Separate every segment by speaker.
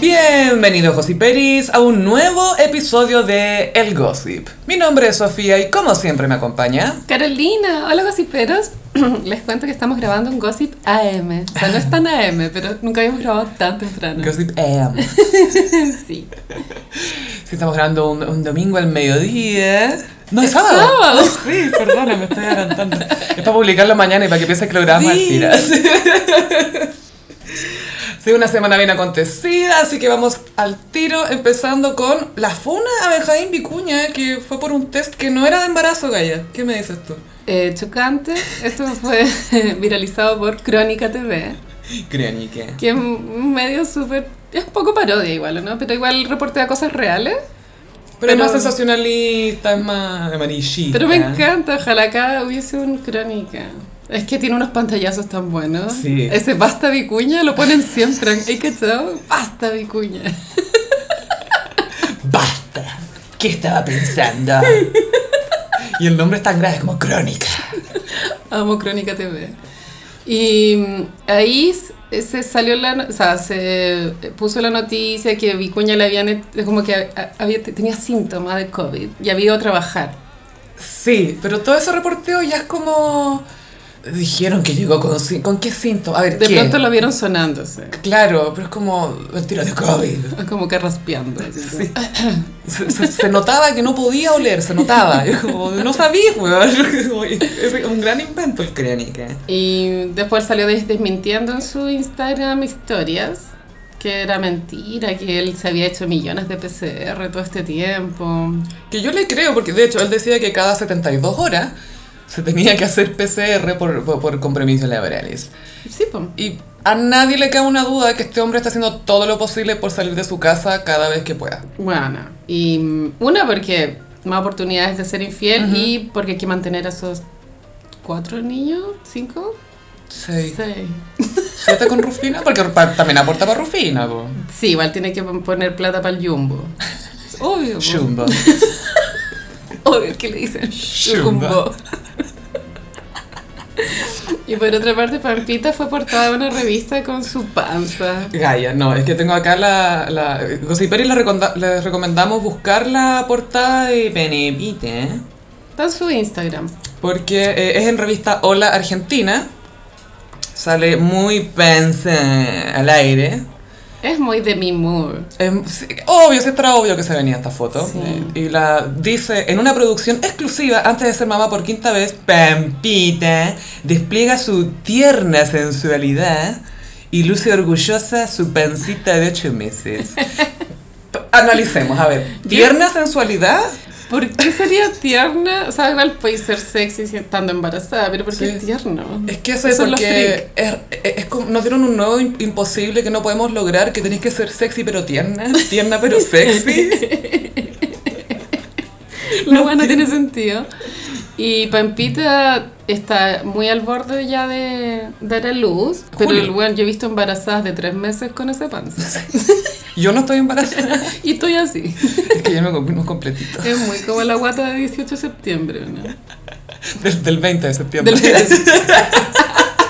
Speaker 1: Bienvenidos Gossiperis a un nuevo episodio de El Gossip. Mi nombre es Sofía y como siempre me acompaña.
Speaker 2: Carolina, hola gossiperos. Les cuento que estamos grabando un gossip AM. O sea, no es tan AM, pero nunca habíamos grabado tan temprano.
Speaker 1: Gossip AM.
Speaker 2: sí.
Speaker 1: Si estamos grabando un, un domingo al mediodía. No es
Speaker 2: Es
Speaker 1: sábado.
Speaker 2: sábado.
Speaker 1: Sí, perdona, me estoy adelantando. Es para publicarlo mañana y para que pienses que lo grabamos al
Speaker 2: Sí.
Speaker 1: tiras. Sí, una semana bien acontecida, así que vamos al tiro, empezando con la funa a Benjamín Vicuña, que fue por un test que no era de embarazo, Gaya. ¿Qué me dices tú?
Speaker 2: Eh, chocante, esto fue viralizado por Crónica TV,
Speaker 1: Crianique.
Speaker 2: que es un medio súper... Es un poco parodia igual, ¿o ¿no? Pero igual reportea cosas reales.
Speaker 1: Pero es
Speaker 2: Pero-
Speaker 1: más sensacionalista, es más amarillita.
Speaker 2: Pero me encanta, ojalá acá hubiese un Crónica. Es que tiene unos pantallazos tan buenos.
Speaker 1: Sí.
Speaker 2: Ese basta vicuña lo ponen siempre. ¿Hay cachado? Basta vicuña.
Speaker 1: ¡Basta! ¿Qué estaba pensando? y el nombre es tan grave como Crónica.
Speaker 2: Amo Crónica TV. Y mm, ahí s- se salió la, no- o sea, se puso la noticia que Vicuña le habían, hecho- como que ha- había, tenía síntomas de COVID y había ido a trabajar.
Speaker 1: Sí, pero todo ese reporteo ya es como... Dijeron que llegó con... sí- ¿Con qué síntoma? A ver,
Speaker 2: De
Speaker 1: ¿qué?
Speaker 2: pronto lo vieron sonándose,
Speaker 1: Claro, pero es como... Mentira de COVID.
Speaker 2: como que raspeando. así.
Speaker 1: Sí. Se, se- se notaba que no podía oler, se notaba. Yo como, no sabía, weón. Es un gran invento el Crónica.
Speaker 2: Y después salió des- desmintiendo en su Instagram historias que era mentira, que él se había hecho millones de PCR todo este tiempo.
Speaker 1: Que yo le creo, porque de hecho él decía que cada 72 horas se tenía que hacer PCR por, por, por compromisos laborales.
Speaker 2: Sí, po.
Speaker 1: Y a nadie le cabe una duda que este hombre está haciendo todo lo posible por salir de su casa cada vez que pueda.
Speaker 2: Bueno, y mm, una porque más oportunidades de ser infiel y porque hay que mantener a esos cuatro niños, cinco,
Speaker 1: Sí.
Speaker 2: seis.
Speaker 1: ¿Está con Rufina? Porque pa- también aporta para Rufina, po.
Speaker 2: Sí, igual tiene que pon- poner plata para el jumbo. Obvio. po.
Speaker 1: Chumbo.
Speaker 2: Obvio que le dicen
Speaker 1: Jumbo.
Speaker 2: jumbo. Y por otra parte, Pampita fue portada de una revista con su panza.
Speaker 1: Gaia, no, es que tengo acá la... la Gossiperis les, reconda- les recomendamos buscar la portada de Benepite, ¿eh?
Speaker 2: Está en su Instagram.
Speaker 1: Porque eh, es en revista Hola Argentina. Sale muy pense al aire.
Speaker 2: Es muy Demi Moore.
Speaker 1: Em, sí, obvio, sí, era obvio que se venía esta foto.
Speaker 2: Sí.
Speaker 1: Eh, y la dice, en una producción exclusiva, antes de ser mamá por quinta vez, Pampita despliega su tierna sensualidad y luce orgullosa su pancita de ocho meses. P- Analicemos, a ver. ¿Tierna sensualidad?
Speaker 2: ¿Por qué sería tierna? O sea, igual puede ser sexy estando embarazada, pero ¿por qué
Speaker 1: Sí.
Speaker 2: es tierno?
Speaker 1: Es que eso es
Speaker 2: Son los
Speaker 1: porque es, es- es como- nos dieron un nuevo im- imposible que no podemos lograr, que tenés que ser sexy pero tierna, tierna pero sexy.
Speaker 2: No, bueno, tiene sentido. Y Pampita está muy al borde ya de dar a luz, pero
Speaker 1: Julio.
Speaker 2: el weón, yo he visto embarazadas de tres meses con esa panza.
Speaker 1: Yo no estoy embarazada,
Speaker 2: Y estoy así.
Speaker 1: es que ya me compré unos completitos.
Speaker 2: Es muy como la guata de 18 de septiembre, ¿no?
Speaker 1: Del, del 20 de septiembre.
Speaker 2: Del 20 de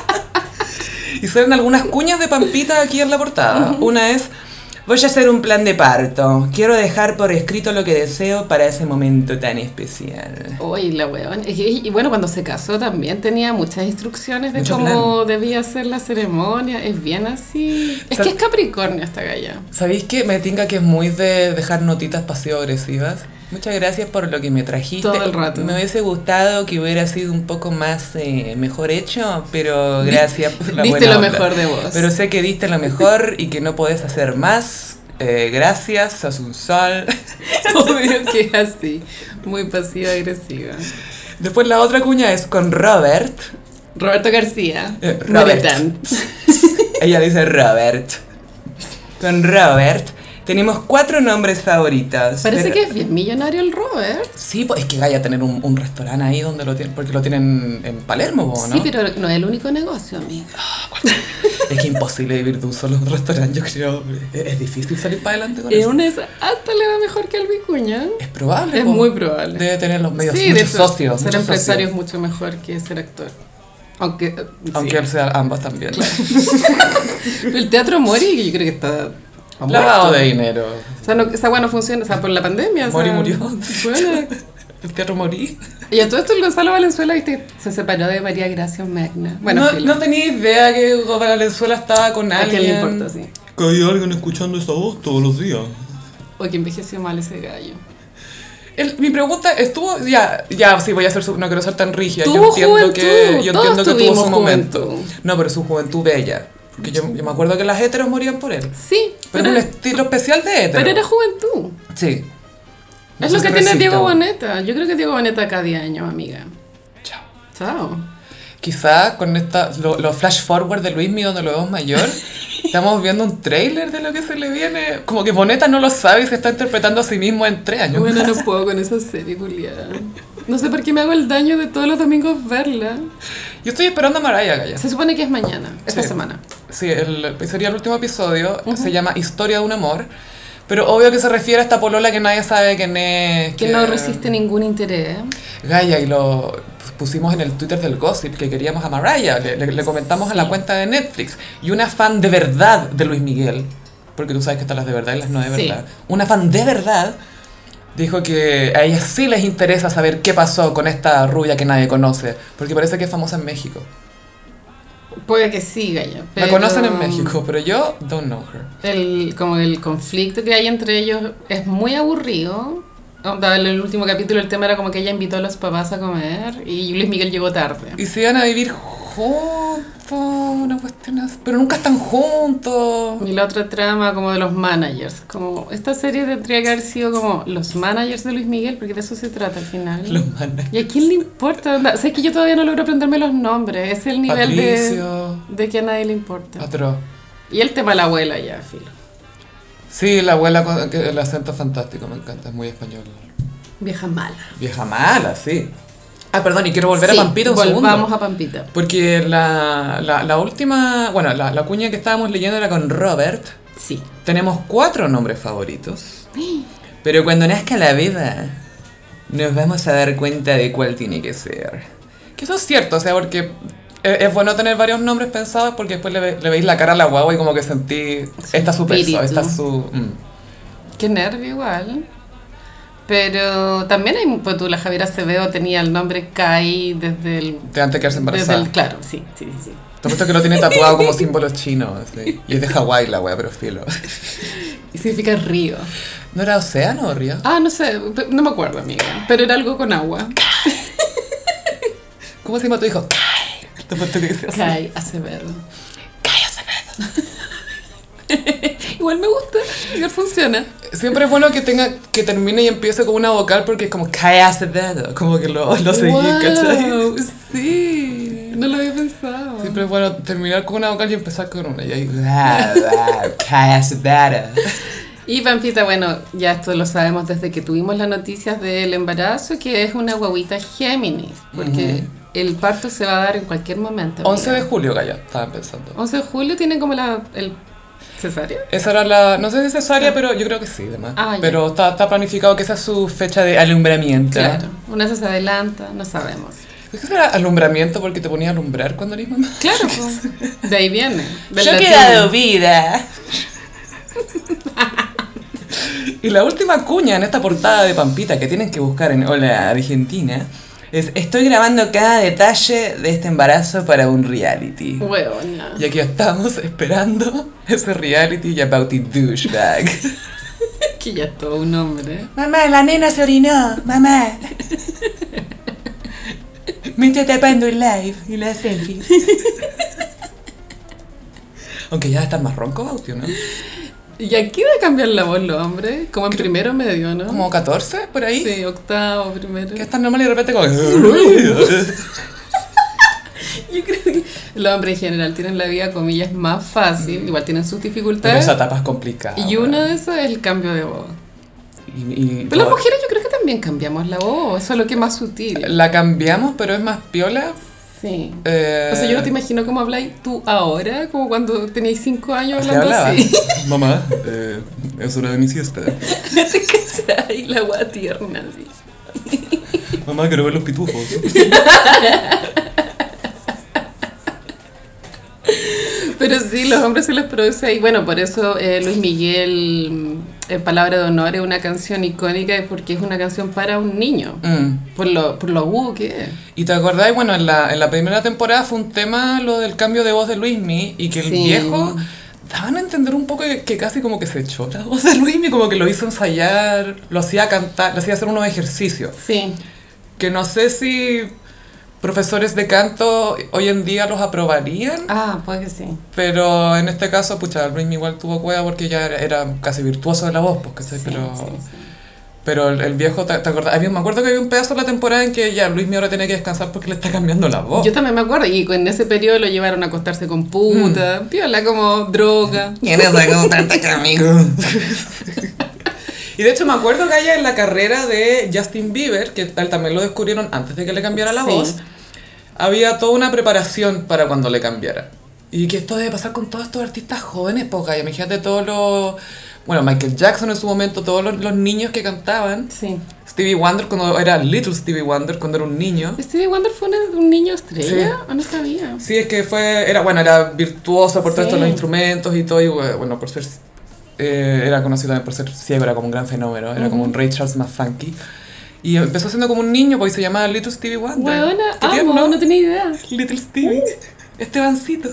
Speaker 1: y salen algunas cuñas de Pampita aquí en la portada. Una es, voy a hacer un plan de parto. Quiero dejar por escrito lo que deseo para ese momento tan especial.
Speaker 2: Oye, la weón. Y, y- y bueno, cuando se casó también tenía muchas instrucciones de
Speaker 1: Mucho
Speaker 2: cómo debía ser la ceremonia. Es bien así. Es que es Capricornio esta galla.
Speaker 1: ¿Sabéis que me tinga que es muy de dejar notitas pasivo-agresivas? Muchas gracias por lo que me trajiste.
Speaker 2: Todo el rato.
Speaker 1: Me hubiese gustado que hubiera sido un poco más eh, mejor hecho, pero gracias por la
Speaker 2: Diste
Speaker 1: buena
Speaker 2: lo
Speaker 1: onda.
Speaker 2: mejor de vos.
Speaker 1: Pero sé que diste lo mejor y que no podés hacer más. Eh, gracias, haz un sol.
Speaker 2: Obvio que es así. Muy pasiva-agresiva.
Speaker 1: Después la otra cuña es con Robert.
Speaker 2: Roberto García.
Speaker 1: Eh, Robert.
Speaker 2: Militant.
Speaker 1: Ella dice Robert. Con Robert tenemos cuatro nombres favoritos.
Speaker 2: Parece
Speaker 1: pero-
Speaker 2: que es bien millonario el Robert.
Speaker 1: Sí, pues es que vaya a tener un, un restaurante ahí donde lo tienen, porque lo tienen en Palermo, ¿no?
Speaker 2: Sí, pero no es el único negocio, amiga.
Speaker 1: Es que imposible vivir de un solo restaurante, yo creo. Es, es difícil salir para adelante con
Speaker 2: En
Speaker 1: eso.
Speaker 2: una de esas, hasta le va mejor que al Vicuña.
Speaker 1: Es probable.
Speaker 2: Es
Speaker 1: po.
Speaker 2: muy probable.
Speaker 1: Debe tener los medios
Speaker 2: Sí, de
Speaker 1: muchos
Speaker 2: hecho,
Speaker 1: socios.
Speaker 2: Ser
Speaker 1: muchos
Speaker 2: empresario
Speaker 1: socios.
Speaker 2: es mucho mejor que ser actor. Aunque, eh, sí.
Speaker 1: Aunque él sea ambas también.
Speaker 2: Pero el teatro Mori yo creo que está
Speaker 1: Ha Lavado de dinero.
Speaker 2: O sea, no, esa weá no funciona, o sea, por la pandemia. o sea,
Speaker 1: Mori murió.
Speaker 2: Bueno,
Speaker 1: El teatro morí.
Speaker 2: y a todo esto el Gonzalo Valenzuela, viste, se separó de María Gracia Magna. Bueno,
Speaker 1: no,
Speaker 2: filo.
Speaker 1: no tenía idea que Hugo Valenzuela estaba con
Speaker 2: ¿A
Speaker 1: alguien.
Speaker 2: quién le importa, sí?
Speaker 1: Que hay alguien escuchando esa voz todos los días.
Speaker 2: O que envejeció mal ese gallo.
Speaker 1: El- mi pregunta estuvo, ya, ya, sí, voy a ser, su- no quiero ser tan rígida.
Speaker 2: Tuvo
Speaker 1: yo entiendo que,
Speaker 2: juventud,
Speaker 1: yo
Speaker 2: todos
Speaker 1: entiendo que tuvo
Speaker 2: tuvimos
Speaker 1: su momento.
Speaker 2: juventud.
Speaker 1: No, pero su juventud bella. Porque yo, yo me acuerdo que las héteros morían por él.
Speaker 2: Sí,
Speaker 1: Pero,
Speaker 2: pero,
Speaker 1: es un estilo especial de hétero.
Speaker 2: pero era juventud.
Speaker 1: Sí. No
Speaker 2: es
Speaker 1: sé
Speaker 2: lo
Speaker 1: si
Speaker 2: que tiene
Speaker 1: recita,
Speaker 2: Diego
Speaker 1: bueno.
Speaker 2: Boneta. Yo creo que Diego Boneta acá 10 años, amiga.
Speaker 1: Chao.
Speaker 2: Chao.
Speaker 1: Quizá con esta, lo- los flash forward de Luismi donde lo vemos mayor, estamos viendo un trailer de lo que se le viene. Como que Boneta no lo sabe y se está interpretando a sí mismo en tres años.
Speaker 2: Bueno, no puedo con esa serie, culiada. No sé por qué me hago el daño de todos los domingos verla.
Speaker 1: Yo estoy esperando a Mariah Gallas.
Speaker 2: Se supone que es mañana, esta
Speaker 1: Sí.
Speaker 2: semana.
Speaker 1: Sí, el, sería el último episodio, se llama Historia de un amor, pero obvio que se refiere a esta polola que nadie sabe quién es.
Speaker 2: Que no resiste ningún interés.
Speaker 1: Gaia, y lo pusimos en el Twitter del Gossip, que queríamos a Mariah, le, le- le comentamos a la cuenta de Netflix, y una fan de verdad de Luis Miguel, porque tú sabes que están las de verdad y las no de
Speaker 2: Sí.
Speaker 1: verdad, una fan de verdad dijo que a ella sí les interesa saber qué pasó con esta rubia que nadie conoce, porque parece que es famosa en México.
Speaker 2: Puede que sí, gallo.
Speaker 1: La
Speaker 2: pero-
Speaker 1: conocen en México, pero yo don't know her.
Speaker 2: El, como el conflicto que hay entre ellos es muy aburrido. Onda, En el último capítulo el tema era como que ella invitó a los papás a comer y Luis Miguel llegó tarde.
Speaker 1: Y se iban a vivir juntos, una cuestión así. Pero nunca están juntos.
Speaker 2: Y la otra trama como de los managers. Como esta serie tendría que haber sido como los managers de Luis Miguel, porque de eso se trata al final.
Speaker 1: Los mandan.
Speaker 2: ¿Y a quién le importa? Onda, sé que yo todavía no logro aprenderme los nombres. Es el nivel de,
Speaker 1: Patricio.
Speaker 2: de que a nadie le importa.
Speaker 1: Otro.
Speaker 2: Y el tema de la abuela ya, filo.
Speaker 1: Sí, la abuela con que el acento es fantástico, me encanta, es muy español.
Speaker 2: Vieja mala.
Speaker 1: Vieja mala, sí. Ah, perdón, y quiero volver
Speaker 2: Sí,
Speaker 1: a Pampita un
Speaker 2: volvamos
Speaker 1: segundo.
Speaker 2: a Pampita.
Speaker 1: Porque la, la, la última, bueno, la, la cuña que estábamos leyendo era con Robert.
Speaker 2: Sí.
Speaker 1: Tenemos cuatro nombres favoritos. Pero cuando nazca la vida, nos vamos a dar cuenta de cuál tiene que ser. Que eso es cierto, o sea, porque es, es bueno tener varios nombres pensados porque después le, ve- le veis la cara a la guagua y como que sentí, esta es su peso,
Speaker 2: espíritu.
Speaker 1: esta es su... mm.
Speaker 2: Qué nervio igual. Pero también hay, pues tú, la Javiera Acevedo tenía el nombre Kai desde el...
Speaker 1: De antes de quedarse
Speaker 2: Desde
Speaker 1: embarazada.
Speaker 2: el claro, sí, sí, sí.
Speaker 1: Te apuesto que lo tiene tatuado como símbolo chino, así. Y es de Hawái la wea, pero filo.
Speaker 2: Y significa río.
Speaker 1: ¿No era océano o río?
Speaker 2: Ah, no sé, pe- no me acuerdo, amiga. Pero era algo con agua.
Speaker 1: ¿Cómo se llama tu hijo? Te apuesto que dice así.
Speaker 2: Kai Acevedo. Kai Acevedo. igual me gusta, igual funciona.
Speaker 1: Siempre es bueno que tenga que termine y empiece con una vocal porque es como cállate dedo, como que lo, lo seguí,
Speaker 2: Wow,
Speaker 1: ¿cachai?
Speaker 2: Sí, no lo había pensado.
Speaker 1: Siempre es bueno terminar con una vocal y empezar con una. Y ahí, "Ah, ah, cállate dedo".
Speaker 2: Y Pampita, bueno, ya esto lo sabemos desde que tuvimos las noticias del embarazo, que es una guaguita Géminis, porque el parto se va a dar en cualquier momento. amiga.
Speaker 1: 11 de julio, Gaya, estaba pensando.
Speaker 2: 11 de julio tiene como la, el cesárea.
Speaker 1: Esa era la. No sé si es cesárea, pero yo creo que sí, además.
Speaker 2: Ah, ya.
Speaker 1: pero está, está planificado que esa es su fecha de alumbramiento.
Speaker 2: Claro, una vez se adelanta, no sabemos.
Speaker 1: ¿Es que era alumbramiento porque te ponía a alumbrar cuando eres mamá?
Speaker 2: Claro, pues, de ahí viene. del
Speaker 1: Yo he
Speaker 2: latín.
Speaker 1: quedado vida. y la última cuña en esta portada de Pampita que tienen que buscar en Hola Argentina es Estoy grabando cada detalle de este embarazo para un reality.
Speaker 2: Hueona.
Speaker 1: Y aquí estamos esperando ese reality y about it douchebag.
Speaker 2: Que ya es todo un hombre.
Speaker 1: mamá, la nena se orinó, mamá. Me está tapando el live y las selfies. Aunque ya están más roncos, Bautio, ¿no?
Speaker 2: Y aquí debe cambiar la voz los hombres, como en primero medio, ¿no?
Speaker 1: como 14 por ahí.
Speaker 2: Sí, octavo, primero.
Speaker 1: Que es tan normal y de repente como...
Speaker 2: Yo creo que los hombres en general tienen la vida, comillas, más fácil, igual tienen sus
Speaker 1: Pero
Speaker 2: dificultades.
Speaker 1: esa etapa es complicada.
Speaker 2: Y una de esas es el cambio de voz.
Speaker 1: Y- y-
Speaker 2: Pero las mujeres yo creo que también cambiamos la voz, eso es lo que es más sutil.
Speaker 1: La cambiamos, pero es más piola.
Speaker 2: Sí.
Speaker 1: eh,
Speaker 2: O sea, yo no te imagino cómo habláis tú ahora, como cuando teníais cinco años
Speaker 1: así
Speaker 2: hablando
Speaker 1: hablaba.
Speaker 2: así.
Speaker 1: Mamá, eh, es hora de mi siesta.
Speaker 2: Te cachai, la agua tierna, así.
Speaker 1: Mamá, quiero ver los pitufos.
Speaker 2: Pero Pero sí, los hombres se los produce y bueno, por eso eh, Luis Miguel, eh, Palabra de Honor, es una canción icónica porque es una canción para un niño,
Speaker 1: Mm.
Speaker 2: por lo, por lo uh, que es.
Speaker 1: Y te acordáis, bueno, en la, en la primera temporada fue un tema lo del cambio de voz de Luismi y que el
Speaker 2: Sí.
Speaker 1: viejo daban a entender un poco que, que casi como que se echó la voz de Luismi, como que lo hizo ensayar, lo hacía cantar, lo hacía hacer unos ejercicios.
Speaker 2: Sí,
Speaker 1: Que no sé si profesores de canto hoy en día los aprobarían,
Speaker 2: ah, puede que sí.
Speaker 1: pero en este caso, pucha, Luismi igual tuvo cueva porque ya era, era casi virtuoso de la voz, pues, ¿cachai?
Speaker 2: Sí,
Speaker 1: pero...
Speaker 2: sí, sí.
Speaker 1: Pero el, el viejo, ¿te, te acordás? Había- Me acuerdo que había un pedazo de la temporada en que ya Luis ahora tiene que descansar porque le está cambiando la voz.
Speaker 2: Oh. Yo también me acuerdo, y en ese periodo lo llevaron a acostarse con puta, piola como droga.
Speaker 1: ¿Quién es tanta conmigo? Y de hecho me acuerdo que allá en la carrera de Justin Bieber, que tal también lo descubrieron antes de que le cambiara la
Speaker 2: Sí.
Speaker 1: voz, había toda una preparación para cuando le cambiara. Y que esto debe pasar con todos estos artistas jóvenes, poca. Y imagínate todos los... Bueno, Michael Jackson en su momento, todos los, los niños que cantaban.
Speaker 2: Sí.
Speaker 1: Stevie Wonder cuando era Little Stevie Wonder, cuando era un niño.
Speaker 2: Stevie Wonder fue un, un niño estrella, ¿o no sabía?
Speaker 1: Sí, es que fue, era bueno, era virtuosa por todos
Speaker 2: Sí.
Speaker 1: estos los instrumentos y todo, y bueno, por ser, eh, era conocido también por ser ciego, era como un gran fenómeno, era como un Ray Charles más funky. Y empezó siendo como un niño, porque se llamaba Little Stevie Wonder.
Speaker 2: Huevona,
Speaker 1: Qué
Speaker 2: amo,
Speaker 1: tierno.
Speaker 2: no tenía idea.
Speaker 1: Little Stevie. Estebancito.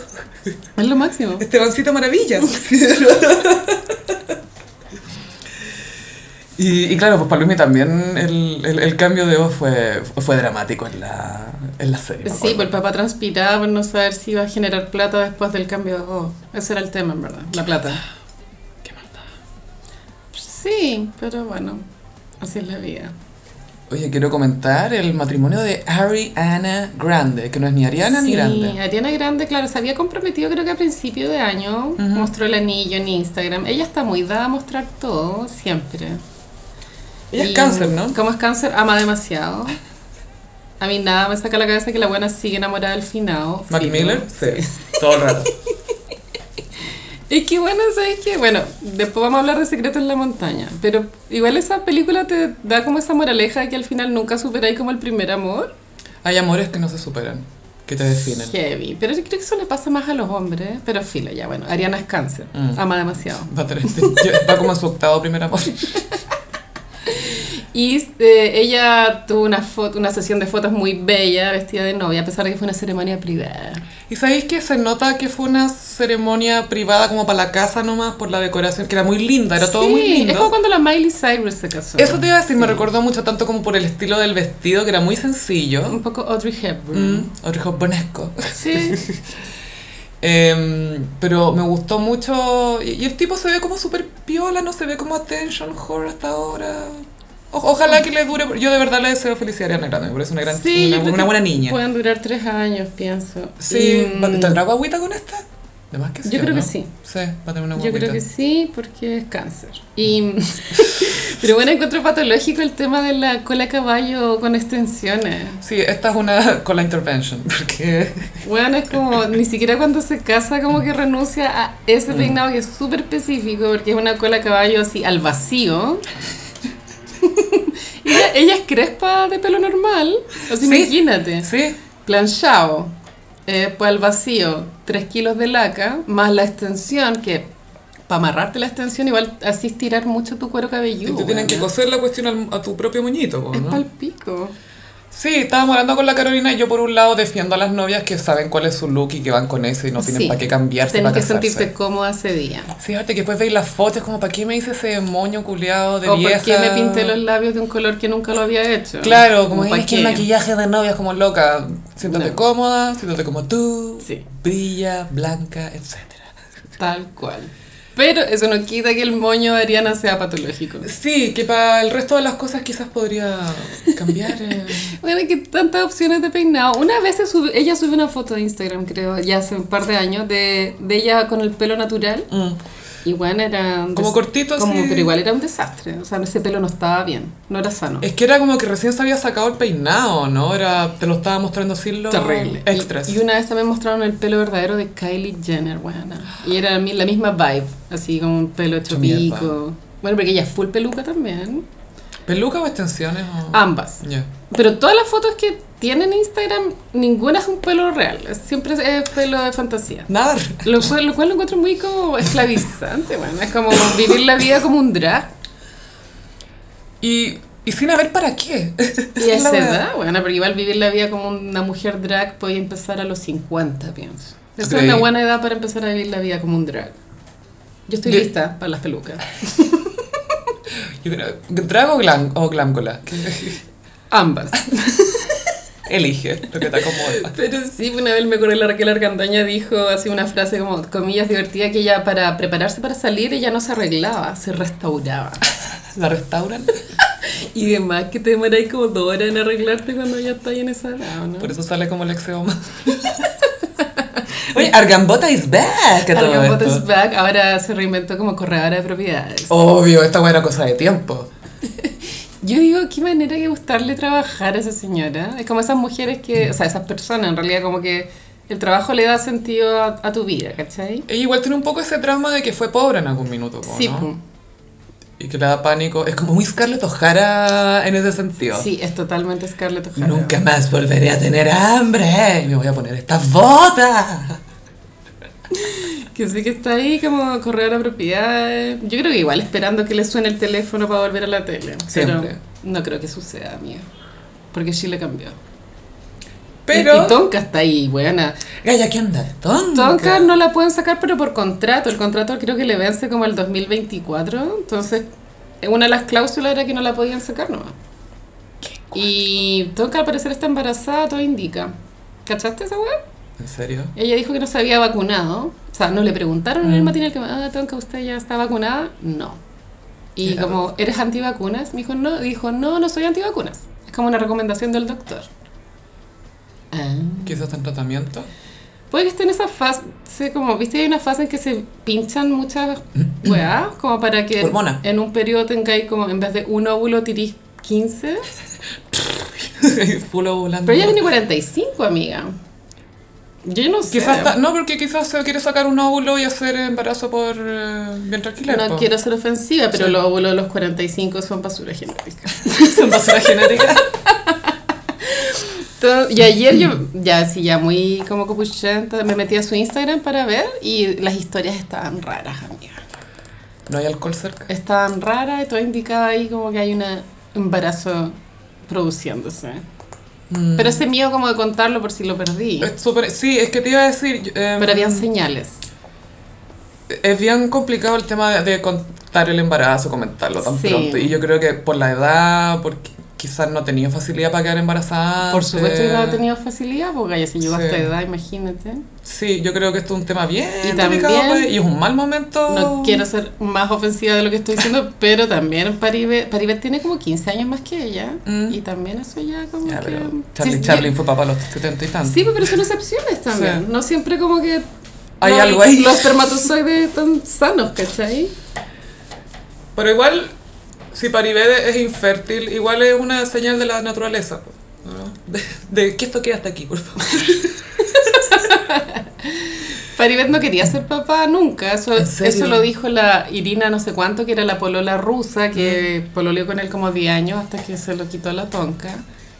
Speaker 2: Es lo máximo.
Speaker 1: Estebancito Maravillas. y, y claro, pues para Luismi también el, el- el cambio de voz fue, fue dramático en la, en la serie. me
Speaker 2: Sí,
Speaker 1: acuerdo.
Speaker 2: pues el papá transpiraba por no saber si iba a generar plata después del cambio de voz. Ese era el tema, en verdad, la plata.
Speaker 1: Qué maldad.
Speaker 2: Sí, pero bueno, así es la vida.
Speaker 1: Oye, quiero comentar el matrimonio de Ariana Grande, que no es ni Ariana ni
Speaker 2: Sí,
Speaker 1: Grande.
Speaker 2: Ariana Grande, claro, se había comprometido creo que a principio de año, mostró el anillo en Instagram. Ella está muy dada a mostrar todo, siempre.
Speaker 1: Ella es
Speaker 2: Y
Speaker 1: cáncer, ¿no?
Speaker 2: Como es cáncer, ama demasiado. A mí nada me saca la cabeza que la buena sigue enamorada al final.
Speaker 1: Mac
Speaker 2: Sí, ¿no?
Speaker 1: Miller, sí. Todo el rato.
Speaker 2: Es que bueno, ¿sabes qué? Bueno, después vamos a hablar de Secretos en la Montaña, pero igual esa película te da como esa moraleja de que al final nunca superáis como el primer amor.
Speaker 1: Hay amores que no se superan, que te definen.
Speaker 2: Heavy, pero yo creo que eso le pasa más a los hombres, pero filo, ya bueno, Ariana es cáncer,
Speaker 1: Mm.
Speaker 2: ama demasiado.
Speaker 1: Va, a tener- va como en su octavo primer amor.
Speaker 2: Y eh, ella tuvo una, foto, una sesión de fotos muy bella, vestida de novia, a pesar de que fue una ceremonia privada.
Speaker 1: Y sabéis que se nota que fue una ceremonia privada como para la casa nomás, por la decoración, que era muy linda, era todo
Speaker 2: Sí,
Speaker 1: muy lindo.
Speaker 2: es como cuando la Miley Cyrus se casó.
Speaker 1: Eso te iba a decir, me recordó mucho tanto como por el estilo del vestido, que era muy sencillo.
Speaker 2: Un poco Audrey Hepburn.
Speaker 1: Mm, Orejos bonesco.
Speaker 2: Sí,
Speaker 1: Em, pero me gustó mucho. Y, y el tipo se ve como súper piola, no se ve como attention horror hasta ahora. O- ojalá que le dure. Yo de verdad le deseo felicidad a Ariana Grande, me parece una, gran,
Speaker 2: Sí, yo
Speaker 1: una,
Speaker 2: creo
Speaker 1: una
Speaker 2: que
Speaker 1: buena niña.
Speaker 2: Pueden durar tres años, pienso.
Speaker 1: Sí,
Speaker 2: Y, mm,
Speaker 1: ¿va- ¿tendrá guagüita con esta? De más que sí,
Speaker 2: Yo
Speaker 1: ¿o
Speaker 2: creo
Speaker 1: no?
Speaker 2: que sí.
Speaker 1: Sí, va a tener una
Speaker 2: Yo
Speaker 1: guagüita.
Speaker 2: creo que sí, porque es cáncer. Y, pero bueno, encuentro patológico el tema de la cola a caballo con extensiones.
Speaker 1: Sí, esta es una con la intervention, porque
Speaker 2: Bueno, es como, ni siquiera cuando se casa como que renuncia a ese peinado que es súper específico, porque es una cola a caballo así al vacío. ella, ella es crespa de pelo normal, así
Speaker 1: Sí.
Speaker 2: imagínate.
Speaker 1: sí,
Speaker 2: planchado, eh, pues al vacío, 3 kilos de laca, más la extensión, que para amarrarte la extensión igual así estirar mucho tu cuero
Speaker 1: y
Speaker 2: cabelludo.
Speaker 1: te tienen que
Speaker 2: weona.
Speaker 1: coser la cuestión al- a tu propio moñito, po,
Speaker 2: Es
Speaker 1: ¿no?
Speaker 2: pal pico.
Speaker 1: Sí, estábamos hablando con la Carolina y yo por un lado defiendo a las novias que saben cuál es su look y que van con eso y no tienen
Speaker 2: Sí.
Speaker 1: para qué cambiarse
Speaker 2: Tienes
Speaker 1: para
Speaker 2: que
Speaker 1: casarse.
Speaker 2: sentirte cómoda ese día.
Speaker 1: Fíjate que después veis las fotos como, ¿para qué me hice ese moño culeado de
Speaker 2: o
Speaker 1: vieja?
Speaker 2: porque me pinté los labios de un color que nunca lo había hecho.
Speaker 1: Claro, como,
Speaker 2: ¿pa'
Speaker 1: es que el
Speaker 2: qué?
Speaker 1: maquillaje de novia es como loca. Siéntate
Speaker 2: No.
Speaker 1: cómoda, siéntate como tú,
Speaker 2: Sí.
Speaker 1: brilla, blanca, etc.
Speaker 2: Tal cual. Pero eso no quita que el moño de Ariana sea patológico.
Speaker 1: Sí, que para el resto de las cosas quizás podría cambiar. eh.
Speaker 2: Bueno, que tantas opciones de peinado. Una vez se sube- ella sube una foto de Instagram, creo, ya hace un par de años, de, de ella con el pelo natural.
Speaker 1: Mm.
Speaker 2: Y bueno, era... un
Speaker 1: Como
Speaker 2: des-
Speaker 1: cortito,
Speaker 2: como,
Speaker 1: sí.
Speaker 2: Pero igual era un desastre. O sea, ese pelo no estaba bien, no era sano.
Speaker 1: Es que era como que recién se había sacado el peinado, ¿no? Era, te lo estaba mostrando así los
Speaker 2: Terrible.
Speaker 1: extras.
Speaker 2: Y, y una vez también mostraron el pelo verdadero de Kylie Jenner, bueno. Y era mi- la misma vibe, así como un pelo hecho
Speaker 1: Hecho mierda.
Speaker 2: pico. Bueno, porque ella es full peluca también.
Speaker 1: ¿Peluca o extensiones? o-
Speaker 2: Ambas.
Speaker 1: Ya.
Speaker 2: Pero todas las fotos que tienen Instagram, ninguna es un pelo real. es- Siempre es pelo de fantasía.
Speaker 1: Nada.
Speaker 2: Lo cual, lo cual lo encuentro muy como esclavizante, bueno, es como vivir la vida como un drag.
Speaker 1: Y, y sin haber para qué.
Speaker 2: Y a
Speaker 1: Es la
Speaker 2: esa
Speaker 1: verdad.
Speaker 2: edad, bueno, pero igual vivir la vida como una mujer drag puede empezar a los 50, pienso. Esa
Speaker 1: Sí.
Speaker 2: es una buena edad para empezar a vivir la vida como un drag. Yo estoy
Speaker 1: Yo-
Speaker 2: lista para las pelucas.
Speaker 1: Yo creo, drag o, glam, o glamcola.
Speaker 2: Ambas.
Speaker 1: Elige lo que te acomoda.
Speaker 2: Pero sí, una vez me acuerdo la Raquel Arcandoña dijo así una frase como, comillas, divertida, que ella para prepararse para salir, ella no se arreglaba, se restauraba.
Speaker 1: ¿La restauran?
Speaker 2: Y demás que te demoráis como dos horas en arreglarte cuando ya estás en esa edad, ¿o ¿no?
Speaker 1: Por eso sale como el axioma. Oye, Argambota is back. a todo
Speaker 2: Argan
Speaker 1: esto. Oh.
Speaker 2: Botas Back ahora se reinventó como corredora de propiedades.
Speaker 1: Obvio, esta buena cosa de tiempo.
Speaker 2: Yo digo, qué manera que gustarle trabajar a esa señora. Es como esas mujeres que, o sea, esas personas en realidad como que el trabajo le da sentido a, a tu vida, ¿cachai?
Speaker 1: Ella E igual tiene un poco ese trauma de que fue pobre en algún minuto, como,
Speaker 2: Sí,
Speaker 1: ¿no?
Speaker 2: pum.
Speaker 1: Y que le da pánico. Es como muy Scarlett O'Hara en ese sentido.
Speaker 2: sí, es totalmente Scarlett O'Hara.
Speaker 1: Nunca más volveré a tener hambre. Me voy a poner estas botas.
Speaker 2: Que sí que está ahí como corredora de propiedades. Yo creo que igual esperando que le suene el teléfono para volver a la tele.
Speaker 1: Siempre.
Speaker 2: Pero no creo que suceda, amiga. Porque Chile cambió. Y, y
Speaker 1: Pero.
Speaker 2: Tonka está ahí, buena.
Speaker 1: Gaya, ¿qué onda? Tonka.
Speaker 2: Tonka no la pueden sacar, pero por contrato. El contrato creo que le vence como el 2024. Entonces, una de las cláusulas era que no la podían sacar nomás. Y Tonka al parecer está embarazada, todo indica. ¿Cachaste esa weá?
Speaker 1: ¿En serio?
Speaker 2: Ella dijo que no se había vacunado. O sea, no le preguntaron en el matinal que, ah, Tonka, ¿usted ya está vacunada? No. Y
Speaker 1: Ya.
Speaker 2: como, ¿eres antivacunas? Me dijo, no. Dijo, no, no soy antivacunas. Es como una recomendación del doctor. Ah.
Speaker 1: Quizás está en tratamiento.
Speaker 2: Puede que esté en esa fase, como, viste, hay una fase en que se pinchan muchas weas, como para que
Speaker 1: Hormona.
Speaker 2: en un periodo tengáis como, en vez de un óvulo tirís 15.
Speaker 1: Mm. Full volando.
Speaker 2: Pero ella tiene 45, amiga. Yo no sé.
Speaker 1: Quizás está- no, porque quizás se quiere sacar un óvulo y hacer embarazo por eh, vientre alquiler.
Speaker 2: no
Speaker 1: po.
Speaker 2: quiero ser ofensiva, pero
Speaker 1: Sí.
Speaker 2: los óvulos de los 45 son basura genética.
Speaker 1: Son basura genética.
Speaker 2: Entonces, y ayer yo, ya sí, ya muy como copuchenta, me metí a su Instagram para ver y las historias estaban raras, amiga.
Speaker 1: No hay alcohol cerca.
Speaker 2: estaban raras y todo indicaba ahí como que hay un embarazo produciéndose.
Speaker 1: Mm.
Speaker 2: Pero ese miedo como de contarlo por si lo perdí.
Speaker 1: Es súper- sí, es que te iba a decir. yo, em,
Speaker 2: Pero habían señales.
Speaker 1: Es bien complicado el tema de, de contar el embarazo, comentarlo tan
Speaker 2: Sí.
Speaker 1: pronto. Y yo creo que por la edad, porque quizás no tenía facilidad para quedar embarazada.
Speaker 2: Por
Speaker 1: antes.
Speaker 2: supuesto que no ha tenido facilidad pues, porque ya se llegó
Speaker 1: Ah, Sí.
Speaker 2: a esta edad, imagínate.
Speaker 1: Sí, yo creo que esto es un tema bien
Speaker 2: Y
Speaker 1: delicado
Speaker 2: también-
Speaker 1: pues, y es un mal momento.
Speaker 2: No quiero ser más ofensiva de lo que estoy diciendo, pero también Paribet, Paribet tiene como 15 años más que ella.
Speaker 1: Mm.
Speaker 2: Y también eso ya como
Speaker 1: Ya,
Speaker 2: que...
Speaker 1: pero Charlie,
Speaker 2: Sí,
Speaker 1: Chaplin fue papá a los 70 y tantos.
Speaker 2: Sí, pues, pero son excepciones
Speaker 1: Sí.
Speaker 2: también. No siempre como que...
Speaker 1: Hay
Speaker 2: los-
Speaker 1: algo ahí.
Speaker 2: Los espermatozoides están sanos, ¿cachai?
Speaker 1: Pero igual, si Paribede es infértil, igual es una señal de la naturaleza. pues, ¿no? De, de que esto queda hasta aquí, por favor.
Speaker 2: Paribet no quería ser papá nunca, eso,
Speaker 1: ¿En serio?
Speaker 2: eso lo dijo la Irina no sé cuánto, que era la polola rusa, que pololeó con él como 10 años hasta que se lo quitó la tonca.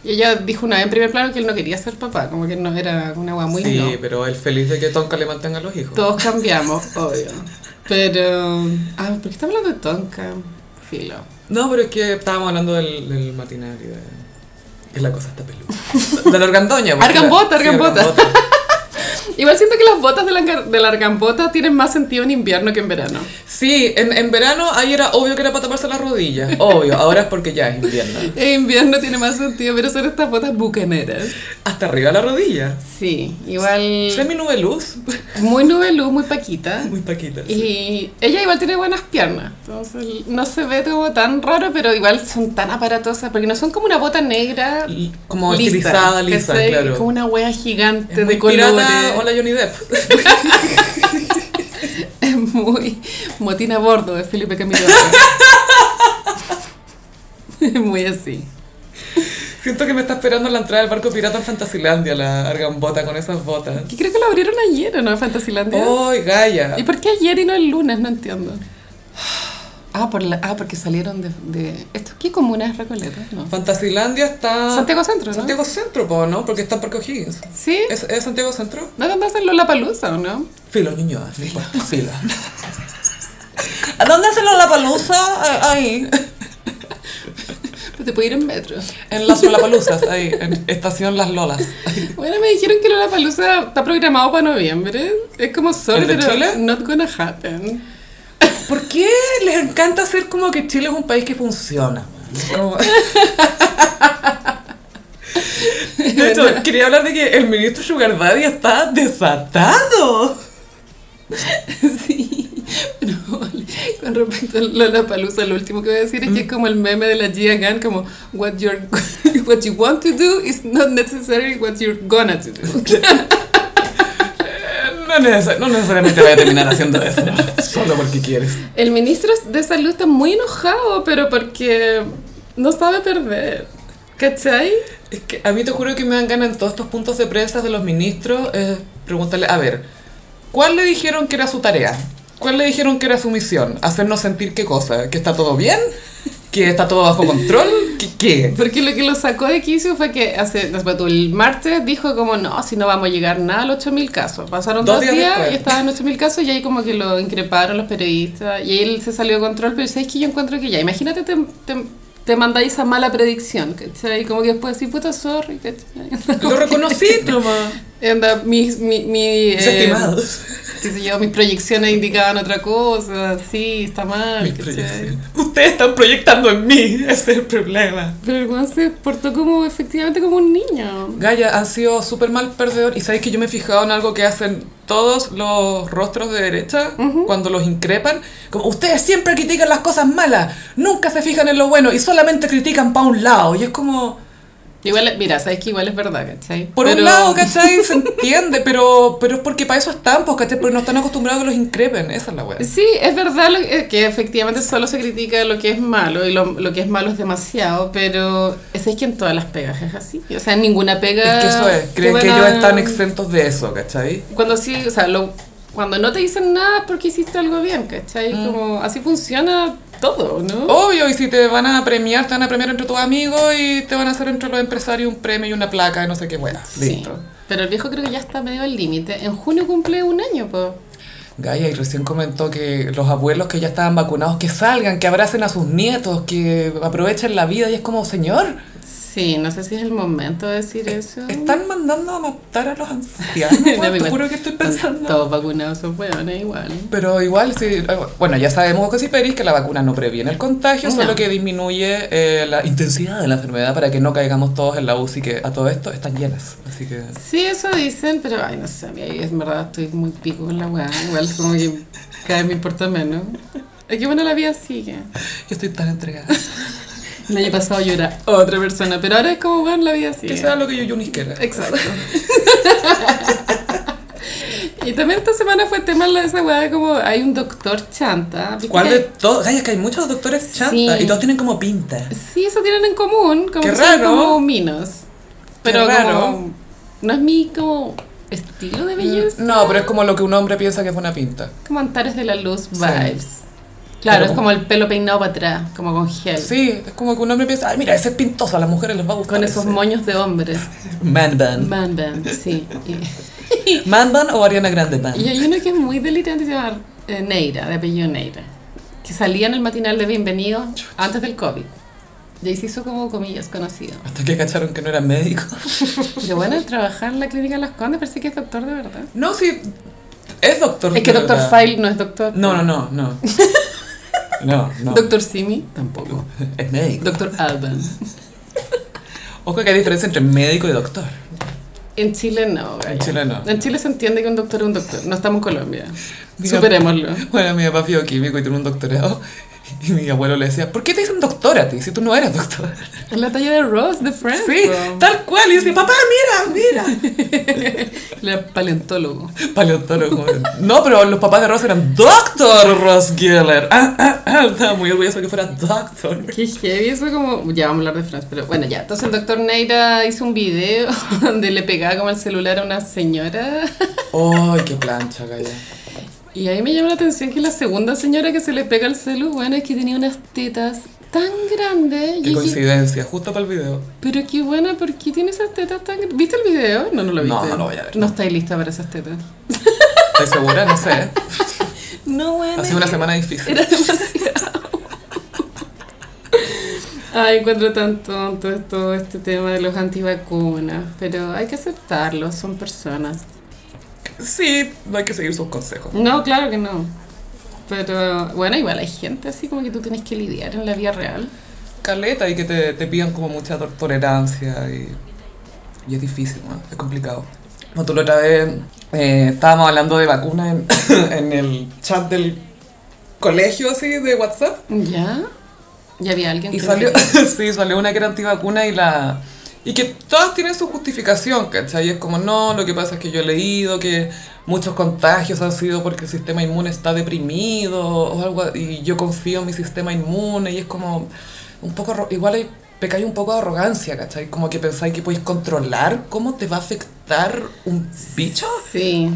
Speaker 2: Y ella dijo una vez en primer plano que él no quería ser papá, como que no era una agua muy
Speaker 1: sí,
Speaker 2: no.
Speaker 1: pero el feliz de que Tonka le mantenga los hijos.
Speaker 2: Todos cambiamos, obvio. Pero... Ah, ¿por qué está hablando de tonca? Filo.
Speaker 1: No, pero es que estábamos hablando del, del matinal y de... Que la cosa está peluda. De la pues, argandoña. porque
Speaker 2: Argambota,
Speaker 1: la- sí,
Speaker 2: argambota. Igual siento que las botas de la, argan- de la argambota tienen más sentido en invierno que en verano.
Speaker 1: Sí, en, en verano ahí era obvio que era para taparse las rodillas. Obvio, ahora es porque ya es invierno.
Speaker 2: En invierno tiene más sentido, pero son estas botas bucaneras.
Speaker 1: Hasta arriba de la rodilla.
Speaker 2: Sí, igual...
Speaker 1: Semi nube luz.
Speaker 2: Muy nubelú, muy paquita.
Speaker 1: Muy paquita. sí.
Speaker 2: Y ella igual tiene buenas piernas, entonces no se ve como tan raro, pero igual son tan aparatosas, porque no son como una bota negra
Speaker 1: Y Como
Speaker 2: lisa,
Speaker 1: estilizada, lisa,
Speaker 2: ¿cachai?
Speaker 1: claro.
Speaker 2: Como una wea gigante
Speaker 1: Es muy
Speaker 2: de
Speaker 1: pirata,
Speaker 2: colores.
Speaker 1: hola Johnny Depp.
Speaker 2: Es muy motina a bordo de Felipe Camilo. Es muy así.
Speaker 1: Siento que me está esperando en la entrada del barco pirata en Fantasilandia, la argambota con esas botas.
Speaker 2: Que creo que lo abrieron Oh. ayer, ¿o ¿no? Fantasilandia.
Speaker 1: ¡Ay, Gaia!
Speaker 2: ¿Y por qué ayer y no el lunes? No entiendo. Ah, por la, ah porque salieron de, de... ¿Esto qué comuna es Recoleta? No.
Speaker 1: Fantasilandia está...
Speaker 2: Santiago Centro, ¿no?
Speaker 1: Ah. Santiago Centro, po, ¿no? Porque está en Parque O'Higgins.
Speaker 2: Sí.
Speaker 1: ¿Es, es Santiago Centro?
Speaker 2: ¿No te vas a hacer Palusa o no?
Speaker 1: Filo, niño, no importa, filo. ¿A dónde hacen la palusa? Ahí.
Speaker 2: Pero te puede ir en metro.
Speaker 1: En las Lollapaloozas, ahí. En Estación Las Lolas.
Speaker 2: Bueno, me dijeron que la Palusa está programado para noviembre. Es como sorry,
Speaker 1: ¿El de Chile?
Speaker 2: pero not gonna happen.
Speaker 1: ¿Por qué les encanta hacer como que Chile es un país que funciona? Como- De hecho, quería hablar de que el ministro Sugar Daddy está desatado.
Speaker 2: Sí, pero con respecto a Lola Palusa, lo último que voy a decir es
Speaker 1: Mm.
Speaker 2: que es como el meme de la Gia Gunn, como what, you're, what you want to do is not necessarily what you're gonna to do.
Speaker 1: No, neces- no necesariamente voy a terminar haciendo eso, solo porque quieres.
Speaker 2: El ministro de Salud está muy enojado, pero porque no sabe perder. ¿Cachai?
Speaker 1: Es que a mí te juro que me dan ganas en todos estos puntos de prensa de los ministros eh, preguntarle, a ver, ¿cuál le dijeron que era su tarea? ¿Cuál le dijeron que era su misión? ¿Hacernos sentir qué cosa? ¿Que está todo bien? ¿Que está todo bajo control? ¿Qué? qué?
Speaker 2: Porque lo que lo sacó de quicio fue que hace, no sé, tú, el martes dijo como no, si no vamos a llegar nada a los 8.000 casos. Pasaron
Speaker 1: Dos
Speaker 2: dos,
Speaker 1: días
Speaker 2: días,
Speaker 1: después.
Speaker 2: y estaban en 8.000 casos y ahí como que lo increparon los periodistas y él se salió de control, pero sabes que yo encuentro que ya, imagínate te, te, te mandáis esa mala predicción, ¿cachai? Y como que después decís, puta, sorry, ¿cachai?
Speaker 1: Lo reconocí, Tomás.
Speaker 2: Anda, mis, mi, mi, eh,
Speaker 1: Desestimados.
Speaker 2: qué sé yo, mis proyecciones indicaban otra cosa, sí, está mal,
Speaker 1: Mis
Speaker 2: ¿cachai?
Speaker 1: proyecciones. Ustedes están proyectando en mí, ese es el problema.
Speaker 2: Pero el weón se portó como, efectivamente, como un niño.
Speaker 1: Gaya, han sido súper mal perdedor. Y sabéis que yo me he fijado en algo que hacen todos los rostros de derecha cuando los increpan. Como ustedes siempre critican las cosas malas, nunca se fijan en lo bueno y solamente critican para un lado. Y es como,
Speaker 2: Igual, mira, sabes que igual es verdad, ¿cachai?
Speaker 1: por
Speaker 2: Pero-
Speaker 1: un lado, ¿cachai? Se entiende, pero, pero es porque para eso están, pues, ¿cachai? Porque no están acostumbrados a que los increpen. Esa es la wea.
Speaker 2: Sí, es verdad lo que, que efectivamente solo se critica lo que es malo y lo, lo que es malo es demasiado, pero es, es que en todas las pegas es así. O sea, en ninguna pega.
Speaker 1: Es que eso es, creen
Speaker 2: te
Speaker 1: que
Speaker 2: van
Speaker 1: ellos
Speaker 2: a-
Speaker 1: están exentos de eso, ¿cachai?
Speaker 2: Cuando sí, o sea, lo- cuando no te dicen nada es porque hiciste algo bien, ¿cachai?
Speaker 1: Mm.
Speaker 2: Como así funciona todo, ¿no?
Speaker 1: Obvio, y si te van a premiar, te van a premiar entre tus amigos y te van a hacer entre los empresarios un premio y una placa y no sé qué, bueno,
Speaker 2: Sí.
Speaker 1: listo.
Speaker 2: Pero el viejo creo que ya está medio al límite. En junio cumple un año, po.
Speaker 1: Gaia, y recién comentó que los abuelos que ya estaban vacunados, que salgan, que abracen a sus nietos, que aprovechen la vida, y es como, señor,
Speaker 2: Sí, no sé si es el momento de decir
Speaker 1: Eh,
Speaker 2: eso.
Speaker 1: están mandando a matar a los ancianos,
Speaker 2: No,
Speaker 1: weón, te
Speaker 2: igual.
Speaker 1: juro que estoy pensando.
Speaker 2: Todos vacunados son hueones igual.
Speaker 1: Pero igual, sí, eh, bueno, ya sabemos, Cosiperis, que la vacuna no previene el contagio,
Speaker 2: No.
Speaker 1: solo que disminuye eh, la intensidad de la enfermedad para que no caigamos todos en la UCI, que a todo esto están llenas, así que...
Speaker 2: Sí, eso dicen, pero ay, no sé, a mí en verdad estoy muy pico con la weá. Igual es como que cada vez me importa menos. Es que bueno, la vida sigue.
Speaker 1: Yo estoy tan entregada.
Speaker 2: El año pasado yo era otra persona, pero ahora es como, bueno, la vida sigue.
Speaker 1: Que sea lo que yo, yo ni quiera.
Speaker 2: Exacto. y también esta semana fue tema la de esa weá, como hay un doctor chanta. ¿viste
Speaker 1: ¿Cuál
Speaker 2: que
Speaker 1: de
Speaker 2: hay-
Speaker 1: todos? Ay, es que hay muchos doctores chanta
Speaker 2: Sí.
Speaker 1: y todos tienen como pinta.
Speaker 2: Sí, eso tienen en común, como
Speaker 1: Qué
Speaker 2: que son
Speaker 1: raro.
Speaker 2: como minos. Pero
Speaker 1: raro. Mm,
Speaker 2: como, no es mi como estilo de belleza.
Speaker 1: No, pero es como lo que un hombre piensa que es una pinta.
Speaker 2: Como Antares de la Luz
Speaker 1: Sí.
Speaker 2: vibes.
Speaker 1: Pero
Speaker 2: Claro, es
Speaker 1: como-
Speaker 2: como el pelo peinado para atrás, como con gel.
Speaker 1: Sí, es como que un hombre piensa, ay, mira, ese es pintoso, a las mujeres les va a gustar.
Speaker 2: Con esos
Speaker 1: ese".
Speaker 2: moños de hombres.
Speaker 1: Man bun.
Speaker 2: Man band, sí. Y,
Speaker 1: Man bun o Ariana Grande
Speaker 2: y
Speaker 1: bun.
Speaker 2: hay uno que es muy delirante, se llama eh, Neira, de apellido Neira, que salía en el matinal de Bienvenidos antes del COVID. Y ahí se hizo como comillas conocido.
Speaker 1: Hasta que cacharon que no era médico.
Speaker 2: Pero bueno, trabajar en la clínica Las Condes parece que es doctor de verdad.
Speaker 1: No, sí, es doctor.
Speaker 2: Es que
Speaker 1: de
Speaker 2: Doctor
Speaker 1: verdad.
Speaker 2: File no es doctor.
Speaker 1: No, no, no, no. No, no.
Speaker 2: Doctor Simi tampoco.
Speaker 1: Es médico.
Speaker 2: Doctor Alban.
Speaker 1: Ojo que hay diferencia entre médico y doctor.
Speaker 2: En Chile no.
Speaker 1: En
Speaker 2: Gaya.
Speaker 1: Chile no.
Speaker 2: En Chile se entiende que un doctor es un doctor. No estamos en Colombia.
Speaker 1: Diga-
Speaker 2: Superémoslo.
Speaker 1: Bueno, mi papá es bioquímico y tiene un doctorado. Y mi abuelo le decía, ¿por qué te dicen doctor a ti si tú no eras doctor?
Speaker 2: Es la talla de Ross de Friends.
Speaker 1: Sí,
Speaker 2: po.
Speaker 1: tal cual. Y yo decía, papá, mira, mira.
Speaker 2: La paleontólogo.
Speaker 1: Paleontólogo. No, pero los papás de Ross eran Doctor Ross Geller. Ah, ah, ah, estaba muy orgulloso que fuera Doctor.
Speaker 2: Qué heavy, eso como... Ya vamos a hablar de Friends, pero bueno, ya. Entonces el doctor Neira hizo un video donde le pegaba como el celular a una señora.
Speaker 1: ¡Ay, qué plancha, Gaya!
Speaker 2: Y ahí me llamó la atención que la segunda señora que se le pega el celu, bueno, es que tenía unas tetas tan grandes. Y
Speaker 1: Qué
Speaker 2: dije,
Speaker 1: coincidencia, justo para el video.
Speaker 2: pero qué buena, ¿por qué tiene esas tetas tan grandes? ¿Viste el video? No, no lo
Speaker 1: No,
Speaker 2: viste.
Speaker 1: no lo voy a ver.
Speaker 2: No estáis lista para esas tetas.
Speaker 1: ¿Estás segura? No sé.
Speaker 2: No, bueno.
Speaker 1: Ha sido una semana difícil.
Speaker 2: Era demasiado. Ay, encuentro tan tonto todo este tema de los antivacunas, pero hay que aceptarlo, son personas.
Speaker 1: Sí, no hay que seguir sus consejos.
Speaker 2: No, claro que no. Pero bueno, igual hay gente así como que tú tienes que lidiar en la vida real.
Speaker 1: Caleta y que te, te pidan como mucha to- tolerancia y, y es difícil, ¿no? es complicado. Como tú la otra vez eh, estábamos hablando de vacunas en, en el chat del colegio, así, de WhatsApp.
Speaker 2: ¿Ya? Ya había alguien
Speaker 1: Y
Speaker 2: que-
Speaker 1: salió, sí, salió una que era antivacuna y la... Y que todas tienen su justificación, ¿cachai? Y es como, no, lo que pasa es que yo he leído que muchos contagios han sido porque el sistema inmune está deprimido o algo, a- y yo confío en mi sistema inmune, y es como, un poco, arro- igual hay, pecáis un poco de arrogancia, ¿cachai? Como que pensáis que podéis controlar cómo te va a afectar un bicho.
Speaker 2: Sí.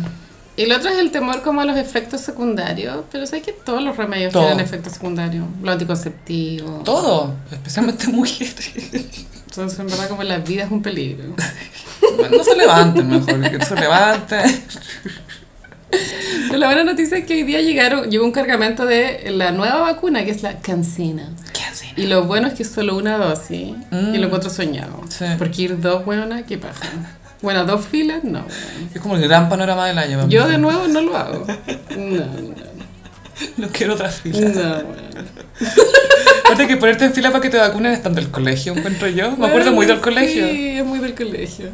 Speaker 2: Y el otro es el temor como a los efectos secundarios, pero sé que todos los remedios
Speaker 1: Todo.
Speaker 2: tienen efectos secundarios. Los anticonceptivos.
Speaker 1: Todo, especialmente mujeres.
Speaker 2: Entonces, en verdad, como la vida es un peligro.
Speaker 1: No se levanten mejor, que no se levanten.
Speaker 2: Pero la buena noticia es que hoy día llegaron, llegó un cargamento de la nueva vacuna, que es la cancina. Y lo bueno es que es solo una dosis y lo encuentro soñado.
Speaker 1: Mm. Sí.
Speaker 2: Porque ir dos hueonas, qué paja. Bueno, dos filas, no. weón.
Speaker 1: Es como el gran panorama del año.
Speaker 2: Yo de nuevo no lo hago. No, no,
Speaker 1: No quiero otra fila.
Speaker 2: no. weón.
Speaker 1: Aparte que ponerte en fila para que te vacunen estando del colegio, encuentro yo. Me acuerdo muy del
Speaker 2: Sí,
Speaker 1: colegio.
Speaker 2: Sí, es muy del colegio.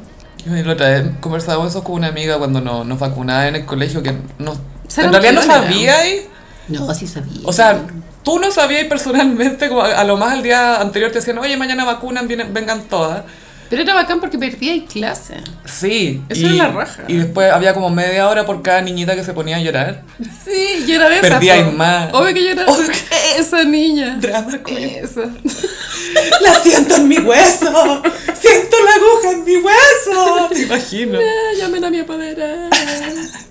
Speaker 1: Y la otra vez conversábamos eso con una amiga cuando no- nos vacunaban en el colegio, que no,
Speaker 2: Será
Speaker 1: en realidad no
Speaker 2: opcional,
Speaker 1: sabía
Speaker 2: No, sí sabía.
Speaker 1: O sea, tú no sabías personalmente, como a, a lo más el día anterior te decían, oye, mañana vacunan, vienen- vengan todas.
Speaker 2: Pero era bacán porque perdía y clase.
Speaker 1: Sí.
Speaker 2: Eso era la raja.
Speaker 1: Y después había como media hora por cada niñita que se ponía a llorar.
Speaker 2: Sí, yo era de esa.
Speaker 1: Perdía y más.
Speaker 2: Obvio que yo era
Speaker 1: Obvio
Speaker 2: esa niña.
Speaker 1: Drama
Speaker 2: Esa.
Speaker 1: La siento en mi hueso. Siento la aguja en mi hueso. Te imagino.
Speaker 2: Ah, Llamen a eh. mi apoderada.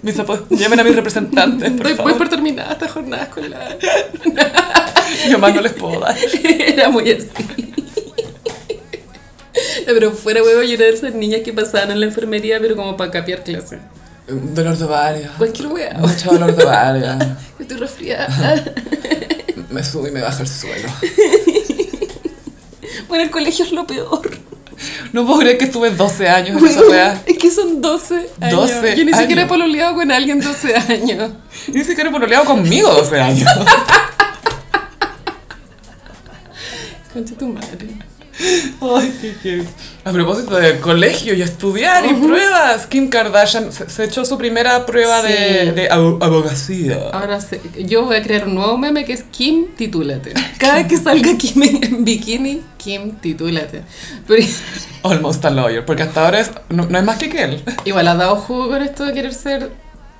Speaker 1: Mis apo- llamen a mis representantes, por
Speaker 2: Doy pues
Speaker 1: favor.
Speaker 2: por terminada esta jornada escolar.
Speaker 1: Yo más no les puedo dar.
Speaker 2: Era muy así. Pero fuera huevo, yo era de esas niñas que pasaban en la enfermería, pero como para capiar clase.
Speaker 1: Dolor de varias.
Speaker 2: Cualquier hueá.
Speaker 1: Mucho dolor de varias.
Speaker 2: Estoy resfriada.
Speaker 1: Me subo y me bajo el suelo.
Speaker 2: Bueno, el colegio es lo peor.
Speaker 1: No puedo creer que estuve 12 años en esa weá.
Speaker 2: Es que son 12 años.
Speaker 1: 12
Speaker 2: yo ni siquiera he
Speaker 1: años.
Speaker 2: pololeado con alguien 12 años.
Speaker 1: Ni siquiera pololeado conmigo 12 años.
Speaker 2: Concha tu madre.
Speaker 1: Ay, qué, qué. A propósito de colegio y estudiar y pruebas, Kim Kardashian se, se echó su primera prueba
Speaker 2: Sí.
Speaker 1: de, de abo- abogacía.
Speaker 2: Ahora sé- yo voy a crear un nuevo meme que es Kim, titúlate. Cada vez que salga Kim en, en bikini, Kim, titúlate. Pero
Speaker 1: Almost a lawyer, porque hasta ahora es, no, no es más que que él.
Speaker 2: igual ha dado jugo con esto de querer ser.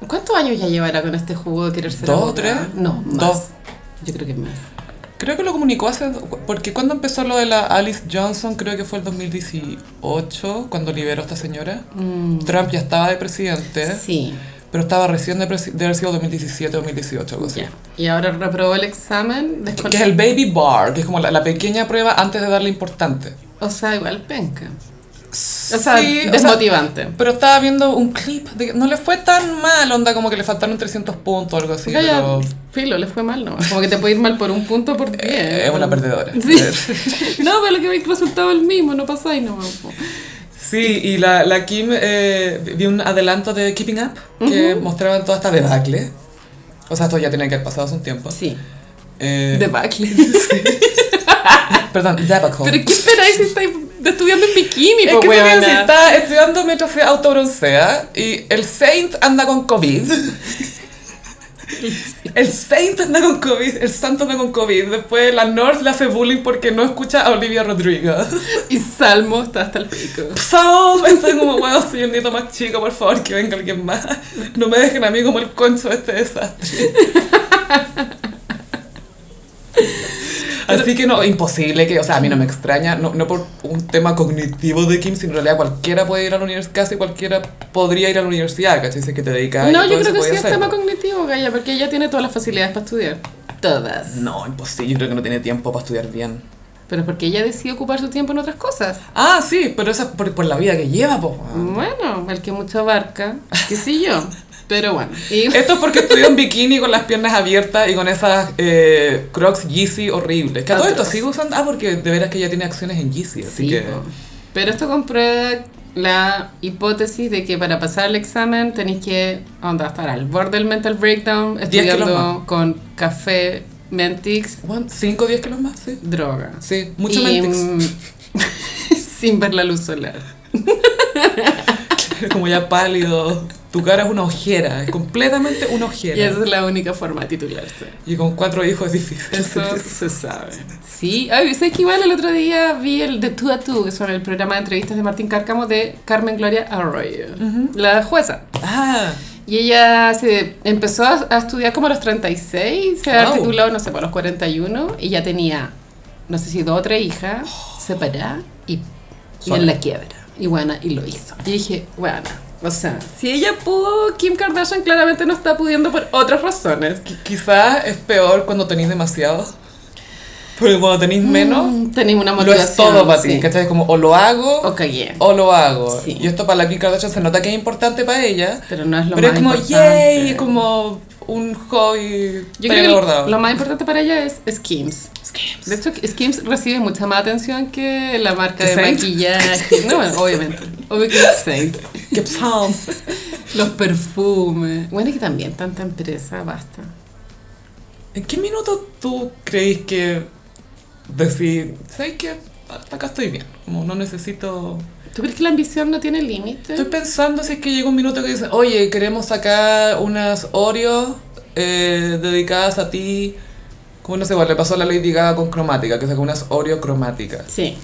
Speaker 2: ¿Cuántos años ya llevará con este jugo de querer ser?
Speaker 1: ¿Dos,
Speaker 2: abogada?
Speaker 1: tres?
Speaker 2: No, más.
Speaker 1: Dos.
Speaker 2: Yo creo que más.
Speaker 1: Creo que lo comunicó hace... Porque cuando empezó lo de la Alice Johnson, creo que fue el 2018, cuando liberó a esta señora. Trump ya estaba de presidente,
Speaker 2: Mm. Sí.
Speaker 1: pero estaba recién de, presi- de haber sido 2017 2018, algo así.
Speaker 2: Ya. Y ahora reprobó el examen.
Speaker 1: Que es el baby bar, que es como la, la pequeña prueba antes de darle importante.
Speaker 2: O sea, igual penca. O sea, desmotivante.
Speaker 1: pero estaba viendo un clip, de que no le fue tan mal, onda, como que le faltaron 300 puntos o algo así,
Speaker 2: Porque ya,
Speaker 1: pero...
Speaker 2: filo, le fue mal, ¿no? Como que te puede ir mal por un punto o por diez.
Speaker 1: eh, es una perdedora.
Speaker 2: Sí. no, pero lo que me resultado es el mismo, no pasáis nomás. po.
Speaker 1: Sí, y la, la Kim eh, vi un adelanto de Keeping Up que mostraban toda esta debacle. O sea, esto ya tiene que haber pasado hace un tiempo.
Speaker 2: Sí.
Speaker 1: Eh,
Speaker 2: Debacle.
Speaker 1: perdón, debacle.
Speaker 2: Pero ¿qué esperáis si estáis estudiando en bikini,
Speaker 1: es
Speaker 2: po,
Speaker 1: que esa
Speaker 2: weona?
Speaker 1: mina se está estudiando mientras se autobroncea y el Saint anda con COVID. El Saint anda con COVID, el Santo anda con COVID. Después la North le hace bullying porque no escucha a Olivia Rodrigo.
Speaker 2: Y Salmo está hasta el pico.
Speaker 1: Psao, me estoy como, bueno, soy un nieto más chico, por favor, que venga alguien más. No me dejen a mí como el concho de este desastre. Así que no, imposible que, o sea, a mí no me extraña, no, no por un tema cognitivo de Kim, sino en realidad cualquiera puede ir a la universidad, casi cualquiera podría ir a la universidad, ¿cachai? Si es que te dedicas a
Speaker 2: No,
Speaker 1: ello,
Speaker 2: yo
Speaker 1: todo
Speaker 2: creo
Speaker 1: eso
Speaker 2: que sí
Speaker 1: puede
Speaker 2: es
Speaker 1: ser.
Speaker 2: tema cognitivo, Gaya, porque ella tiene todas las facilidades para estudiar. Todas.
Speaker 1: No, imposible, yo creo que no tiene tiempo para estudiar bien.
Speaker 2: Pero es porque ella decide ocupar su tiempo en otras cosas.
Speaker 1: Ah, sí, pero eso es por, por la vida que lleva, po.
Speaker 2: Bueno, el que mucho abarca, qué sé yo. Pero bueno. Y,
Speaker 1: Esto es porque estudió en bikini con las piernas abiertas y con esas eh, crocs Yeezy horribles. Que a todo esto
Speaker 2: Atroz.
Speaker 1: sigue usando. Ah, porque de veras que ella tiene acciones en Yeezy, así
Speaker 2: Sí,
Speaker 1: que.
Speaker 2: po. Pero esto comprueba la hipótesis de que para pasar el examen tenéis que onda, estar al borde del mental breakdown,
Speaker 1: Diez kilos
Speaker 2: estudiando con café, Mentix,
Speaker 1: 5 o 10 kilos más, sí.
Speaker 2: droga.
Speaker 1: Sí, mucho
Speaker 2: Y,
Speaker 1: Mentix.
Speaker 2: mm, sin ver la luz solar.
Speaker 1: Como ya pálido. Tu cara es una ojera, es completamente una ojera.
Speaker 2: Y esa es la única forma de titularse.
Speaker 1: Y con cuatro hijos es difícil.
Speaker 2: Eso se sabe. Sí, ay, sé que igual el otro día vi el de tú a tú, que son el programa de entrevistas de Martín Cárcamo de Carmen Gloria Arroyo, la jueza.
Speaker 1: Ah,
Speaker 2: Y ella se empezó a, a estudiar como a los 36, se había
Speaker 1: Wow.
Speaker 2: titulado, no sé, para los 41, y ya tenía, no sé si dos o tres hijas, separadas y, y
Speaker 1: Sola.
Speaker 2: en la quiebra. Y bueno, y lo hizo. Y dije, bueno, o sea, si ella pudo, Kim Kardashian claramente no está pudiendo por otras razones.
Speaker 1: qui- quizás es peor cuando tenéis demasiados. Porque cuando tenéis menos,
Speaker 2: Mm, tenemos una
Speaker 1: lo
Speaker 2: motivación.
Speaker 1: es todo para ti.
Speaker 2: sí.
Speaker 1: ¿Cachai? Es Como o lo hago
Speaker 2: O cagué.
Speaker 1: o lo hago.
Speaker 2: Sí.
Speaker 1: Y esto para la Kim Kardashian se nota que es importante para ella.
Speaker 2: Pero no es lo
Speaker 1: pero es
Speaker 2: más
Speaker 1: como,
Speaker 2: importante.
Speaker 1: yay, es como un hobby
Speaker 2: Yo creo que
Speaker 1: engordado.
Speaker 2: lo más importante para ella es Skims. De hecho, Skims recibe mucha más atención que la marca
Speaker 1: ¿Que
Speaker 2: de
Speaker 1: Saint?
Speaker 2: maquillaje. No, bueno, obviamente. Obvio que es Saint.
Speaker 1: Que psalm.
Speaker 2: Los perfumes. Bueno, es que también tanta empresa, basta.
Speaker 1: ¿En qué minuto tú crees que decir, ¿sabes qué? Hasta acá estoy bien, como no necesito...
Speaker 2: ¿Tú crees que la ambición no tiene límite?
Speaker 1: Estoy pensando si es que llega un minuto que dice, oye, queremos sacar unas Oreos eh, dedicadas a ti. Como no sé, igual le pasó a la Lady Gaga con cromática, que sacó unas Oreo cromáticas.
Speaker 2: Sí.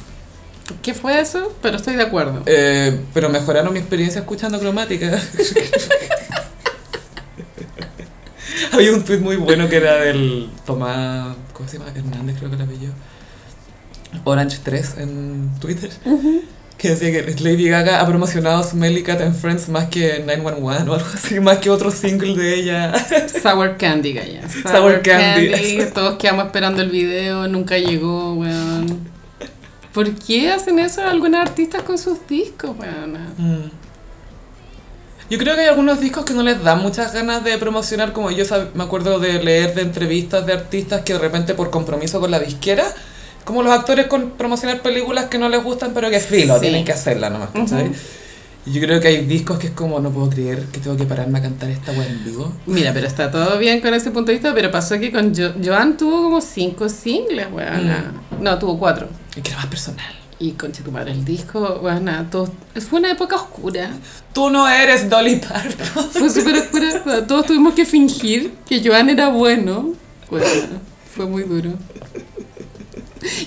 Speaker 2: ¿Qué fue eso? Pero estoy de acuerdo.
Speaker 1: Eh, pero mejoraron mi experiencia escuchando cromática. Había un tweet muy bueno que era del Tomás, ¿cómo se llama? Hernández creo que la apellido. Orange 3 en Twitter. Que decía que Lady Gaga ha promocionado Smelly Cat and Friends más que 911 o algo así, más que otro single de ella.
Speaker 2: Sour Candy, Gaya. Sour,
Speaker 1: Candy.
Speaker 2: Todos quedamos esperando el video, nunca llegó, weón. ¿Por qué hacen eso algunas artistas con sus discos, weón?
Speaker 1: Mm. Yo creo que hay algunos discos que no les dan muchas ganas de promocionar, como yo sab- me acuerdo de leer de entrevistas de artistas que de repente por compromiso con la disquera, como los actores con promocionar películas que no les gustan, pero que filo,
Speaker 2: Sí.
Speaker 1: tienen que hacerla nomás, ¿cachai?
Speaker 2: Ujú.
Speaker 1: Y Yo creo que hay discos que es como, no puedo creer que tengo que pararme a cantar esta wea en vivo.
Speaker 2: Mira, pero está todo bien con ese punto de vista, pero pasó que con Jo- Joan tuvo como cinco singles, weón. No, tuvo cuatro.
Speaker 1: Y que era más personal.
Speaker 2: Y conche tu madre, el disco, weón, todos... Fue una época oscura.
Speaker 1: Tú no eres Dolly Parton.
Speaker 2: Fue súper oscura. weón, Todos tuvimos que fingir que Joan era bueno. Weón, fue muy duro.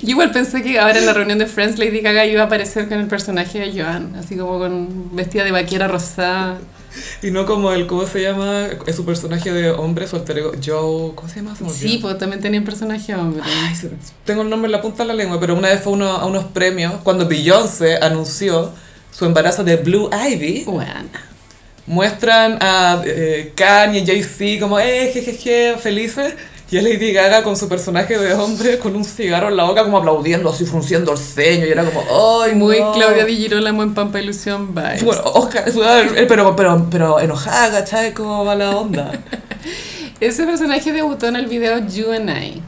Speaker 2: Y igual pensé que ahora en la reunión de Friends Lady Gaga iba a aparecer con el personaje de Joan, así como con vestida de vaquera rosada.
Speaker 1: Y no como el, ¿cómo se llama? Es su personaje de hombre, su alter ego, Joe, ¿cómo se llama? Se me olvidó.
Speaker 2: Sí, pues también tenía un personaje hombre.
Speaker 1: Ay, se- tengo el nombre en la punta de la lengua, pero una vez fue uno- a unos premios cuando Beyoncé anunció su embarazo de Blue Ivy.
Speaker 2: Weón.
Speaker 1: Muestran a eh, Kanye, Jay-Z como, eh, jejeje, felices. Y a Lady Gaga con su personaje de hombre con un cigarro en la boca, como aplaudiendo, así frunciendo el ceño. Y era como, ¡ay,
Speaker 2: Muy
Speaker 1: no".
Speaker 2: Claudia Di Girolamo en Pampa Ilusión vibes.
Speaker 1: Bueno, Oscar, eh, pero, pero, pero enojada, ¿cachai? Como va la onda.
Speaker 2: Ese personaje debutó en el video You and I.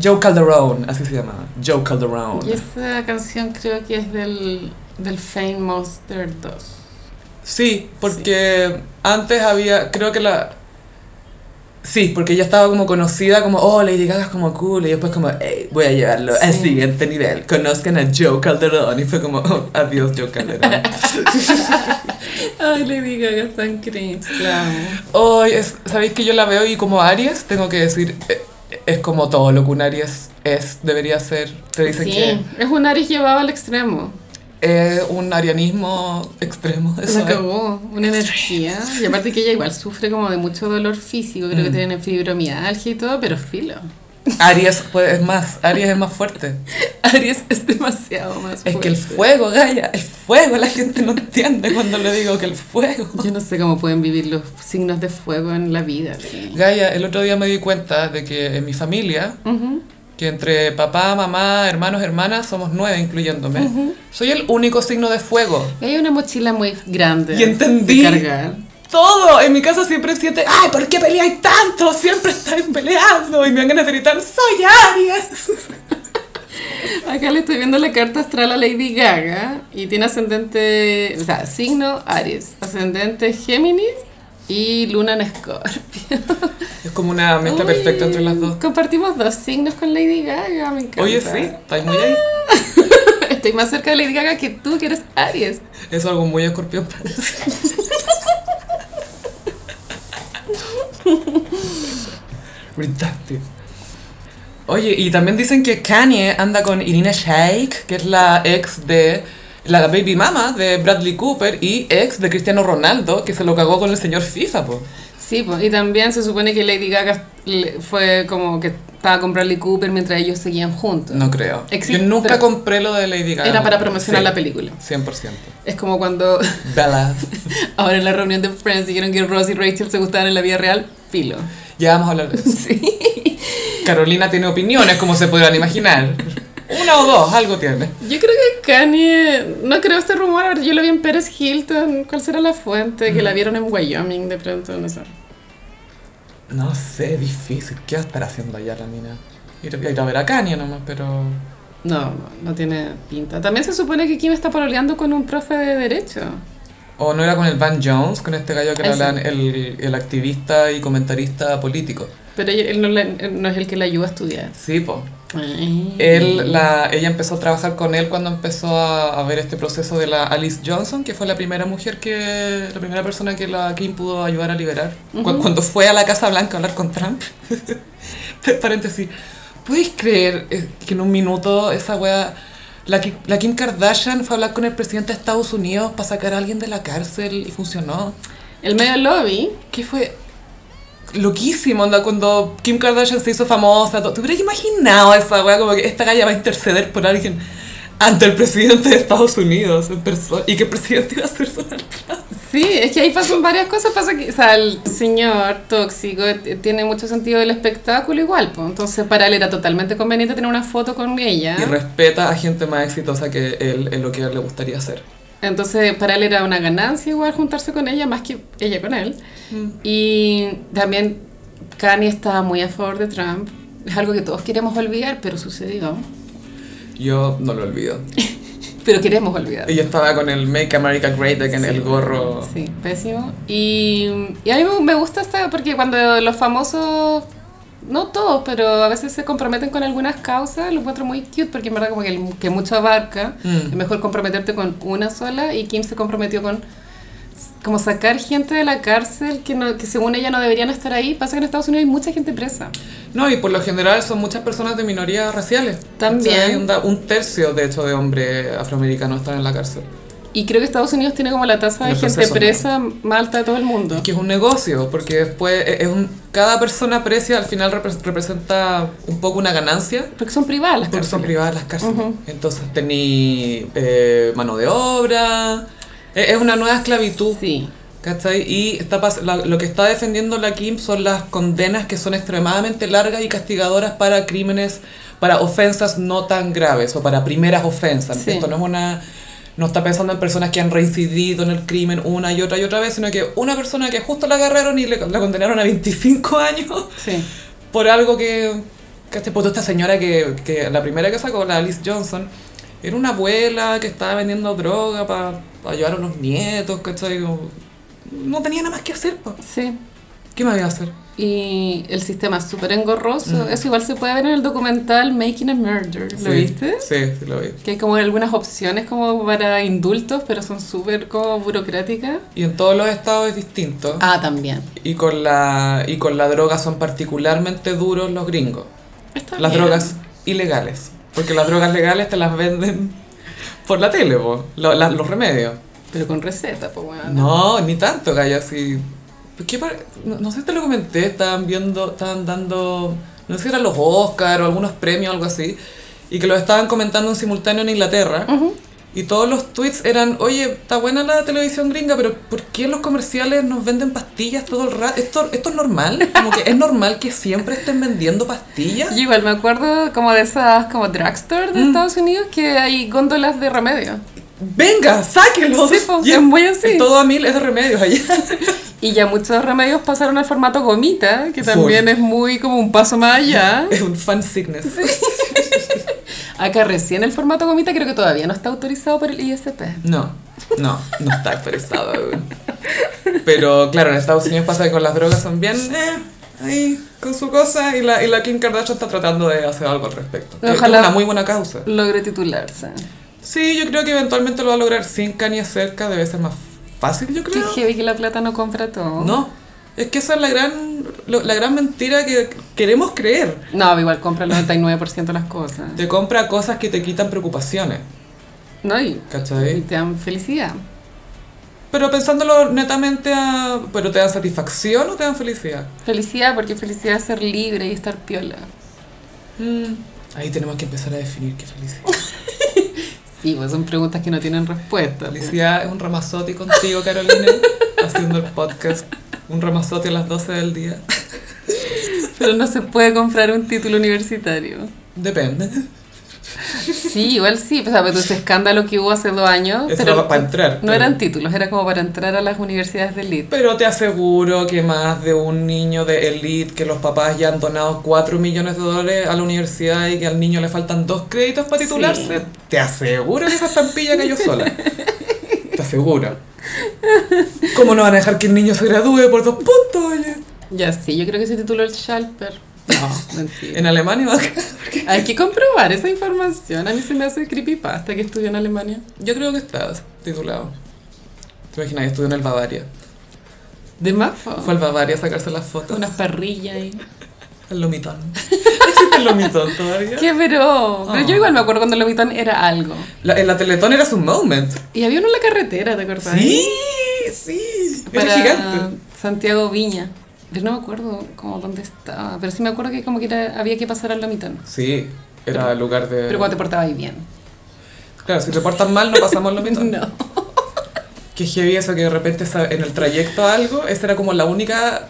Speaker 1: Joe Calderone, así se llama. Joe Calderone.
Speaker 2: Y esa canción creo que es del, del Fame Monster 2.
Speaker 1: Sí, porque antes había, creo que la... Sí, porque ella estaba como conocida como, oh, Lady Gaga es como cool, y después como, "Ey, voy a llevarlo al
Speaker 2: Sí.
Speaker 1: siguiente nivel, conozcan a Joe Calderón, y fue como, "Oh, adiós Joe Calderón.
Speaker 2: Ay, Lady Gaga es tan cringe, claro.
Speaker 1: Hoy, es- ¿sabéis que yo la veo y como Aries, tengo que decir, eh, es como todo lo que un Aries es, debería ser, te dicen
Speaker 2: Sí, es un Aries llevado al extremo.
Speaker 1: que es un arianismo extremo, eso
Speaker 2: La
Speaker 1: es.
Speaker 2: cagó, una energía. Y aparte que ella igual sufre como de mucho dolor físico, creo que
Speaker 1: Mm.
Speaker 2: tiene fibromialgia y todo, pero filo.
Speaker 1: Aries pues, es más, Aries es más fuerte.
Speaker 2: Aries es demasiado más
Speaker 1: Es que el
Speaker 2: fuerte.
Speaker 1: fuego, Gaya, el fuego, la gente no entiende cuando le digo que el fuego.
Speaker 2: Yo no sé cómo pueden vivir los signos de fuego en la vida. ¿sí?
Speaker 1: Gaya, el otro día me di cuenta de que en mi familia,
Speaker 2: Ujú.
Speaker 1: que entre papá, mamá, hermanos, hermanas, somos nueve incluyéndome, soy el único signo de fuego.
Speaker 2: Y hay una mochila muy grande
Speaker 1: Y entendí.
Speaker 2: de cargar.
Speaker 1: Todo, en mi casa siempre siente, ay, ¿por qué peleáis tanto? Siempre estáis peleando y me han ganas de gritar, soy Aries.
Speaker 2: Acá le estoy viendo la carta astral a Lady Gaga y tiene ascendente, o sea, signo Aries, ascendente Géminis y luna en Escorpio.
Speaker 1: Es como una mezcla
Speaker 2: Uy,
Speaker 1: perfecta entre las dos.
Speaker 2: Compartimos dos signos con Lady Gaga, me encanta.
Speaker 1: Oye, sí, estáis muy ahí.
Speaker 2: Estoy más cerca de Lady Gaga que tú, que eres Aries.
Speaker 1: Eso es algo muy escorpión parece. Reductive. Oye, y también dicen que Kanye anda con Irina Shayk, que es la ex de la baby mama de Bradley Cooper y ex de Cristiano Ronaldo, que se lo cagó con el señor FIFA, po.
Speaker 2: Sí, po, y también se supone que Lady Gaga le- fue como que estaba con Bradley Cooper mientras ellos seguían juntos.
Speaker 1: No creo.
Speaker 2: Exi-
Speaker 1: Yo nunca
Speaker 2: pero-
Speaker 1: compré lo de Lady Gaga.
Speaker 2: Era para promocionar
Speaker 1: Sí,
Speaker 2: la película.
Speaker 1: 100%.
Speaker 2: Es como cuando
Speaker 1: Bella.
Speaker 2: ahora en la reunión de Friends dijeron que Ross y Rachel se gustaban en la vida real. Filo.
Speaker 1: Ya vamos a hablar de eso.
Speaker 2: Sí.
Speaker 1: Carolina tiene opiniones, como se podrán imaginar. Una o dos, algo tiene.
Speaker 2: Yo creo que Kanye, no creo este rumor, a ver, yo lo vi en Pérez Hilton, ¿cuál será la fuente? Que la vieron en Wyoming de pronto, no sé.
Speaker 1: No sé, difícil. ¿Qué va a estar haciendo allá la mina? Ir, ir a ver a Kanye nomás, pero...
Speaker 2: No, no, no tiene pinta. También se supone que Kim está pololeando con un profe de derecho.
Speaker 1: O no era con el Van Jones, con este gallo que era
Speaker 2: Ese.
Speaker 1: la- el, el activista y comentarista político.
Speaker 2: Pero ella- él no, la- él no es el que la ayuda a estudiar.
Speaker 1: Sí, po.
Speaker 2: Ay.
Speaker 1: Él, la, ella empezó a trabajar con él cuando empezó a, a ver este proceso de la Alice Johnson, que fue la primera mujer que... La primera persona que la Kim pudo ayudar a liberar. Cu- Cuando fue a la Casa Blanca a hablar con Trump. Paréntesis. ¿Puedes creer eh, que en un minuto esa wea... La, Ki- la Kim Kardashian fue a hablar con el presidente de Estados Unidos para sacar a alguien de la cárcel y funcionó.
Speaker 2: El medio lobby.
Speaker 1: ¿Qué fue? Loquísimo, onda, cuando Kim Kardashian se hizo famosa, to- ¿te hubieras imaginado esa weá? Como que esta galla va a interceder por alguien ante el presidente de Estados Unidos en persona y que el presidente iba a ser Donald Trump.
Speaker 2: Sí, es que ahí pasan varias cosas. Pasa que, o sea, el señor tóxico eh, tiene mucho sentido del espectáculo igual. po. Entonces, para él era totalmente conveniente tener una foto con ella.
Speaker 1: Y respeta a gente más exitosa que él en lo que a él le gustaría hacer.
Speaker 2: Entonces, para él era una ganancia igual juntarse con ella, más que ella con él. Y también Kanye estaba muy a favor de Trump. Es algo que todos queremos olvidar, pero sucedió.
Speaker 1: Yo no lo olvido.
Speaker 2: Pero queremos olvidar.
Speaker 1: Ella estaba con el Make America Great Again, el gorro.
Speaker 2: Sí, pésimo. Y, y a mí me gusta esta, porque cuando los famosos, no todos, pero a veces se comprometen con algunas causas, lo encuentro muy cute, porque en verdad como que, el- que mucho abarca,
Speaker 1: Mm.
Speaker 2: es mejor comprometerte con una sola, y Kim se comprometió con s- como sacar gente de la cárcel que, no, que según ella no deberían estar ahí. Pasa que en Estados Unidos hay mucha gente presa.
Speaker 1: No, y por lo general son muchas personas de minorías raciales.
Speaker 2: También.
Speaker 1: ¿Cachai? Onda, Un tercio, de hecho, de hombres afroamericanos están en la cárcel.
Speaker 2: Y creo que Estados Unidos tiene como la tasa de
Speaker 1: Los
Speaker 2: gente
Speaker 1: procesos, ¿no?
Speaker 2: presa más alta de todo el mundo.
Speaker 1: Es que es un negocio, porque después e- es un, cada persona precia al final repre- representa un poco una ganancia,
Speaker 2: Porque son privadas las
Speaker 1: porque son
Speaker 2: cárceles.
Speaker 1: privadas las cárceles. Entonces tení eh, mano de obra, e- es una nueva esclavitud.
Speaker 2: Sí.
Speaker 1: ¿Cachai? Y está pas- la- lo que está defendiendo la Kim son las condenas que son extremadamente largas y castigadoras para crímenes, para ofensas no tan graves o para primeras ofensas.
Speaker 2: Sí.
Speaker 1: Esto no es una... No está pensando en personas que han reincidido en el crimen una y otra y otra vez, sino que una persona que justo la agarraron y le, la condenaron a 25 años
Speaker 2: Sí.
Speaker 1: por algo que, ¿cachai? Por toda esta señora que, que la primera que sacó, la Alice Johnson, era una abuela que estaba vendiendo droga para ayudar a los nietos, ¿cachai? Como, No tenía nada más que hacer, po.
Speaker 2: Sí.
Speaker 1: ¿Qué más iba a hacer?
Speaker 2: Y el sistema es súper engorroso. Eso igual se puede ver en el documental Making a Murder. ¿Lo
Speaker 1: Sí,
Speaker 2: viste?
Speaker 1: Sí, sí, lo vi.
Speaker 2: Que hay como algunas opciones como para indultos, pero son súper como burocráticas.
Speaker 1: Y en todos los estados es distinto.
Speaker 2: Ah, también.
Speaker 1: Y, con la, y con la droga son particularmente duros los gringos.
Speaker 2: Está
Speaker 1: Las
Speaker 2: bien.
Speaker 1: drogas ilegales. Porque las drogas legales te las venden por la tele, po, lo- la- los remedios.
Speaker 2: Pero con receta, pues bueno.
Speaker 1: No, ni tanto, Pues, Gaya, sí. ¿Por qué par- No, no sé si te lo comenté, estaban viendo, estaban dando no sé si eran los Oscar o algunos premios o algo así, y que lo estaban comentando en simultáneo en Inglaterra. Y todos los tweets eran, oye, está buena la televisión gringa, pero ¿por qué los comerciales nos venden pastillas todo el rato? ¿Esto, ¿Esto es normal? Como que es normal que siempre estén vendiendo pastillas.
Speaker 2: Yo igual me acuerdo como de esas como drugstore
Speaker 1: Mm.
Speaker 2: de Estados Unidos que hay góndolas de remedio.
Speaker 1: ¡Venga, sáquenlos!
Speaker 2: Sí, pues,
Speaker 1: Y
Speaker 2: es muy así.
Speaker 1: Todo a mil es de remedios allá.
Speaker 2: Y ya muchos remedios pasaron al formato gomita, que
Speaker 1: Full.
Speaker 2: también es muy como un paso más allá.
Speaker 1: Es un fan sickness.
Speaker 2: Acá recién el formato gomita creo que todavía no está autorizado por el ISP.
Speaker 1: No, no, no está actualizado. weón. Pero claro, en Estados Unidos pasa que con las drogas son bien eh, ahí con su cosa y la, y la Kim Kardashian está tratando de hacer algo al respecto. Que
Speaker 2: Ojalá.
Speaker 1: Es una muy buena causa.
Speaker 2: Logré titularse.
Speaker 1: Sí, yo creo que eventualmente lo va a lograr sin Kanye cerca, debe ser más fácil, yo
Speaker 2: Qué
Speaker 1: creo.
Speaker 2: heavy que la plata no compra todo.
Speaker 1: No, es que esa es la gran, lo- la gran mentira que queremos creer.
Speaker 2: No, igual compra el 99% de las cosas.
Speaker 1: Te compra cosas que te quitan preocupaciones,
Speaker 2: No, y, y
Speaker 1: ¿cachai?
Speaker 2: te dan felicidad.
Speaker 1: Pero pensándolo netamente, a, ¿pero te dan satisfacción o te dan felicidad?
Speaker 2: Felicidad, porque felicidad es ser libre y estar piola.
Speaker 1: Ahí tenemos que empezar a definir qué felicidad.
Speaker 2: Sí, pues son preguntas que no tienen respuesta. pues.
Speaker 1: Felicidad es un ramazote contigo, Carolina, haciendo el podcast. Un ramazote a las 12 del día.
Speaker 2: Pero no se puede comprar un título universitario.
Speaker 1: Depende.
Speaker 2: Sí, igual sí, pues, pero ese escándalo que hubo hace dos años,
Speaker 1: Eso
Speaker 2: pero
Speaker 1: era para entrar.
Speaker 2: no
Speaker 1: pero-
Speaker 2: eran títulos, era como para entrar a las universidades de elite.
Speaker 1: Pero te aseguro que más de un niño de elite que los papás ya han donado 4 millones de dólares a la universidad y que al niño le faltan dos créditos para
Speaker 2: Sí.
Speaker 1: titularse, te aseguro que esa estampilla cayó sola. Te aseguro. ¿Cómo no van a dejar que el niño se gradúe por dos puntos? oye?
Speaker 2: Ya sí, yo creo que se tituló el Schalper.
Speaker 1: No.
Speaker 2: Mentira.
Speaker 1: En Alemania
Speaker 2: Hay que comprobar esa información. A mí se me hace creepypasta que estudió en Alemania.
Speaker 1: Yo creo que estás titulado. Te imaginas, estudió en el Bavaria.
Speaker 2: De mapa.
Speaker 1: Fue al Bavaria a sacarse las fotos.
Speaker 2: Unas parrillas ahí.
Speaker 1: El lomitón. ¿Existe el lomitón todavía?
Speaker 2: ¡Qué pero! Pero yo igual me acuerdo cuando el Lomitón era algo.
Speaker 1: La, en la Teletón era su moment.
Speaker 2: Y había uno en la carretera, ¿te acordás?
Speaker 1: sí.
Speaker 2: Para
Speaker 1: Era gigante.
Speaker 2: Santiago Viña. Yo no me acuerdo como dónde estaba, pero sí me acuerdo que como que era- había que pasar al Lomitón.
Speaker 1: Sí, era el lugar de...
Speaker 2: Pero cuando te portabas ahí bien.
Speaker 1: Claro, si te portan mal no pasamos lo mismo.
Speaker 2: No.
Speaker 1: Qué heavy eso que de repente sa- en el trayecto a algo, esa era como la única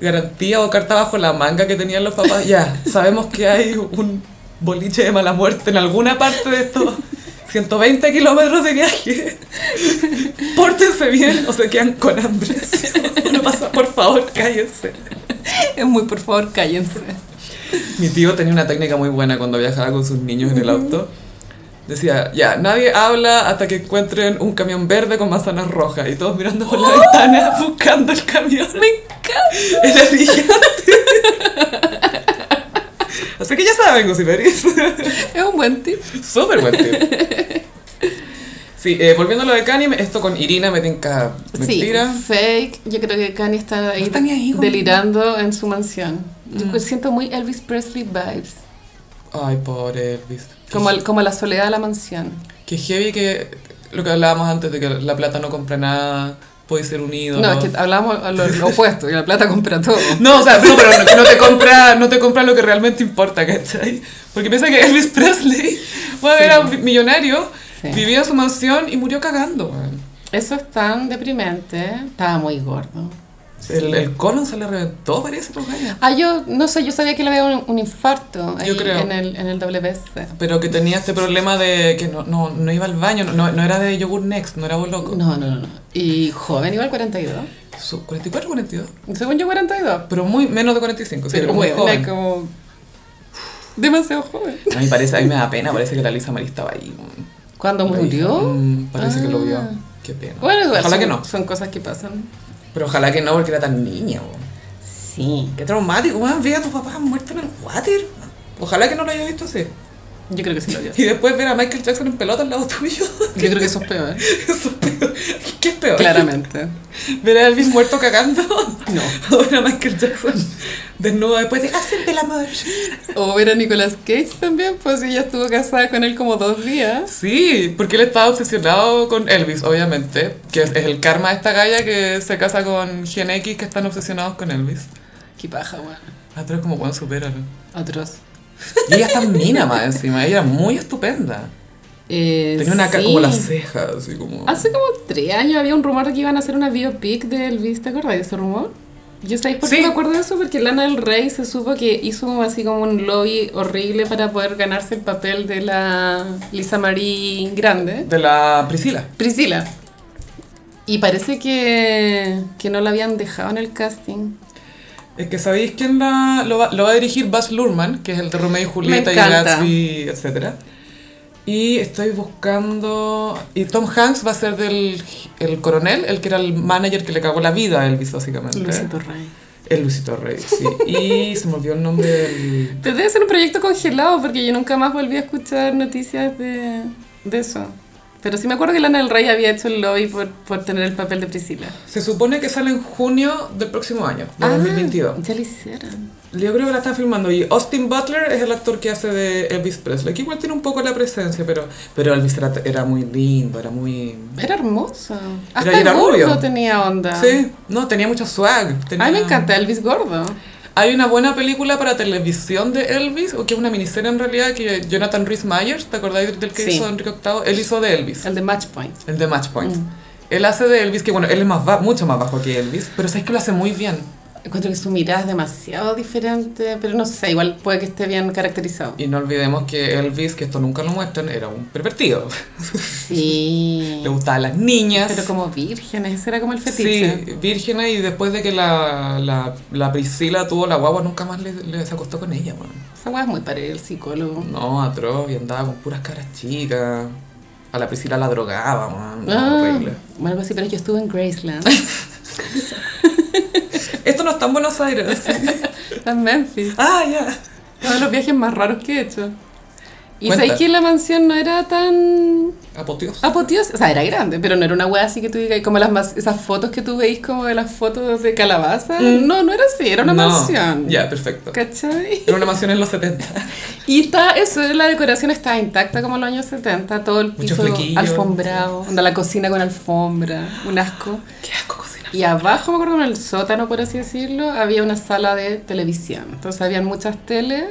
Speaker 1: garantía o carta bajo la manga que tenían los papás. Ya, sabemos que hay un boliche de mala muerte en alguna parte de estos 120 kilómetros de viaje. Pórtense bien o se quedan con hambre. No pasa, por favor, cállense.
Speaker 2: Es muy, por favor, cállense.
Speaker 1: Mi tío tenía una técnica muy buena cuando viajaba con sus niños en el auto. Decía, ya, nadie habla hasta que encuentren un camión verde con manzanas rojas. Y todos mirando
Speaker 2: ¡Oh!
Speaker 1: por la ventana buscando el camión.
Speaker 2: Me encanta.
Speaker 1: Era brillante. Así que ya saben, Gossiperis.
Speaker 2: Es un buen tip.
Speaker 1: Súper buen tip. Sí, eh, volviendo a lo de Kanye, esto con Irina me tinca mentira.
Speaker 2: Sí, fake. Yo creo que Kanye está ahí,
Speaker 1: está ni ahí, Mm. güey.
Speaker 2: delirando en su mansión. Yo siento muy Elvis Presley vibes.
Speaker 1: Ay, pobre Elvis.
Speaker 2: Como, el- como la soledad de la mansión.
Speaker 1: Que heavy que lo que hablábamos antes de que la plata no compra nada, puede ser un ídolo.
Speaker 2: No, es que hablamos a lo, lo opuesto, que la plata compra todo.
Speaker 1: No, o sea, no, pero no, no te compra, no te compra lo que realmente importa, ¿cachai? Porque piensa que Elvis Presley, bueno,
Speaker 2: Sí.
Speaker 1: era un millonario,
Speaker 2: Sí.
Speaker 1: vivió en su mansión y murió cagando. weón.
Speaker 2: Eso es tan deprimente. Estaba muy gordo.
Speaker 1: El, el colon se le reventó, parece, pues, por Gaia.
Speaker 2: Ah, yo no sé, yo sabía que le había un, un infarto ahí
Speaker 1: Yo creo.
Speaker 2: En, el, en el WC.
Speaker 1: Pero que tenía este problema de que no, no, no iba al baño, no- no, no era de Yogur Next, no era vos loco.
Speaker 2: No, no, no, no. Y joven, igual 42.
Speaker 1: Su- 44, 42.
Speaker 2: Según yo, 42.
Speaker 1: Pero muy menos de 45, sí,
Speaker 2: Pero
Speaker 1: pero muy
Speaker 2: bueno,
Speaker 1: joven.
Speaker 2: como. Demasiado joven.
Speaker 1: A mí parece, a mí me da pena, parece que la Lisa Marie estaba ahí.
Speaker 2: ¿Cuando
Speaker 1: Lo
Speaker 2: murió?
Speaker 1: dijo. Mm, parece que lo vio.
Speaker 2: Ah.
Speaker 1: Qué pena.
Speaker 2: Bueno, igual.
Speaker 1: ojalá
Speaker 2: son,
Speaker 1: que no.
Speaker 2: Son cosas que pasan.
Speaker 1: Pero ojalá que no, porque era tan niña. weón.
Speaker 2: Sí.
Speaker 1: Qué traumático, weón. Ver a tus papás muertos en el water. Ojalá que no lo haya visto así.
Speaker 2: Yo creo que sí lo vio.
Speaker 1: Y después ver a Michael Jackson en pelota al lado tuyo.
Speaker 2: Yo creo que eso es peor.
Speaker 1: Eso es peor. ¿Qué es peor?
Speaker 2: Claramente.
Speaker 1: Ver a Elvis muerto cagando.
Speaker 2: No.
Speaker 1: O ver a Michael Jackson desnudo después de hacerte la amor.
Speaker 2: O ver a Nicolas Cage también, pues ella estuvo casada con él como dos días.
Speaker 1: Sí, porque él estaba obsesionado con Elvis, obviamente. Que es, es el karma de esta galla que se casa con Gen X que están obsesionados con Elvis.
Speaker 2: Qué paja, weón.
Speaker 1: Atroz como, bueno, supéralo.
Speaker 2: Atroz.
Speaker 1: Y ella está mina más encima, ella era muy estupenda.
Speaker 2: Eh,
Speaker 1: Tenía una ca-
Speaker 2: sí. Ah,
Speaker 1: como las cejas, así como...
Speaker 2: Hace como tres años había un rumor de que iban a hacer una biopic de Elvis, ¿te acordás de ese rumor? Yo sabéis por qué
Speaker 1: Sí.
Speaker 2: me acuerdo de eso, porque Lana del Rey se supo que hizo así como un lobby horrible para poder ganarse el papel de la Lisa Marie Grande,
Speaker 1: De la Priscila.
Speaker 2: Priscila. Y parece que, que no la habían dejado en el casting.
Speaker 1: Es que sabéis quién la, lo, va, lo va a dirigir Baz Luhrmann, que es el de Romeo y Julieta y
Speaker 2: encanta.
Speaker 1: Gatsby, etc. Y estoy buscando... Y Tom Hanks va a ser del el coronel, el que era el manager que le cagó la vida a Elvis, básicamente.
Speaker 2: Luisito Rey.
Speaker 1: El Luisito Rey, sí. Y se me olvidó el nombre del...
Speaker 2: Pero debe ser un proyecto congelado porque yo nunca más volví a escuchar noticias de, de eso. Pero sí me acuerdo que Lana del Rey había hecho el lobby por, por tener el papel de Priscila.
Speaker 1: Se supone que sale en junio del próximo año, de 2022.
Speaker 2: Ah, Ya lo hicieron.
Speaker 1: Yo creo que la están filmando y Austin Butler es el actor que hace de Elvis Presley, que igual tiene un poco la presencia, pero, pero Elvis era, era muy lindo, era muy...
Speaker 2: Era hermoso. Hasta
Speaker 1: Era- era
Speaker 2: el gordo
Speaker 1: rubio.
Speaker 2: tenía onda.
Speaker 1: Sí, no, tenía mucho swag. tenía-
Speaker 2: Ah. A mí me encanta Elvis gordo.
Speaker 1: Hay una buena película para televisión de Elvis, o que es una miniserie en realidad, que Jonathan Rhys Myers, ¿te acordáis del que
Speaker 2: Sí.
Speaker 1: hizo Enrique VIII? Él hizo de Elvis.
Speaker 2: El Mm. de Match Point.
Speaker 1: El de Match Point. Él hace de Elvis, que bueno, él es más ba- mucho más bajo que Elvis, pero sabes que lo hace muy bien.
Speaker 2: Encuentro que su mirada es demasiado diferente, pero no sé, igual puede que esté bien caracterizado.
Speaker 1: Y no olvidemos que Elvis, que esto nunca lo muestran, era un pervertido.
Speaker 2: Sí.
Speaker 1: Le gustaban las niñas.
Speaker 2: Mm. Pero como vírgenes, ese era como el fetiche.
Speaker 1: Sí, vírgenes y después de que la, la, la Priscila tuvo la guagua, nunca más le, le- se acostó con ella, bueno.
Speaker 2: Esa weá es muy para ir al psicólogo.
Speaker 1: No, atroz, y andaba con puras caras chicas. A la Priscila la drogaba, man.
Speaker 2: Ah,
Speaker 1: horrible.
Speaker 2: algo así, pero yo estuve en Graceland.
Speaker 1: Esto no está en Buenos Aires.
Speaker 2: Está en Memphis.
Speaker 1: ah, ya.
Speaker 2: Uno de los viajes más raros que he hecho. Y
Speaker 1: Cuenta.
Speaker 2: sabéis que la mansión no era tan
Speaker 1: Apoteoso.
Speaker 2: apoteosa. Ah, pues, O sea, era grande, pero no era una wea así que tú digas, como las mas- esas fotos que tú veis como de las fotos de calabaza. No, no era así, era una
Speaker 1: Mm. No.
Speaker 2: mansión.
Speaker 1: Ya, perfecto.
Speaker 2: ¿Cachai?
Speaker 1: Era una mansión en los 70.
Speaker 2: Y está, eso, la decoración está intacta como en los años 70, todo el
Speaker 1: Muchos
Speaker 2: piso
Speaker 1: flequillos.
Speaker 2: alfombrado, onda, la cocina con alfombra, un asco.
Speaker 1: Qué asco cocinar.
Speaker 2: Y abajo, me acuerdo, en el sótano, por así decirlo, había una sala de televisión. Entonces habían muchas teles.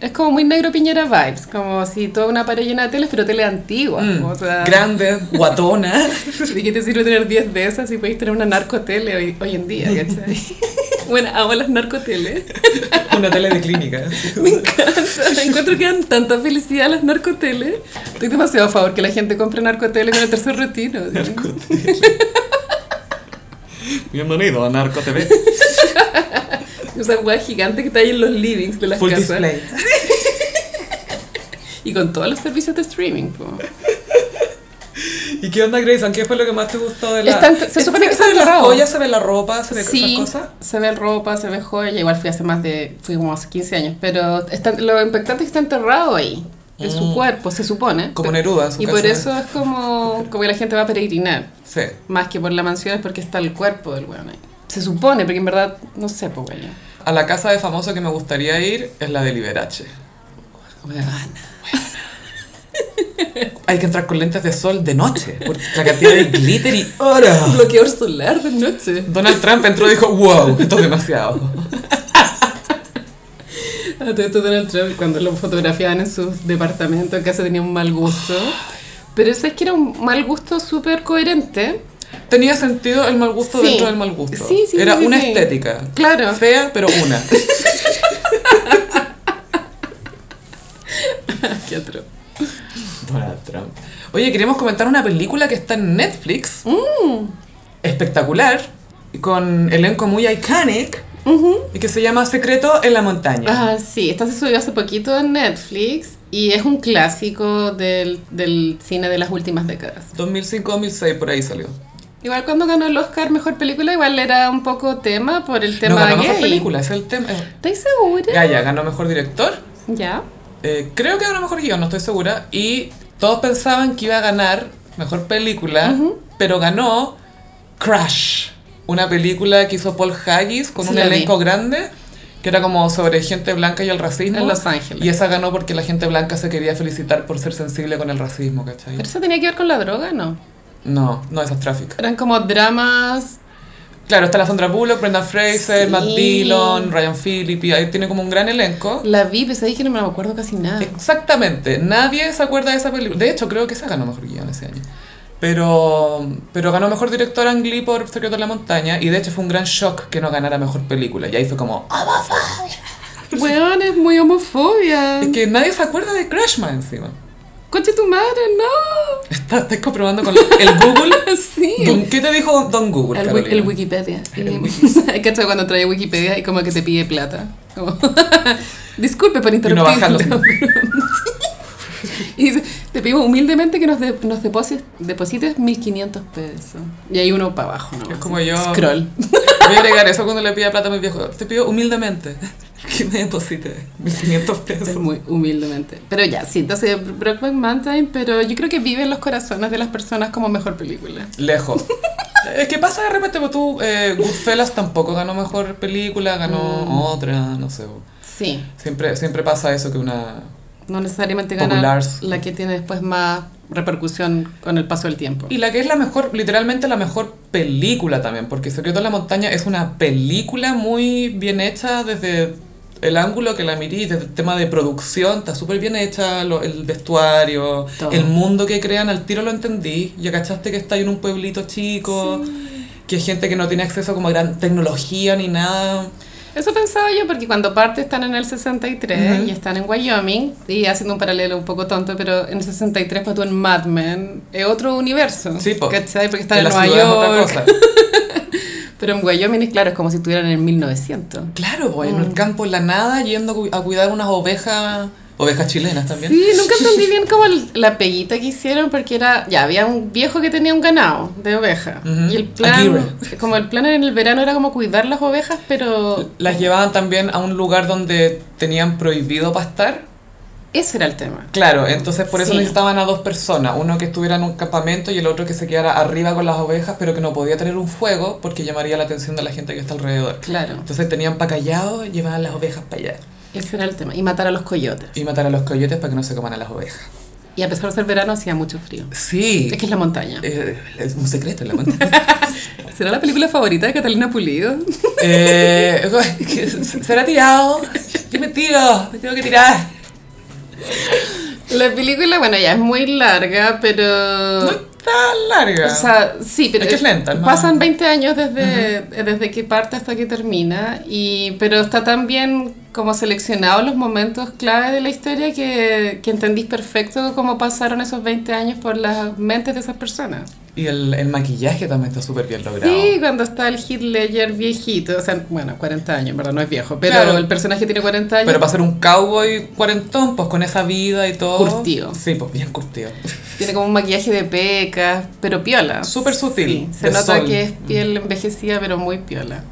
Speaker 2: Es como muy negro piñera vibes, como si toda una pared llena de teles, pero tele antigua.
Speaker 1: Mm,
Speaker 2: o sea,
Speaker 1: Grande, guatona.
Speaker 2: ¿De qué te sirve tener 10 de esas si podéis tener una narcotele hoy, hoy en día? ¿cachai? bueno, amo las narcoteles.
Speaker 1: una tele de clínica.
Speaker 2: Me encanta. Encuentro que dan tanta felicidad las narcoteles. Estoy demasiado a favor que la gente compre narcotele con el tercer retiro. ¿sí?
Speaker 1: Bienvenido a Narco TV.
Speaker 2: Esa hueá gigante que está ahí en los livings de las
Speaker 1: Full
Speaker 2: casas.
Speaker 1: display.
Speaker 2: Y con todos los servicios de streaming, po.
Speaker 1: ¿Y qué onda, Grayson? ¿Qué fue lo que más te gustó de la...
Speaker 2: Están- se supone que
Speaker 1: se ve
Speaker 2: están
Speaker 1: las
Speaker 2: cerrados.
Speaker 1: joyas, se ve la ropa, se ve
Speaker 2: Sí,
Speaker 1: esas cosas.
Speaker 2: se ve ropa, se ve joya, igual fui hace más de, fui como hace 15 años, pero está, lo impactante es que está enterrado ahí, en su cuerpo, se supone.
Speaker 1: Mm. Como Neruda en su
Speaker 2: Y
Speaker 1: casa.
Speaker 2: por eso es como, como que la gente va a peregrinar,
Speaker 1: Sí.
Speaker 2: más que por la mansión, es porque está el cuerpo del weón ahí. Se supone, porque en verdad, no sé, pues weón.
Speaker 1: A la casa de famoso que me gustaría ir es la de Liberace. Hay que entrar con lentes de sol de noche. Por la cantidad de glitter y oro.
Speaker 2: Bloqueador solar de noche.
Speaker 1: Donald Trump entró y dijo, wow, esto es demasiado.
Speaker 2: A todo esto Donald Trump, cuando lo fotografiaban en sus departamentos, en casa tenía un mal gusto. Pero eso es que era un mal gusto súper coherente.
Speaker 1: Tenía sentido el mal gusto
Speaker 2: Sí.
Speaker 1: dentro del mal gusto.
Speaker 2: Sí, sí,
Speaker 1: Era
Speaker 2: sí, sí,
Speaker 1: una
Speaker 2: sí.
Speaker 1: estética.
Speaker 2: Claro.
Speaker 1: Fea, pero una.
Speaker 2: Qué atroz.
Speaker 1: Donald Trump. Oye, queremos comentar una película que está en Netflix.
Speaker 2: Mm.
Speaker 1: Espectacular. Con elenco muy iconic. Y que se llama Secreto en la montaña.
Speaker 2: Ah, sí, esta se subió hace poquito en Netflix y es un clásico del, del cine de las últimas décadas.
Speaker 1: 2005-2006, por ahí salió.
Speaker 2: Igual cuando ganó el Oscar Mejor Película, igual era un poco tema por el
Speaker 1: no,
Speaker 2: tema
Speaker 1: ganó
Speaker 2: gay.
Speaker 1: mejor película, es el tema. eh,
Speaker 2: ¿Estáis segura?
Speaker 1: Gaia ganó mejor director.
Speaker 2: Ya.
Speaker 1: Eh, creo que ganó mejor guión, no estoy segura. Y todos pensaban que iba a ganar mejor película, pero ganó Crash, una película que hizo Paul Haggis con
Speaker 2: Sí,
Speaker 1: un
Speaker 2: la vi.
Speaker 1: elenco grande que era como sobre gente blanca y el racismo.
Speaker 2: En Los Ángeles.
Speaker 1: Y esa ganó porque la gente blanca se quería felicitar por ser sensible con el racismo, ¿cachai?
Speaker 2: ¿Pero eso tenía que ver con la droga? No.
Speaker 1: No, no, esa es tráfico.
Speaker 2: Eran como dramas
Speaker 1: Claro, está la Sandra Bullock, Brenda Fraser,
Speaker 2: Sí.
Speaker 1: Matt Dillon, Ryan Phillippe, y ahí tiene como un gran elenco.
Speaker 2: La vi, pero sabéis que no me acuerdo casi nada.
Speaker 1: Exactamente, nadie se acuerda de esa película. De hecho, creo que esa ganó mejor guión ese año. Pero, pero ganó mejor director Ang Lee por Secreto en la Montaña y de hecho fue un gran shock que no ganara mejor película. Y ahí fue como, "Ah".
Speaker 2: Weón, es muy homofobia.
Speaker 1: es que nadie se acuerda de Crashman encima.
Speaker 2: Conche tu madre, no.
Speaker 1: Estás, estás comprobando con el Google.
Speaker 2: sí.
Speaker 1: Don- ¿Qué te dijo Don Google?
Speaker 2: El, wi-
Speaker 1: Carolina?
Speaker 2: el Wikipedia.
Speaker 1: El
Speaker 2: Y-
Speaker 1: Wikis.
Speaker 2: ¿Cachai? Cuando trae Wikipedia y como que te pide plata. Como, Disculpe por
Speaker 1: Y no
Speaker 2: interrumpir.
Speaker 1: bajan los-
Speaker 2: Y dice, te pido humildemente que nos, de- nos deposites, deposites 1500 pesos. Y hay uno para abajo, ¿no?
Speaker 1: Es como yo-
Speaker 2: Scroll.
Speaker 1: Voy a agregar eso cuando le pida plata a mi viejo. Te pido humildemente que me deposite 1500
Speaker 2: Es
Speaker 1: pesos.
Speaker 2: muy humildemente. Pero ya, sí, entonces Brokeback Mountain, pero yo creo que vive en los corazones de las personas como mejor película.
Speaker 1: Lejos. Es que pasa de repente, pues tú, eh, Goodfellas tampoco ganó mejor película, ganó otra, no sé. pues.
Speaker 2: Sí.
Speaker 1: Siempre, siempre pasa eso que una...
Speaker 2: No necesariamente gana
Speaker 1: Populars.
Speaker 2: la que tiene después más repercusión con el paso del tiempo.
Speaker 1: Y la que es la mejor, literalmente la mejor película también, porque Secreto en la Montaña es una película muy bien hecha desde el ángulo que la mirí, desde el tema de producción, está súper bien hecha, lo- el vestuario,
Speaker 2: Todo.
Speaker 1: el mundo que crean, al tiro lo entendí, ya cachaste que está ahí en un pueblito chico, que hay gente que no tiene acceso como a gran tecnología ni nada.
Speaker 2: Eso pensaba yo porque cuando parte están en el 63
Speaker 1: Ujú.
Speaker 2: y están en Wyoming y haciendo un paralelo un poco tonto, pero en el 63 para tú en Mad Men es otro universo.
Speaker 1: Sí, po.
Speaker 2: ¿Cachai? Porque están en,
Speaker 1: la
Speaker 2: Nueva
Speaker 1: ciudad es otra
Speaker 2: York.
Speaker 1: cosa.
Speaker 2: Pero en Wyoming es claro, es como si estuvieran en 1900.
Speaker 1: Claro, pues en el campo, en la nada, yendo a cu- a cuidar unas ovejas, ovejas chilenas también.
Speaker 2: Sí, nunca entendí bien como el- la peguita que hicieron porque era, ya había un viejo que tenía un ganado de ovejas
Speaker 1: Ujú.
Speaker 2: y el plan,
Speaker 1: Aguirre.
Speaker 2: como el plan en el verano era como cuidar las ovejas, pero
Speaker 1: Las llevaban también a un lugar donde tenían prohibido pastar.
Speaker 2: ese era el tema.
Speaker 1: Claro, entonces por eso
Speaker 2: Sí.
Speaker 1: necesitaban a dos personas, uno que estuviera en un campamento y el otro que se quedara arriba con las ovejas, pero que no podía tener un fuego porque llamaría la atención de la gente que está alrededor.
Speaker 2: Claro,
Speaker 1: Entonces tenían para callado, llevaban las ovejas para allá
Speaker 2: ese era el tema. Y matar a los coyotes.
Speaker 1: y matar a los coyotes para que no se coman a las ovejas.
Speaker 2: Y a pesar de ser verano hacía mucho frío.
Speaker 1: Sí,
Speaker 2: Es que es la montaña.
Speaker 1: eh, es un secreto la montaña.
Speaker 2: ¿Será la película favorita de Catalina Pulido?
Speaker 1: Eh, que será tirado. Yo me tiro, me tengo que tirar.
Speaker 2: La película, bueno, ya es muy larga,
Speaker 1: No
Speaker 2: pero...
Speaker 1: es tan larga.
Speaker 2: O sea, sí, pero
Speaker 1: Es que es lenta, es más-
Speaker 2: pasan 20 años desde, eh, desde que parte hasta que termina, y, pero está tan bien como seleccionado los momentos clave de la historia que, que entendís perfecto cómo pasaron esos 20 años por las mentes de esas personas.
Speaker 1: y el, el maquillaje también está súper bien logrado.
Speaker 2: Sí, cuando está el Heath Ledger viejito, o sea, bueno, 40 años, en verdad, no es viejo, pero
Speaker 1: Claro.
Speaker 2: el personaje tiene 40 años.
Speaker 1: Pero para ser un cowboy cuarentón, pues con esa vida y todo.
Speaker 2: Curtido.
Speaker 1: Sí, pues bien curtido.
Speaker 2: Tiene como un maquillaje de pecas, pero piola.
Speaker 1: Súper sutil,
Speaker 2: Sí, se
Speaker 1: de
Speaker 2: nota
Speaker 1: sol. Mm.
Speaker 2: que es piel envejecida, pero muy piola.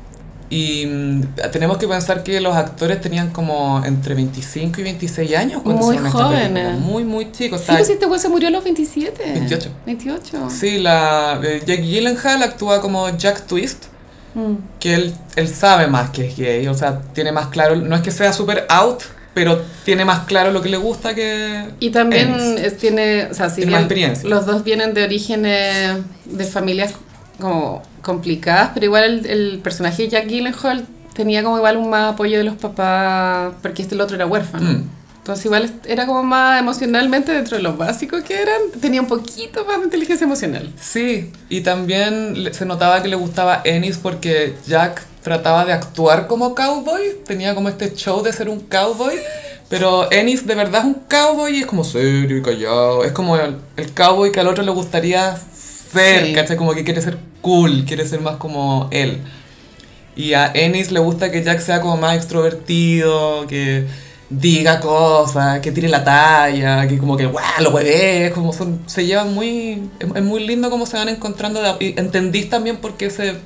Speaker 1: Y mm, tenemos que pensar que los actores tenían como entre 25 y 26 años cuando
Speaker 2: Muy
Speaker 1: hicieron esta película.
Speaker 2: jóvenes.
Speaker 1: Muy, muy chicos.
Speaker 2: Sí,
Speaker 1: Está-
Speaker 2: pues este güey se murió a los 27.
Speaker 1: 28.
Speaker 2: 28.
Speaker 1: Sí, la, eh, Jack Gyllenhaal actúa como Jack Twist.
Speaker 2: Mm.
Speaker 1: que él, él sabe más que es gay, o sea, tiene más claro, no es que sea súper out, pero tiene más claro lo que le gusta que...
Speaker 2: Y también
Speaker 1: Elvis.
Speaker 2: es- tiene, o sea, si
Speaker 1: Tiene
Speaker 2: bien
Speaker 1: más experiencia.
Speaker 2: los dos vienen de orígenes de familias como complicadas, pero igual el, el personaje de Jack Gyllenhaal tenía como igual un más apoyo de los papás, porque este el otro era huérfano.
Speaker 1: Mm.
Speaker 2: Entonces igual es- era como más emocionalmente dentro de los básicos que eran, tenía un poquito más de inteligencia emocional.
Speaker 1: Sí, y también le- se notaba que le gustaba Ennis porque Jack trataba de actuar como cowboy, tenía como este show de ser un cowboy, pero Ennis de verdad es un cowboy y es como serio y callado, es como el, el cowboy que al otro le gustaría ser,
Speaker 2: Sí.
Speaker 1: ¿cachai? Como que quiere ser cool, quiere ser más como él. Y a Ennis le gusta que Jack sea como más extrovertido, que diga cosas, que tire la talla, que como que ¡guau! lo hueves, como son, se llevan muy... Es, es muy lindo cómo se van encontrando de a- y entendís también por qué se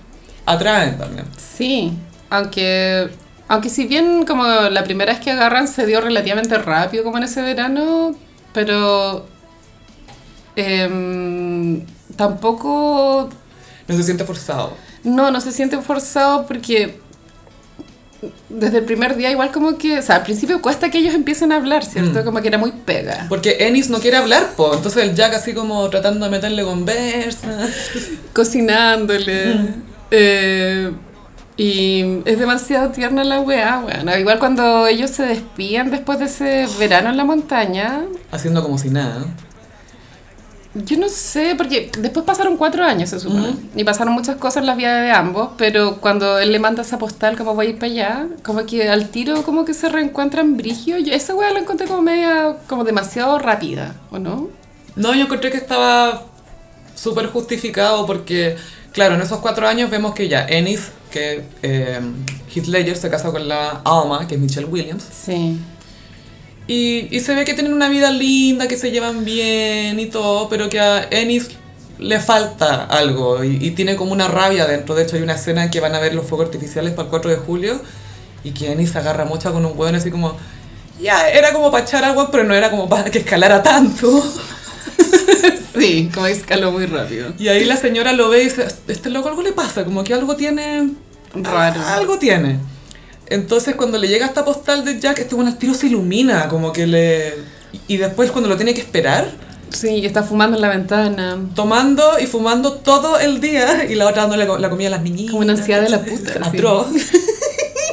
Speaker 1: atraen también.
Speaker 2: Sí, aunque aunque si bien como la primera vez que agarran se dio relativamente rápido como en ese verano, pero em, tampoco
Speaker 1: No se siente forzado.
Speaker 2: no, no se sienten forzados porque desde el primer día igual como que, o sea, al principio cuesta que ellos empiecen a hablar, ¿cierto? Como que era muy pega.
Speaker 1: Porque Ennis no quiere hablar, po. Entonces el Jack así como tratando de meterle conversa.
Speaker 2: Cocinándole. Eh, y es demasiado tierna la weá, weón. Ah, Igual cuando ellos se despían después de ese verano en la montaña,
Speaker 1: Haciendo como si nada.
Speaker 2: yo no sé, porque después pasaron cuatro años, se supone,
Speaker 1: Ujú.
Speaker 2: y pasaron muchas cosas en las vidas de ambos, pero cuando él le manda esa postal, como voy a ir para allá, como que al tiro, como que se reencuentran brigio. Yo esa weá la encontré como media, como demasiado rápida, ¿o no?
Speaker 1: No, yo encontré que estaba súper justificado porque, claro, en esos cuatro años vemos que ya Ennis, que eh, Heath Ledger se casa con la Alma, que es Michelle Williams,
Speaker 2: Sí.
Speaker 1: y, y se ve que tienen una vida linda, que se llevan bien y todo, pero que a Ennis le falta algo y, y tiene como una rabia dentro. De hecho, hay una escena en que van a ver los fuegos artificiales para el 4 de julio y que Ennis se agarra mucho con un hueón así como... Ya, era como para echar agua, pero no era como para que escalara tanto.
Speaker 2: Sí, como escaló muy rápido.
Speaker 1: Y ahí la señora lo ve y dice, este loco algo le pasa, como que algo tiene...
Speaker 2: Raro.
Speaker 1: Algo tiene. Entonces cuando le llega esta postal de Jack, este bueno al tiro se ilumina, como que le... Y después cuando lo tiene que esperar,
Speaker 2: Sí, está fumando en la ventana.
Speaker 1: tomando y fumando todo el día y la otra dándole co- la comida a las niñitas.
Speaker 2: Como una ansiedad de la puta,
Speaker 1: ¿cachai?
Speaker 2: sí.
Speaker 1: Atroz.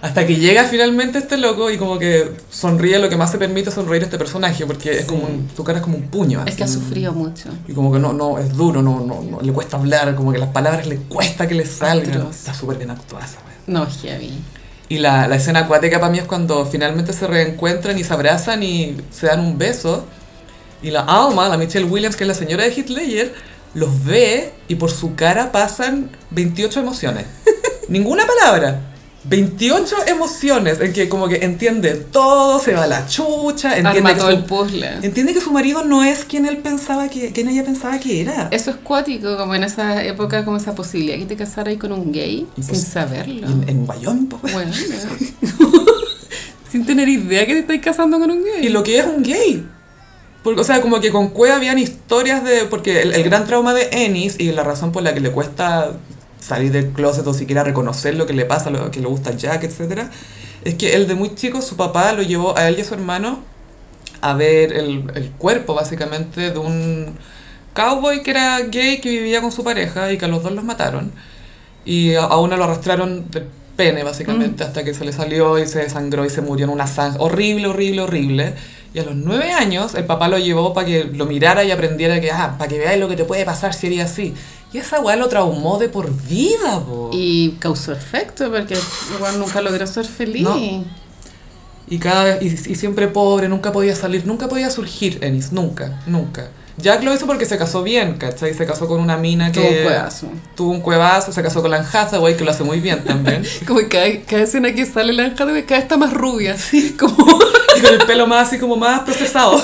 Speaker 1: Hasta que llega finalmente este loco y como que sonríe lo que más se permite sonreír a este personaje, porque es como un- su cara es como un puño.
Speaker 2: Es
Speaker 1: así,
Speaker 2: que ha
Speaker 1: ¿no?
Speaker 2: sufrido mucho.
Speaker 1: Y como que no, no, es duro, no, no, no, le cuesta hablar, como que las palabras le cuesta que le salgan.
Speaker 2: Atroz.
Speaker 1: Está súper bien actuada esa wea.
Speaker 2: No, heavy.
Speaker 1: Y la, la escena acuática para mí es cuando finalmente se reencuentran y se abrazan y se dan un beso. Y la Alma, la Michelle Williams, que es la señora de Hitler, los ve y por su cara pasan 28 emociones. Ninguna palabra. 28 emociones en que como que entiende todo, se va a la chucha, entiende
Speaker 2: Arma
Speaker 1: que,
Speaker 2: todo el
Speaker 1: su,
Speaker 2: puzzle.
Speaker 1: entiende que su marido no es quien él pensaba que, quien ella pensaba que era.
Speaker 2: Eso es cuático, como en esa época, como esa posibilidad que te casaras con un gay
Speaker 1: Y
Speaker 2: sin
Speaker 1: pues-
Speaker 2: saberlo.
Speaker 1: Y En, en Bayón, po, weón.
Speaker 2: Bueno, sin tener idea que te estáis casando con un gay.
Speaker 1: Y lo que es un gay. Porque, o sea, como que con Cueva habían historias de... Porque el, el gran trauma de Ennis y la razón por la que le cuesta salir del closet o siquiera reconocer lo que le pasa, lo que le gusta a Jack, etc. Es que él de muy chico, su papá lo llevó a él y a su hermano a ver el, el cuerpo, básicamente, de un cowboy que era gay que vivía con su pareja y que a los dos los mataron. Y a, a uno lo arrastraron del pene, básicamente, hasta que se le salió y se desangró y se murió en una zanja. Horrible, horrible, horrible. Y a los nueve años, el papá lo llevó para que lo mirara y aprendiera que, ah, para que veáis lo que te puede pasar si eres así. Y esa weá lo traumó de por vida, po. Y,
Speaker 2: Y causó efecto porque igual nunca logró ser feliz.
Speaker 1: No. cada vez- y, y siempre pobre, nunca podía salir, nunca podía surgir, Ennis, nunca, nunca. Jack lo hizo porque se casó bien, ¿cachai? Se casó con una mina que...
Speaker 2: Tuvo un cuedazo.
Speaker 1: Tuvo un cuevazo, se casó con Lan Hathaway, que lo hace muy bien también.
Speaker 2: Como que cada, cada escena que sale la Hathaway cada vez está más rubia, así como
Speaker 1: y con el pelo más así como más procesado.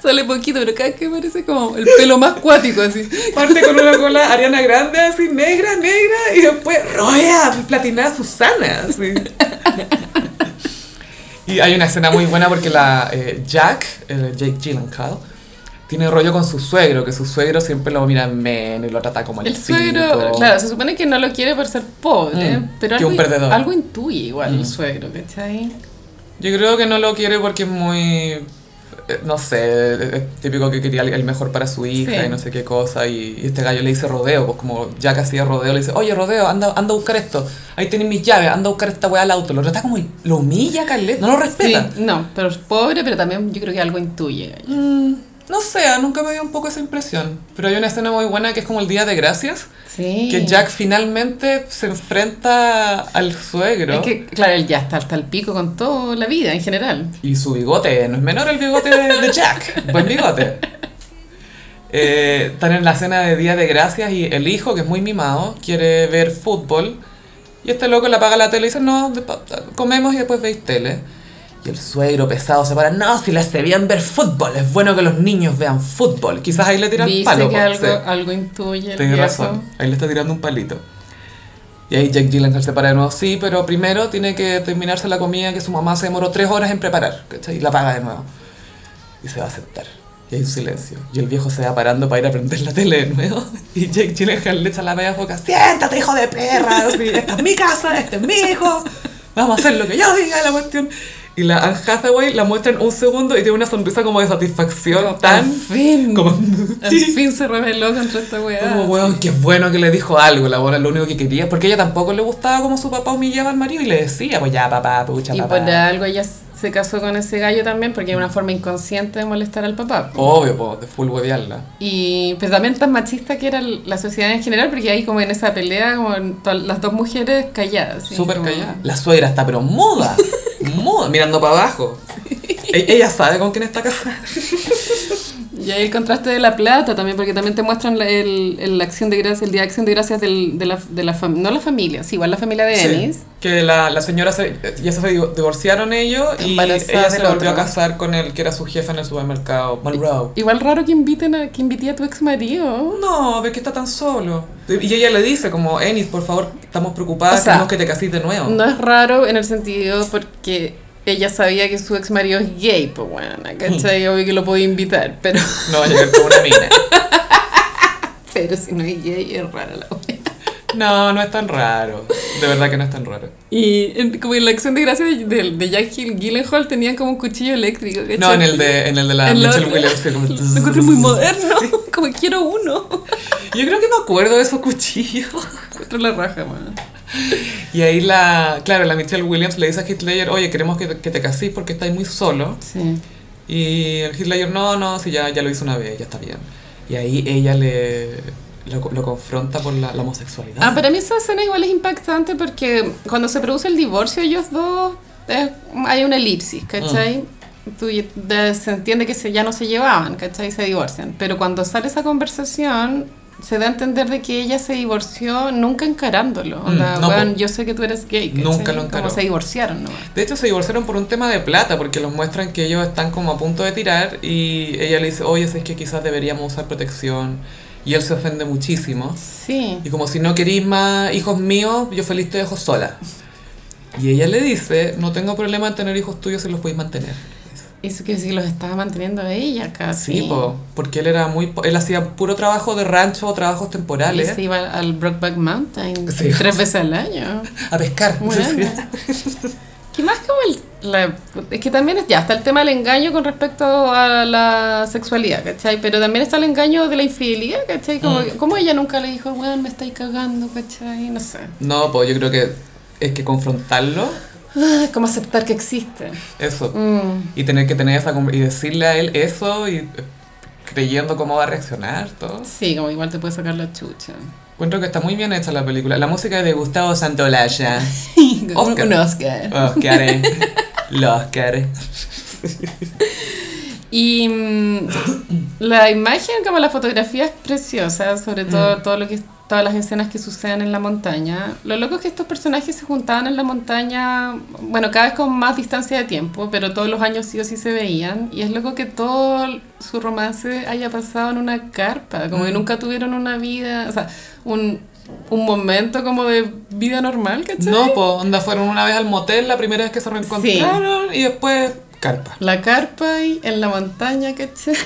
Speaker 2: sale poquito, pero cada vez que parece como el pelo más cuático, así.
Speaker 1: Parte con una cola Ariana Grande, así negra, negra, y después roya, platinada Susana, así. Y hay una escena muy buena porque la eh, Jack, eh, Jake Gyllenhaal, tiene rollo con su suegro, que su suegro siempre lo mira menos y lo trata como el,
Speaker 2: El suegro,
Speaker 1: pico.
Speaker 2: claro, se supone que no lo quiere por ser pobre,
Speaker 1: Mm,
Speaker 2: pero
Speaker 1: que
Speaker 2: algo,
Speaker 1: un perdedor.
Speaker 2: algo intuye igual
Speaker 1: Mm.
Speaker 2: el suegro, ¿cachai?
Speaker 1: Yo creo que no lo quiere porque es muy... eh, No sé, es típico que quería el mejor para su hija
Speaker 2: Sí.
Speaker 1: y no sé qué cosa. Y, y este gallo le dice rodeo, pues como Jack hacía rodeo, le dice, oye rodeo, anda, anda a buscar esto. Ahí tenés mis llaves, anda a buscar esta weá al auto. Lo trata como el- lo humilla, Carlet, no lo
Speaker 2: Sí,
Speaker 1: respeta.
Speaker 2: no, pero es pobre, pero también yo creo que algo intuye.
Speaker 1: Mm, no sé, nunca me dio un poco esa impresión. Pero hay una escena muy buena que es como el Día de Gracias,
Speaker 2: Sí.
Speaker 1: que Jack finalmente se enfrenta al suegro.
Speaker 2: Es que, claro, él ya está hasta el pico con toda la vida en general.
Speaker 1: Y su bigote, no es menor el bigote de, de Jack, buen bigote. Eh, están en la cena de Día de Gracias y el hijo, que es muy mimado, quiere ver fútbol. Y este loco le apaga la tele y dice, no, de- pa- comemos y después veis tele. Y el suegro pesado se para, no, si le hace bien ver fútbol, es bueno que los niños vean fútbol. Quizás ahí le tiran
Speaker 2: Dice
Speaker 1: palo.
Speaker 2: que
Speaker 1: po,
Speaker 2: algo,
Speaker 1: sí.
Speaker 2: algo intuye. el
Speaker 1: Tienes
Speaker 2: viejo.
Speaker 1: razón, ahí le está tirando un palito. Y ahí Jack Gyllenhaal se para de nuevo, sí, pero primero tiene que terminarse la comida que su mamá se demoró tres horas en preparar, ¿cachai? Y la paga de nuevo. Y se va a sentar. Y hay un silencio. Y el viejo se va parando para ir a prender la tele de nuevo. Y Jack Gyllenhaal le echa la media boca, siéntate, hijo de perra, así, esta es mi casa, este es mi hijo, vamos a hacer lo que yo diga la cuestión. Y la Anne Hathaway la muestra en un segundo y tiene una sonrisa como de satisfacción
Speaker 2: Como,
Speaker 1: tan...
Speaker 2: Al fin.
Speaker 1: Como,
Speaker 2: Al fin se rebeló contra esta weá.
Speaker 1: como, weón, qué bueno que le dijo algo, la buena, lo único que quería. Porque ella tampoco le gustaba como su papá humillaba al marido y le decía, pues ya, papá, pucha,
Speaker 2: Y
Speaker 1: papá.
Speaker 2: por algo ella se casó con ese gallo también porque es una forma inconsciente de molestar al papá.
Speaker 1: Obvio, po, de full huevearla.
Speaker 2: Y, pero también tan machista que era la sociedad en general, porque ahí como en esa pelea, como en to- las dos mujeres calladas. así,
Speaker 1: Súper
Speaker 2: como-
Speaker 1: callada. La suegra está, pero muda. muda, mirando para abajo. E- Ella sabe con quién está casada.
Speaker 2: Y ahí el contraste de la plata también, porque también te muestran la, el, el acción de gracias, el día de acción de gracias del, de la, de la fam- no la familia, sí, igual la familia de Ennis.
Speaker 1: Sí, que la, la señora se, ya se divo- divorciaron ellos y
Speaker 2: Embarazada
Speaker 1: ella se
Speaker 2: del
Speaker 1: volvió a
Speaker 2: otro.
Speaker 1: casar con el que era su jefe en el supermercado, Monroe.
Speaker 2: Igual raro que inviten a, que invite a tu ex marido.
Speaker 1: No, ve que está tan solo. Y ella le dice como, Ennis, por favor, estamos preocupadas,
Speaker 2: O sea,
Speaker 1: queremos que te cases de nuevo.
Speaker 2: No es raro en el sentido porque ella sabía que su ex marido es gay, pues bueno, ¿cachai? Obvio que lo podía invitar, pero,
Speaker 1: No va a llegar con una mina.
Speaker 2: pero si no es gay es raro la wea.
Speaker 1: No, no es tan raro. De verdad que no es tan raro.
Speaker 2: Y en- como en la acción de gracia de, de, de Jack Hill, Gyllenhaal tenían como un cuchillo eléctrico. ¿cachai?
Speaker 1: No, en el de, en el de la
Speaker 2: En la
Speaker 1: Michelle
Speaker 2: otra.
Speaker 1: Williams. que como-
Speaker 2: Lo encuentro muy moderno, como que quiero uno.
Speaker 1: Yo creo que me acuerdo de esos cuchillos.
Speaker 2: Encuentro la raja, man.
Speaker 1: Y ahí la, claro, la Michelle Williams le dice a Hitler, oye, queremos que, que te casís porque estáis muy solo.
Speaker 2: Sí.
Speaker 1: Y el Hitler, no, no, si ya, ya lo hizo una vez, ya está bien. Y ahí ella le lo, lo confronta por la, la homosexualidad.
Speaker 2: Ah, para mí esa escena igual es impactante porque cuando se produce el divorcio ellos dos, es- hay una elipsis, ¿cachai? Tú y- de- se entiende que se, ya no se llevaban, ¿cachai? Se divorcian. Pero cuando sale esa conversación, se da a entender de que ella se divorció nunca encarándolo. Onda,
Speaker 1: no,
Speaker 2: "Weón,
Speaker 1: po.
Speaker 2: yo sé que tú eres gay, ¿cachai?
Speaker 1: Nunca lo encaró.
Speaker 2: Como se divorciaron, ¿no?
Speaker 1: De hecho, se divorciaron por un tema de plata, porque los muestran que ellos están como a punto de tirar y ella le dice, oye, es que quizás deberíamos usar protección. Y él se ofende muchísimo.
Speaker 2: Sí.
Speaker 1: Y como si no querís más hijos míos, yo feliz te dejo sola. Y ella le dice, no tengo problema en tener hijos tuyos si los podéis mantener.
Speaker 2: Eso quiere decir que los estaba manteniendo ella casi.
Speaker 1: Sí, po, porque él era muy... po- Él hacía puro trabajo de rancho o trabajos
Speaker 2: Y
Speaker 1: temporales.
Speaker 2: se iba al Brockback Mountain
Speaker 1: Sí.
Speaker 2: tres veces al año.
Speaker 1: A pescar.
Speaker 2: Bueno.
Speaker 1: Sí, sí.
Speaker 2: Que más como el... la- es que también es- ya está el tema del engaño con respecto a la sexualidad, ¿cachai? Pero también está el engaño de la infidelidad, ¿cachai? Como,
Speaker 1: Mm.
Speaker 2: como ella nunca le dijo, weón, me estáis cagando, ¿cachai? No sé.
Speaker 1: No, pues yo creo que es que confrontarlo,
Speaker 2: Ah, es como aceptar que existe.
Speaker 1: eso.
Speaker 2: Mm.
Speaker 1: Y tener que tener esa... con- Y decirle a él eso y eh, creyendo cómo va a reaccionar, todo.
Speaker 2: Sí, como igual te puede sacar la chucha.
Speaker 1: Encuentro que está muy bien hecha la película. La música es de Gustavo Santolaya. Oscar.
Speaker 2: Oscar. Un Oscar.
Speaker 1: Oscar. eh. Los Oscar.
Speaker 2: Y mm, la imagen, como la fotografía es preciosa, sobre todo todo lo que todas las escenas que suceden en la montaña. Lo loco es que estos personajes se juntaban en la montaña, bueno, cada vez con más distancia de tiempo, pero todos los años sí o sí se veían. Y es loco que todo su romance haya pasado en una carpa, como que nunca tuvieron una vida, o sea, un, un momento como de vida normal, ¿cachai?
Speaker 1: No, pues onda, fueron una vez al motel la primera vez que se reencontraron y después carpa.
Speaker 2: La carpa y en la montaña, ¿cachai?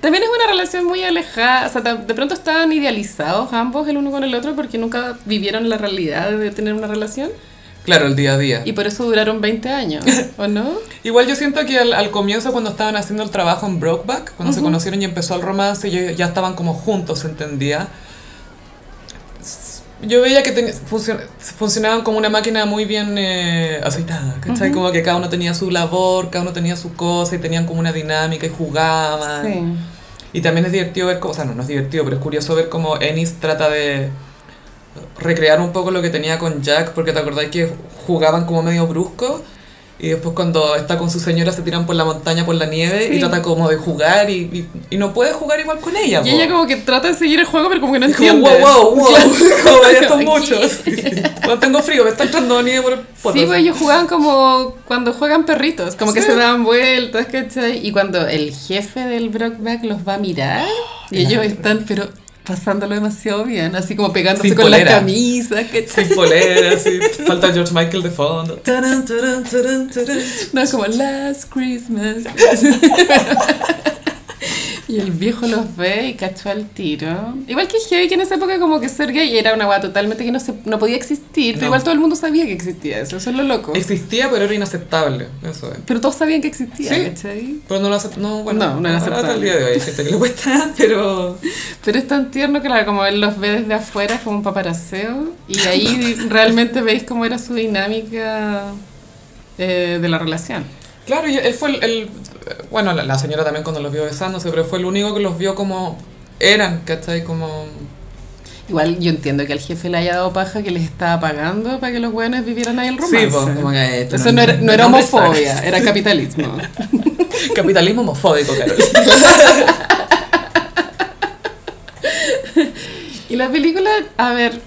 Speaker 2: También es una relación muy alejada, o sea, ta- de pronto estaban idealizados ambos el uno con el otro porque nunca vivieron la realidad de tener una relación
Speaker 1: Claro, el día a día.
Speaker 2: y por eso duraron 20 años, ¿o no?
Speaker 1: Igual yo siento que al, al comienzo cuando estaban haciendo el trabajo en Brokeback, cuando se conocieron y empezó el romance, ya, ya estaban como juntos, ¿se entendía? S- Yo veía que ten- funcio- funcionaban como una máquina muy bien eh, aceitada, ¿cachai? Como que cada uno tenía su labor, cada uno tenía su cosa y tenían como una dinámica y jugaban. Y también es divertido ver cómo, o sea, no, no es divertido, pero es curioso ver cómo Ennis trata de recrear un poco lo que tenía con Jack, porque te acordáis que jugaban como medio brusco. Y después cuando está con su señora se tiran por la montaña, por la nieve y
Speaker 2: Sí.
Speaker 1: trata como de jugar y, y- y no puede jugar igual con ella.
Speaker 2: Y
Speaker 1: po.
Speaker 2: ella como que trata de seguir el juego pero como que no
Speaker 1: Es Ah, como,
Speaker 2: entiende.
Speaker 1: wow, wow, wow, como ya están
Speaker 2: Aquí.
Speaker 1: muchos. Cuando tengo frío, me está entrando nieve por el poto.
Speaker 2: Sí, pues ellos jugaban como cuando juegan perritos, como que
Speaker 1: Sí.
Speaker 2: se dan vueltas, ¿cachai? Y cuando el jefe del Brockback los va a mirar, y ellos están, pero pasándolo demasiado bien, así como pegándose
Speaker 1: Sin
Speaker 2: con
Speaker 1: polera.
Speaker 2: las camisas, ¿cachai?
Speaker 1: Sin polera, sí. Falta George Michael de fondo. Tarán, tarán, tarán, tarán.
Speaker 2: No, como Last Christmas. y Y el viejo los ve y cachó al tiro. Igual que heavy, que en esa época como que ser gay era una guay totalmente que no, se, no podía
Speaker 1: No.
Speaker 2: existir, pero igual todo el mundo sabía que existía eso, eso es lo loco.
Speaker 1: Existía, pero era inaceptable. Eso es.
Speaker 2: Pero todos sabían que existía,
Speaker 1: Sí.
Speaker 2: ¿cachai?
Speaker 1: Pero no lo aceptó. No, bueno,
Speaker 2: No, no era
Speaker 1: ahora Hasta el
Speaker 2: aceptable.
Speaker 1: día de hoy hay gente que le cuesta, pero.
Speaker 2: Pero es tan tierno, claro, como él los ve desde afuera, es como un paparaseo. Y ahí realmente veis cómo era su dinámica eh, de la relación.
Speaker 1: Claro, y él fue el. el- bueno, la, la señora también cuando los vio besándose, pero fue el único que los vio como eran, ¿cachai? Como.
Speaker 2: Igual yo entiendo que al jefe le haya dado paja que les estaba pagando para que los buenos vivieran ahí el romance.
Speaker 1: Sí, pues, como que esto
Speaker 2: Eso no era, no era
Speaker 1: no me
Speaker 2: homofobia, era capitalismo.
Speaker 1: Capitalismo homofóbico, Carol.
Speaker 2: Y la película, a ver,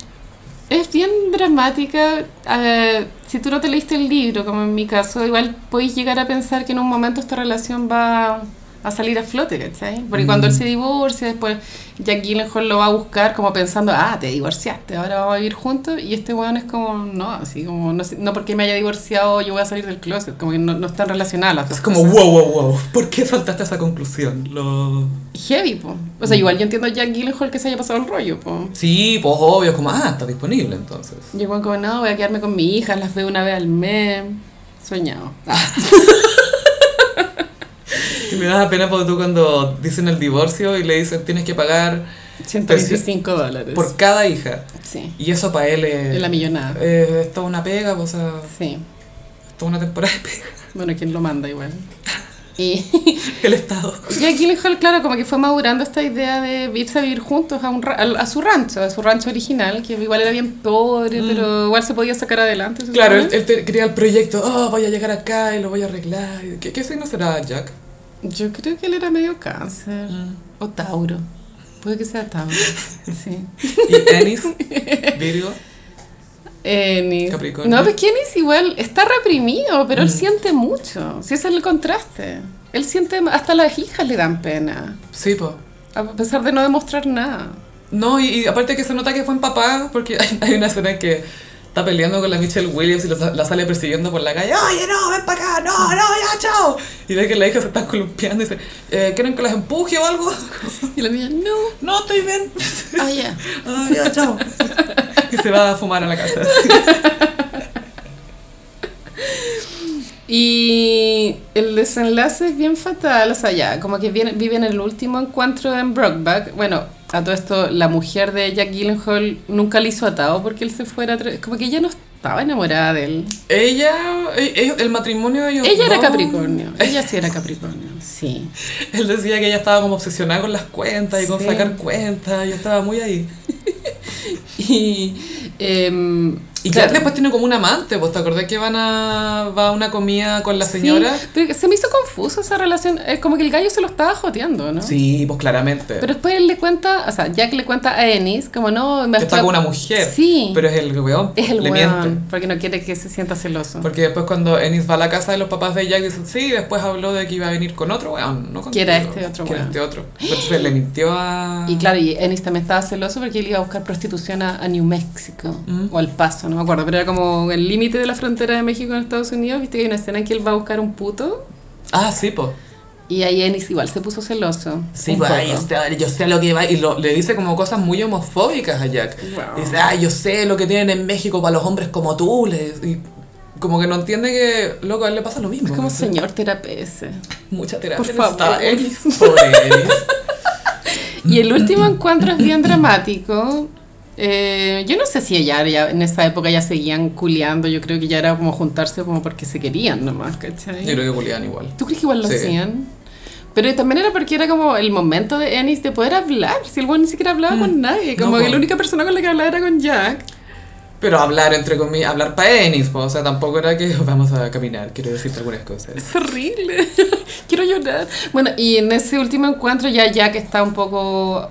Speaker 2: es bien dramática. eh, si tú no te leíste el libro, como en mi caso, igual podéis llegar a pensar que en un momento esta relación va a salir a flote, ¿cachai? Porque
Speaker 1: Mm.
Speaker 2: cuando él se divorcia, después Jack Gyllenhaal lo va a buscar como pensando, ah, te divorciaste, ahora vamos a vivir juntos. Y este weón es como, no, así como, no, sé- no porque me haya divorciado yo voy a salir del closet, como que no, no están relacionadas las dos
Speaker 1: Es como,
Speaker 2: cosas.
Speaker 1: wow, wow, wow. ¿Por qué saltaste a esa conclusión? Lo...
Speaker 2: Heavy, po. O
Speaker 1: Mm.
Speaker 2: sea, igual yo entiendo a Jack Gyllenhaal que se haya pasado el rollo, po.
Speaker 1: Sí, pues obvio, es como, ah, está disponible entonces.
Speaker 2: Y el weón como, no, voy a quedarme con mi hija, las veo una vez al mes. Soñado. Ah.
Speaker 1: Y me da pena por tú cuando dicen el divorcio y le dicen tienes que pagar
Speaker 2: 125 dólares.
Speaker 1: por cada hija.
Speaker 2: Sí.
Speaker 1: Y eso para él
Speaker 2: Es
Speaker 1: es.
Speaker 2: la millonada.
Speaker 1: eh, es toda una pega, o sea,
Speaker 2: Sí.
Speaker 1: es toda una temporada de pega.
Speaker 2: Bueno, ¿quién lo manda igual? Y,
Speaker 1: El Estado.
Speaker 2: y aquí Gyllenhaal, claro, como que fue madurando esta idea de irse a vivir juntos a, un ra- al- a su rancho, a su rancho original, que igual era bien pobre, pero igual se podía sacar adelante. ¿se
Speaker 1: Mm. Claro, él,
Speaker 2: supone?
Speaker 1: él te- crea el proyecto, oh, voy a llegar acá y lo voy a arreglar. ¿Qué, qué signo será Jack?
Speaker 2: Yo creo que él era medio cáncer. O Tauro. Puede que sea Tauro. Sí.
Speaker 1: ¿Y Ennis? Virgo.
Speaker 2: Enis.
Speaker 1: Capricornio.
Speaker 2: No, pues que Enis igual está reprimido, pero él siente mucho. Si ese es el contraste. Él siente, hasta las hijas le dan pena,
Speaker 1: Sí, pues.
Speaker 2: a pesar de no demostrar nada.
Speaker 1: No, y, y aparte que se nota que fue en papá, porque hay, hay una escena en que está peleando con la Michelle Williams y la, la sale persiguiendo por la calle. Oye, no, ven para acá, no, no, ya, chao. Y ve que la hija se está columpiando y dice, "Eh, ¿quieren que las empuje o algo?
Speaker 2: Y la niña, no,
Speaker 1: No, estoy bien.
Speaker 2: ah, ya.
Speaker 1: Ah, ya, chao. Y se va a fumar a la casa.
Speaker 2: Y el desenlace es bien fatal, o sea, ya, como que viene- viven el último encuentro en Brockback. Bueno, a todo esto, la mujer de Jack Gyllenhaal nunca le hizo atado porque él se fuera, a tra- como que ella no estaba enamorada de él.
Speaker 1: Ella, e- ellos- el matrimonio de ellos
Speaker 2: Ella era
Speaker 1: dos,
Speaker 2: Capricornio, ella sí era Capricornio, sí.
Speaker 1: Él decía que ella estaba como obsesionada con las cuentas y con
Speaker 2: Sí.
Speaker 1: sacar cuentas, yo estaba muy ahí.
Speaker 2: Y, em,
Speaker 1: Y
Speaker 2: claro.
Speaker 1: Jack después tiene como un amante, ¿vos te acordás que van a, va a una comida con la señora?
Speaker 2: Sí, pero se me hizo confuso esa relación. Es como que el gallo se lo estaba joteando, ¿no?
Speaker 1: Sí, pues claramente.
Speaker 2: Pero después él le cuenta, o sea, Jack le cuenta a Ennis, como no, me
Speaker 1: está
Speaker 2: estoy-
Speaker 1: con una mujer.
Speaker 2: Sí,
Speaker 1: Pero es el weón.
Speaker 2: es el
Speaker 1: le
Speaker 2: weón,
Speaker 1: miente.
Speaker 2: porque no quiere que se sienta celoso.
Speaker 1: Porque después cuando Ennis va a la casa de los papás de Jack dicen, sí, después habló de que iba a venir con otro weón, no con
Speaker 2: Que era este otro
Speaker 1: que era
Speaker 2: weón.
Speaker 1: este otro. Entonces le mintió a...
Speaker 2: Y claro, y Ennis también estaba celoso porque él iba a buscar prostitución a, a New Mexico
Speaker 1: Mm.
Speaker 2: o al Paso, no me acuerdo, pero era como el límite de la frontera de México con Estados Unidos. Viste que hay una escena en que él va a buscar un puto
Speaker 1: Ah, sí, pues.
Speaker 2: y ahí Ennis igual se puso celoso.
Speaker 1: Sí,
Speaker 2: un
Speaker 1: pues
Speaker 2: poco.
Speaker 1: ahí está, yo sé a lo que va. Y lo- le dice como cosas muy homofóbicas a Jack.
Speaker 2: Wow.
Speaker 1: Y dice, ah, yo sé lo que tienen en México para los hombres como tú. Le, y como que no entiende que, loco, a él le pasa lo mismo.
Speaker 2: Es
Speaker 1: No
Speaker 2: como
Speaker 1: sé.
Speaker 2: señor terapeuta.
Speaker 1: Mucha terapia.
Speaker 2: Por
Speaker 1: necesitaba
Speaker 2: favor.
Speaker 1: Ennis. Pobre Ennis.
Speaker 2: Y el último encuentro es bien dramático. Eh, yo no sé si ella ya en esa época ya seguían culeando. Yo creo que ya era como juntarse como porque se querían nomás, ¿cachai?
Speaker 1: Yo creo que Julián igual.
Speaker 2: ¿Tú crees que igual lo
Speaker 1: Sí.
Speaker 2: hacían? Pero también era porque era como el momento de Ennis de poder hablar. Si el güey ni siquiera hablaba con nadie.
Speaker 1: Mm. No,
Speaker 2: Como que
Speaker 1: po.
Speaker 2: la única persona con la que hablaba era con Jack.
Speaker 1: Pero hablar, entre comillas, hablar para Ennis, po, o sea, tampoco era que vamos a caminar, quiero decirte algunas cosas.
Speaker 2: Es horrible. Quiero llorar. Bueno, y en ese último encuentro ya Jack está un poco...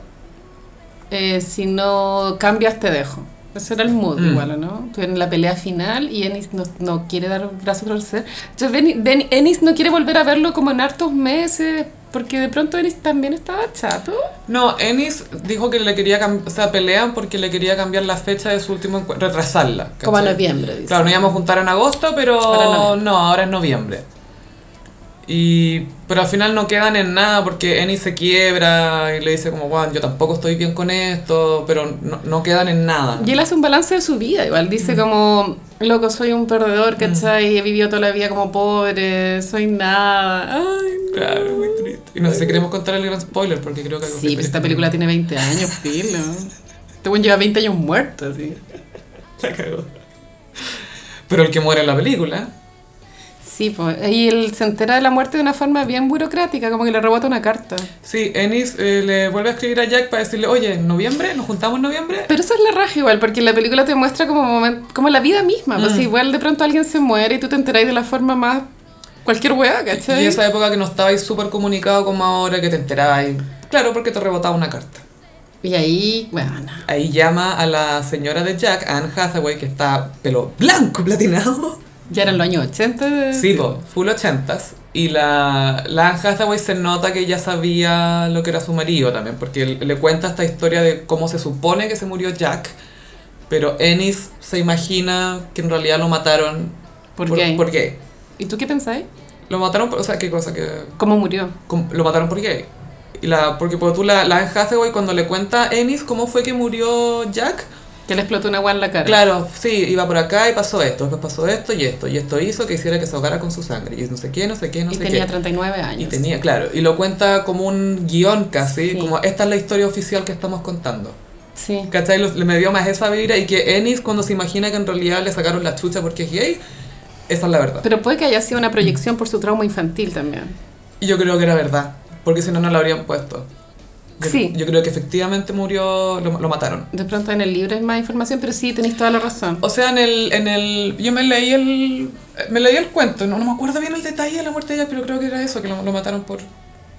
Speaker 2: eh, si no cambias, te dejo. Ese era el mood
Speaker 1: Mm.
Speaker 2: igual, ¿no? Tú en la pelea final y Ennis no, no quiere dar un brazo a torcer. Entonces, Deni- Den- Ennis no quiere volver a verlo como en hartos meses porque de pronto Ennis también estaba chato.
Speaker 1: No, Ennis dijo que le quería, cam- o sea, pelean porque le quería cambiar la fecha de su último encuentro, retrasarla.
Speaker 2: Como a
Speaker 1: ¿cachai?
Speaker 2: noviembre, dice.
Speaker 1: Claro, nos íbamos a juntar en agosto, pero
Speaker 2: Ahora en noviembre.
Speaker 1: no, ahora es noviembre. Y, pero al final no quedan en nada porque Eni se quiebra y le dice como, wow, yo tampoco estoy bien con esto, pero no, no quedan en nada.
Speaker 2: Y él hace un balance de su vida, igual. Dice
Speaker 1: Mm.
Speaker 2: como, loco, soy un perdedor, ¿cachai? He vivido toda la vida como pobre, soy nada. Ay, no.
Speaker 1: Claro, muy triste. Y no sé si queremos contar el gran spoiler porque creo que...
Speaker 2: Sí, pero esta película tiene 20 años, filo. Este buen lleva 20 años muerto, así.
Speaker 1: La cagó. Pero el que muere en la película...
Speaker 2: Sí, pues. Y él se entera de la muerte de una forma bien burocrática, como que le rebota una carta.
Speaker 1: Sí, Ennis eh, le vuelve a escribir a Jack para decirle, oye, en noviembre, nos juntamos en noviembre.
Speaker 2: Pero eso es la raja igual, porque la película te muestra como, momen- como la vida misma. Pues igual de pronto alguien se muere y tú te enteráis de la forma más... Cualquier weá, ¿cachai?
Speaker 1: Y esa época que no estabais súper comunicado como ahora, que te enterabais. Claro, porque te rebotaba una carta.
Speaker 2: Y ahí, bueno,
Speaker 1: Ahí llama a la señora de Jack, Anne Hathaway, que está pelo blanco platinado.
Speaker 2: ya eran los años 80. de-
Speaker 1: Sí, po, full ochentas. Y la, la Anne Hathaway se nota que ya sabía lo que era su marido también, porque le- le cuenta esta historia de cómo se supone que se murió Jack, pero Ennis se imagina que en realidad lo mataron.
Speaker 2: ¿Por qué?
Speaker 1: ¿Por qué?
Speaker 2: ¿Y tú qué pensáis?
Speaker 1: Lo mataron, por- o sea, qué cosa que...
Speaker 2: ¿Cómo murió?
Speaker 1: com- Lo mataron por gay. Y la, porque por tú, la, la Anne Hathaway, cuando le cuenta a Ennis cómo fue que murió Jack,
Speaker 2: Que le explotó una agua en la cara.
Speaker 1: Claro, sí, iba por acá y pasó esto, después pasó esto y esto, y esto hizo que hiciera que se ahogara con su sangre, y no sé qué, no sé qué, no
Speaker 2: y
Speaker 1: sé
Speaker 2: tenía
Speaker 1: qué.
Speaker 2: 39 años.
Speaker 1: Y tenía, claro, y lo cuenta como un guión casi,
Speaker 2: Sí.
Speaker 1: como esta es la historia oficial que estamos contando.
Speaker 2: Sí.
Speaker 1: ¿Cachai? Los- le- me dio más esa vibra y que Ennis cuando se imagina que en realidad le sacaron la chucha porque es gay, esa es la verdad.
Speaker 2: Pero puede que haya sido una proyección por su trauma infantil también.
Speaker 1: Y yo creo que era verdad, porque si no, no lo habrían puesto. Yo-
Speaker 2: Sí.
Speaker 1: Yo creo que efectivamente murió, lo- lo mataron.
Speaker 2: De pronto en el libro hay más información, pero sí, tenéis toda la razón.
Speaker 1: O sea, en el, en el. Yo me leí el. Me leí el cuento, no, no me acuerdo bien el detalle de la muerte de ella, pero creo que era eso, que lo, lo mataron por.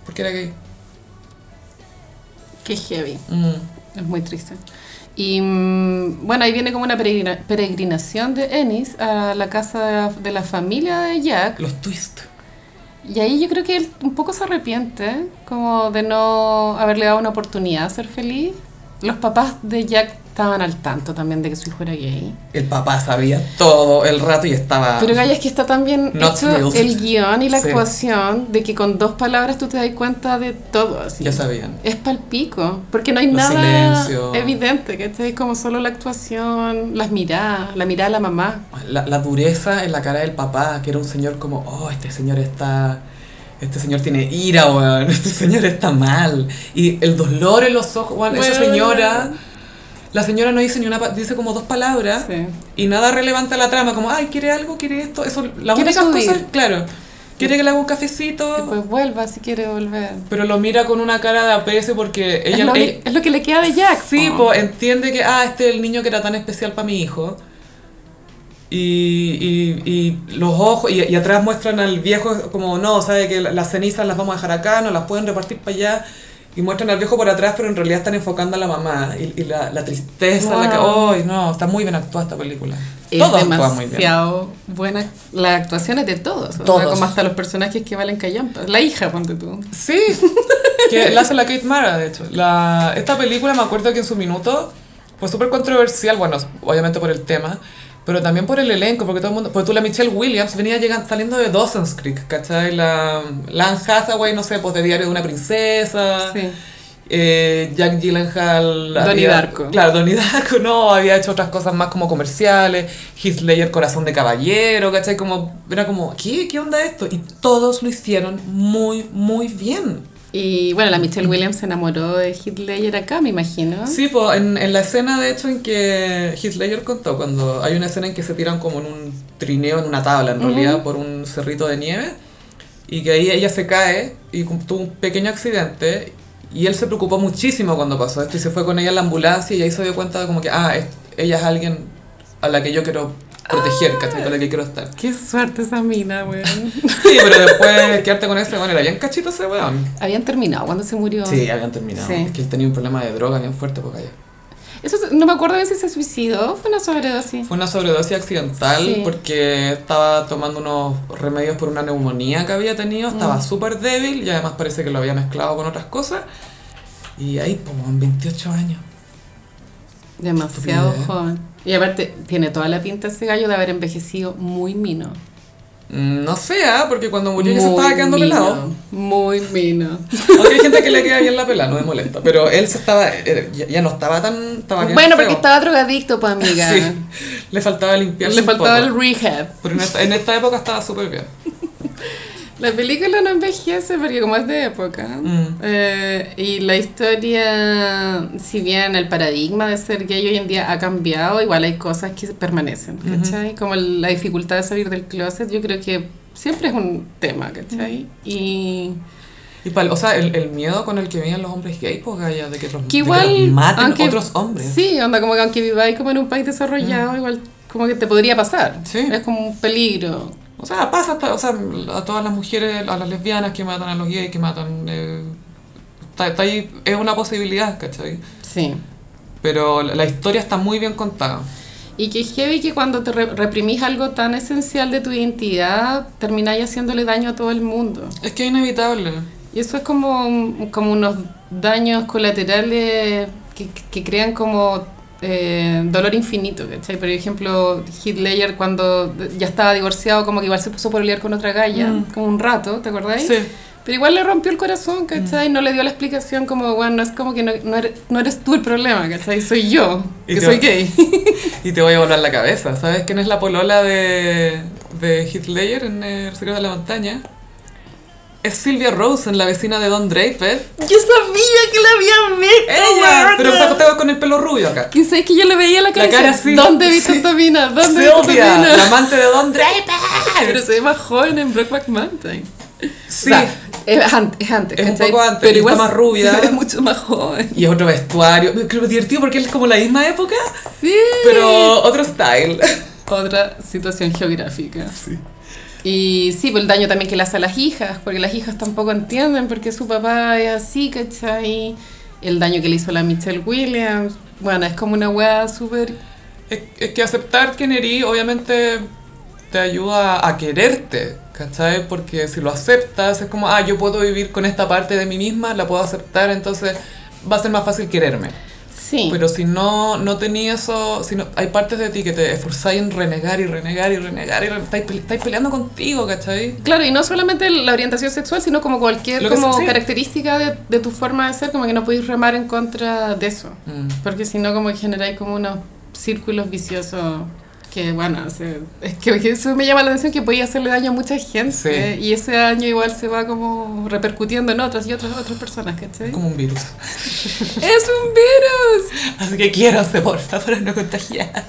Speaker 1: porque era gay.
Speaker 2: Qué heavy.
Speaker 1: Mm.
Speaker 2: Es muy triste. Y mm, bueno, ahí viene como una peregrina- peregrinación de Ennis a la casa de la familia de Jack.
Speaker 1: Los twists.
Speaker 2: Y ahí yo creo que él un poco se arrepiente, como de no haberle dado una oportunidad a ser feliz. Los papás de Jack estaban al tanto también de que su hijo era gay.
Speaker 1: El papá sabía todo el rato y estaba.
Speaker 2: Pero Gaya, es que está tan bien
Speaker 1: Ah. Not
Speaker 2: hecho
Speaker 1: thrilled.
Speaker 2: el guión y la
Speaker 1: Sí.
Speaker 2: actuación de que con dos palabras tú te das cuenta de todo. Así.
Speaker 1: ya sabían.
Speaker 2: Es palpico, porque no hay
Speaker 1: Los
Speaker 2: nada
Speaker 1: silencios.
Speaker 2: evidente, ¿cachai? Es como solo la actuación, las miradas, la mirada de la mamá.
Speaker 1: La, la dureza en la cara del papá, que era un señor como, oh, este señor está. Este señor tiene ira, weón. Este señor está mal. Y el dolor en los ojos, weón. Esa
Speaker 2: Weón.
Speaker 1: señora. La señora no dice ni una. pa- Dice como dos palabras.
Speaker 2: Sí.
Speaker 1: y nada relevante a la trama, como, ay, quiere algo, quiere esto, eso, las
Speaker 2: Quiere
Speaker 1: únicas
Speaker 2: subir.
Speaker 1: cosas, claro, quiere que le haga un cafecito,
Speaker 2: Después vuelva si quiere volver.
Speaker 1: pero lo mira con una cara de aprecio porque
Speaker 2: es,
Speaker 1: ella,
Speaker 2: lo,
Speaker 1: ella-
Speaker 2: es lo que le queda de Jack.
Speaker 1: sí,
Speaker 2: po.
Speaker 1: po, entiende que, ah, este es el niño que era tan especial para mi hijo. Y, y- y los ojos, y, y atrás muestran al viejo como, no, sabe que la- las cenizas las vamos a dejar acá, no las pueden repartir para allá. Y muestran al viejo por atrás, pero en realidad están enfocando a la mamá. Y, y la, la tristeza, la que,
Speaker 2: Wow.
Speaker 1: ¡ay, no! Está muy bien actuada esta película.
Speaker 2: Es
Speaker 1: Todo actúa muy bien.
Speaker 2: demasiado buena. Las actuaciones de todos. o sea,
Speaker 1: Todos.
Speaker 2: como hasta los personajes que valen callampas. La hija, ponte tú.
Speaker 1: Sí, que la hace la Kate Mara, de hecho. La, esta película me acuerdo que en su minuto fue súper controversial, bueno, obviamente por el tema, pero también por el elenco, porque todo el mundo, porque tú la Michelle Williams venía llegando, saliendo de Dawson's Creek, ¿cachai? La, la Anne Hathaway, no sé, pues de Diario de una Princesa.
Speaker 2: Sí.
Speaker 1: Eh, Jack Gyllenhaal
Speaker 2: Donnie
Speaker 1: había-
Speaker 2: Darko.
Speaker 1: claro Donnie Darko no había hecho otras cosas más como comerciales Heath Ledger Corazón de Caballero ¿cachai? como era como ¿qué? ¿qué onda esto? y todos lo hicieron muy muy bien
Speaker 2: Y bueno, la Michelle Williams se enamoró de Heath Ledger acá, me imagino.
Speaker 1: Mm. sí pues en, en la escena de hecho en que Heath Ledger contó cuando hay una escena en que se tiran como en un trineo en una tabla en realidad por un cerrito de nieve y que ahí ella se cae y cum- tuvo un pequeño accidente y él se preocupó muchísimo cuando pasó esto y se fue con ella a la ambulancia y ahí se dio cuenta de como que, ah, es- ella es alguien a la que yo quiero proteger, ¿cachai? Con la que quiero estar.
Speaker 2: Qué suerte esa mina, weón.
Speaker 1: Sí, pero después quedarte con ese, bueno, era bien cachito ese weón.
Speaker 2: Habían terminado cuando se murió.
Speaker 1: Sí, habían terminado.
Speaker 2: Sí.
Speaker 1: Es que él tenía un problema de droga bien fuerte pues, porque allá.
Speaker 2: Eso es- no me acuerdo bien si se suicidó, fue una sobredosis.
Speaker 1: Fue una sobredosis accidental
Speaker 2: Sí.
Speaker 1: porque estaba tomando unos remedios por una neumonía que había tenido, estaba
Speaker 2: Mm.
Speaker 1: súper débil y además parece que lo había mezclado con otras cosas. Y ahí, pues, como en 28 años.
Speaker 2: Demasiado
Speaker 1: Estupidez.
Speaker 2: este joven. Y aparte, tiene toda la pinta ese gallo de haber envejecido muy mino.
Speaker 1: Mm, No sea, porque cuando murió ya se estaba quedando
Speaker 2: mino,
Speaker 1: pelado.
Speaker 2: Muy mino.
Speaker 1: Aunque hay gente que le queda bien la pela, no me molesta. Pero él se estaba, era- ya, ya no estaba tan. Estaba bien
Speaker 2: Bueno,
Speaker 1: feo.
Speaker 2: porque estaba drogadicto, pues amiga.
Speaker 1: Sí, le faltaba limpiar
Speaker 2: Le faltaba el rehab.
Speaker 1: Pero en esta, en esta época estaba súper bien.
Speaker 2: La película no envejece porque como es de época.
Speaker 1: Mm.
Speaker 2: eh, y la historia, si bien el paradigma de ser gay hoy en día ha cambiado, igual hay cosas que permanecen, ¿cachai? Como el- la dificultad de salir del closet, yo creo que siempre es un tema, ¿cachai? Y
Speaker 1: Y pal- o sea, el, el miedo con el que venían los hombres gay, pues gallas, de que los,
Speaker 2: que
Speaker 1: de
Speaker 2: igual...
Speaker 1: que los maten
Speaker 2: aunque-
Speaker 1: otros hombres. Mm.
Speaker 2: Sí, onda, como que aunque viváis como en un país desarrollado, igual como que te podría pasar.
Speaker 1: Sí.
Speaker 2: Es como un peligro.
Speaker 1: O sea, pasa hasta- o sea, a todas las mujeres, a las lesbianas que matan a los gays, que matan. eh, está- está ahí, es una posibilidad, ¿cachai?
Speaker 2: Sí.
Speaker 1: Pero la, la historia está muy bien contada.
Speaker 2: Y que es heavy que cuando te re- reprimís algo tan esencial de tu identidad, termináis haciéndole daño a todo el mundo.
Speaker 1: Es que es inevitable.
Speaker 2: Y eso es como, un- como unos daños colaterales que, que crean como eh, dolor infinito, ¿cachai? Por ejemplo, Heath Ledger cuando ya estaba divorciado, como que igual se puso por olear con otra galla, como un rato, ¿te acordáis?
Speaker 1: Mm. Sí.
Speaker 2: Pero igual le rompió el
Speaker 1: Mm.
Speaker 2: corazón, ¿cachai? No le dio la explicación como, bueno, no es como que no, no eres, no eres tú el problema, ¿cachai? Soy yo,
Speaker 1: Y
Speaker 2: que
Speaker 1: te-
Speaker 2: soy gay.
Speaker 1: Y te voy a volar la cabeza. ¿Sabes quién es la polola de, de Heath Ledger en eh, El secreto de la montaña? Es Sylvia Rosen, la vecina de Don Draper.
Speaker 2: Yo sabía que la había visto.
Speaker 1: ¡Ella! Pero se acostaba con el pelo rubio acá.
Speaker 2: ¿Quién sabe que yo le veía la cara? y
Speaker 1: cara
Speaker 2: decía,
Speaker 1: sí.
Speaker 2: ¿Dónde vi
Speaker 1: Sí.
Speaker 2: tanta mina? ¿Dónde vi tanta
Speaker 1: Sylvia,
Speaker 2: mina?
Speaker 1: la amante de Don Draper.
Speaker 2: Pero se ve más joven en Brokeback Mountain.
Speaker 1: Sí.
Speaker 2: O sea, es antes, es antes.
Speaker 1: Es un
Speaker 2: ¿cachai?
Speaker 1: poco antes, y
Speaker 2: Pero
Speaker 1: está
Speaker 2: igual
Speaker 1: más rubia.
Speaker 2: Es mucho más joven.
Speaker 1: Y es otro vestuario. Creo que divertido porque él es como la misma época,
Speaker 2: Sí.
Speaker 1: pero otro style.
Speaker 2: Otra situación geográfica.
Speaker 1: Sí.
Speaker 2: Y sí, por el daño también que le hace a las hijas, porque las hijas tampoco entienden por qué su papá es así, ¿cachai? El daño que le hizo a la Michelle Williams. Bueno, es como una weá súper
Speaker 1: Es, es que aceptar quién eres obviamente te ayuda a quererte, ¿cachai? Porque si lo aceptas es como, ah, yo puedo vivir con esta parte de mí misma, la puedo aceptar, entonces va a ser más fácil quererme.
Speaker 2: Sí.
Speaker 1: Pero si no, no tenía eso, si no- hay partes de ti que te esforzáis en renegar y renegar y renegar y rene- estáis, pele- estáis peleando contigo, ¿cachai?
Speaker 2: claro, y no solamente la orientación sexual, sino como cualquier
Speaker 1: Lo que
Speaker 2: como
Speaker 1: sea, sí.
Speaker 2: característica de, de tu forma de ser, como que no podéis remar en contra de eso.
Speaker 1: Mm.
Speaker 2: Porque si no, como que generáis como unos círculos viciosos que, bueno, o sea, es que que eso me llama la atención que podía hacerle daño a mucha gente.
Speaker 1: Sí.
Speaker 2: Y ese daño igual se va como repercutiendo en otras y otras, otras personas, ¿cachai?
Speaker 1: Es como un virus.
Speaker 2: ¡Es un virus!
Speaker 1: Así que quiéranse, porfa, para no contagiar.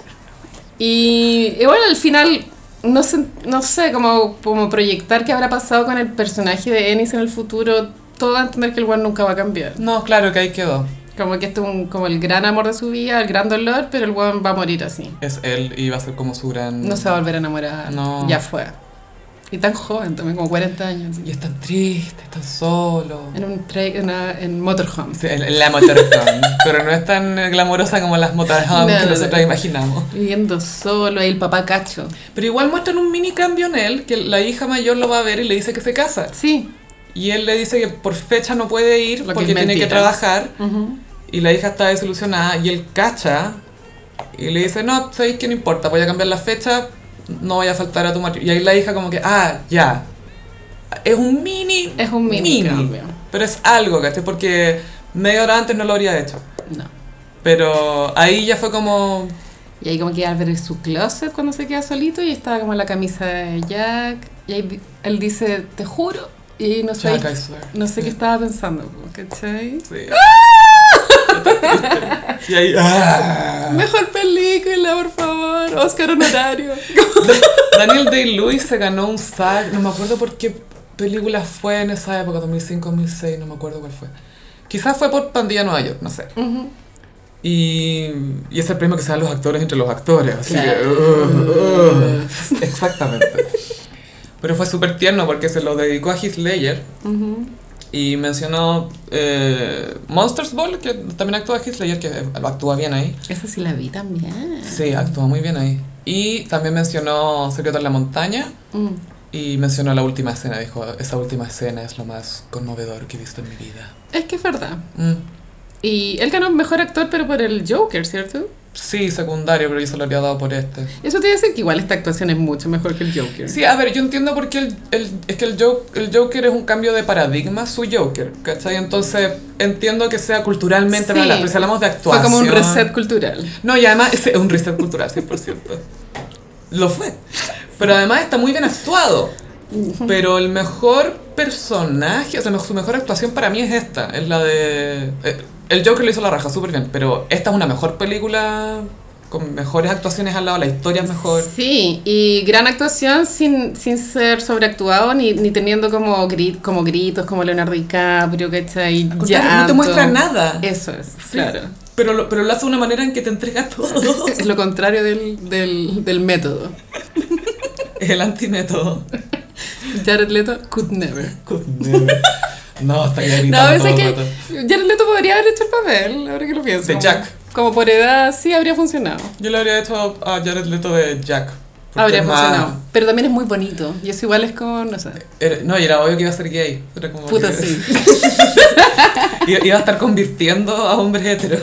Speaker 2: Y, y bueno, al final, no sé, no sé cómo, cómo proyectar qué habrá pasado con el personaje de Ennis en el futuro. Todo a entender que el one nunca va a cambiar.
Speaker 1: No, claro que ahí quedó.
Speaker 2: Como que esto es un- como el gran amor de su vida, el gran dolor, pero el one va a morir así.
Speaker 1: Es él y va a ser como su gran...
Speaker 2: No se va a volver a enamorar.
Speaker 1: No.
Speaker 2: Ya fue. Y tan joven también, como 40 años.
Speaker 1: Y es tan triste, es tan solo.
Speaker 2: En un tra- en, una- en motorhome.
Speaker 1: Sí, en- en la motorhome, pero no es tan eh, glamorosa como las motorhome
Speaker 2: No,
Speaker 1: que
Speaker 2: no,
Speaker 1: nosotros
Speaker 2: no.
Speaker 1: imaginamos.
Speaker 2: Viviendo solo, ahí el papá cacho.
Speaker 1: Pero igual muestran un mini cambio en él, que la hija mayor lo va a ver y le dice que se casa.
Speaker 2: Sí.
Speaker 1: Y él le dice que por fecha no puede ir
Speaker 2: Lo que
Speaker 1: porque
Speaker 2: es
Speaker 1: tiene que
Speaker 2: mentira.
Speaker 1: trabajar.
Speaker 2: Ujú.
Speaker 1: Y la hija está desilusionada y él cacha y le dice, no, sabéis que no importa, voy a cambiar la fecha, no voy a faltar a tu matrimonio. Y ahí la hija como que, ah, ya. Es un mini...
Speaker 2: Es un mini cambio.
Speaker 1: Pero es algo, ¿cachai? Porque media hora antes no lo habría hecho.
Speaker 2: No.
Speaker 1: Pero ahí ya fue como...
Speaker 2: Y ahí como que abre su closet cuando se queda solito y estaba como la camisa de Jack. Y ahí di- él dice, te juro. Y no sé,
Speaker 1: Jack, I swear.
Speaker 2: no sé qué estaba pensando, po, ¿cachai?
Speaker 1: Sí. y ahí... "Ah".
Speaker 2: Mejor película, por favor. Oscar honorario.
Speaker 1: Daniel Day-Lewis se ganó un SAG, no me acuerdo por qué película fue en esa época, 2005, 2006, no me acuerdo cuál fue. Quizás fue por Pandilla Nueva York, no sé.
Speaker 2: Ujú.
Speaker 1: Y, y es el premio que se dan los actores entre los actores, así que...
Speaker 2: Claro.
Speaker 1: uh, uh, exactamente. Pero fue súper tierno porque se lo dedicó a Heath Ledger
Speaker 2: Ujú.
Speaker 1: y mencionó eh, Monsters Ball, que también actúa Heath Ledger, que actúa bien ahí.
Speaker 2: Esa sí la vi también.
Speaker 1: Sí, actúa muy bien ahí. Y también mencionó Secreto en la Montaña,
Speaker 2: Mm.
Speaker 1: Y mencionó la última escena, dijo, esa última escena es lo más conmovedor que he visto en mi vida.
Speaker 2: Es que es verdad.
Speaker 1: Mm.
Speaker 2: Y él ganó mejor actor, pero por el Joker, ¿cierto?
Speaker 1: Sí, secundario, pero yo se lo había dado por este.
Speaker 2: Eso te dice que igual esta actuación es mucho mejor que el Joker.
Speaker 1: Sí, a ver, yo entiendo por qué el, el- es que el, Jo- el Joker es un cambio de paradigma, su Joker, ¿cachai? Entonces entiendo que sea culturalmente,
Speaker 2: Sí.
Speaker 1: bla, bla, pero si pues hablamos de
Speaker 2: Fue
Speaker 1: actuación...
Speaker 2: como un reset cultural.
Speaker 1: No, y además es un reset cultural, 100%. Lo fue. Pero además está muy bien actuado. Pero el mejor personaje, o sea, su mejor actuación para mí es esta. Es la de... eh, El Joker lo hizo la raja súper bien, pero esta es una mejor película con mejores actuaciones al lado, la historia es mejor.
Speaker 2: Sí, y gran actuación sin, sin ser sobreactuado ni, ni teniendo como, gri- como gritos como Leonardo DiCaprio, ¿cachai?
Speaker 1: Al contrario, no te
Speaker 2: Llanto.
Speaker 1: muestra nada.
Speaker 2: Eso es,
Speaker 1: Sí,
Speaker 2: claro.
Speaker 1: Pero lo, pero lo hace de una manera en que te entrega todo.
Speaker 2: Es lo contrario del, del, del método.
Speaker 1: El antimétodo.
Speaker 2: Jared Leto could never.
Speaker 1: No, está gritando.
Speaker 2: No, a veces
Speaker 1: todo
Speaker 2: que
Speaker 1: el rato.
Speaker 2: Jared Leto podría haber hecho el papel, ahora que lo pienso.
Speaker 1: De
Speaker 2: como-
Speaker 1: Jack.
Speaker 2: Como por edad sí habría funcionado.
Speaker 1: Yo le habría hecho a Jared Leto de Jack. porque
Speaker 2: Habría
Speaker 1: es más-
Speaker 2: funcionado. Pero también es muy bonito. Y eso igual es como, no sé.
Speaker 1: era- no, y era obvio que iba a ser gay. Era como
Speaker 2: Puta,
Speaker 1: que-
Speaker 2: sí.
Speaker 1: Iba iba a estar convirtiendo a hombres heteros.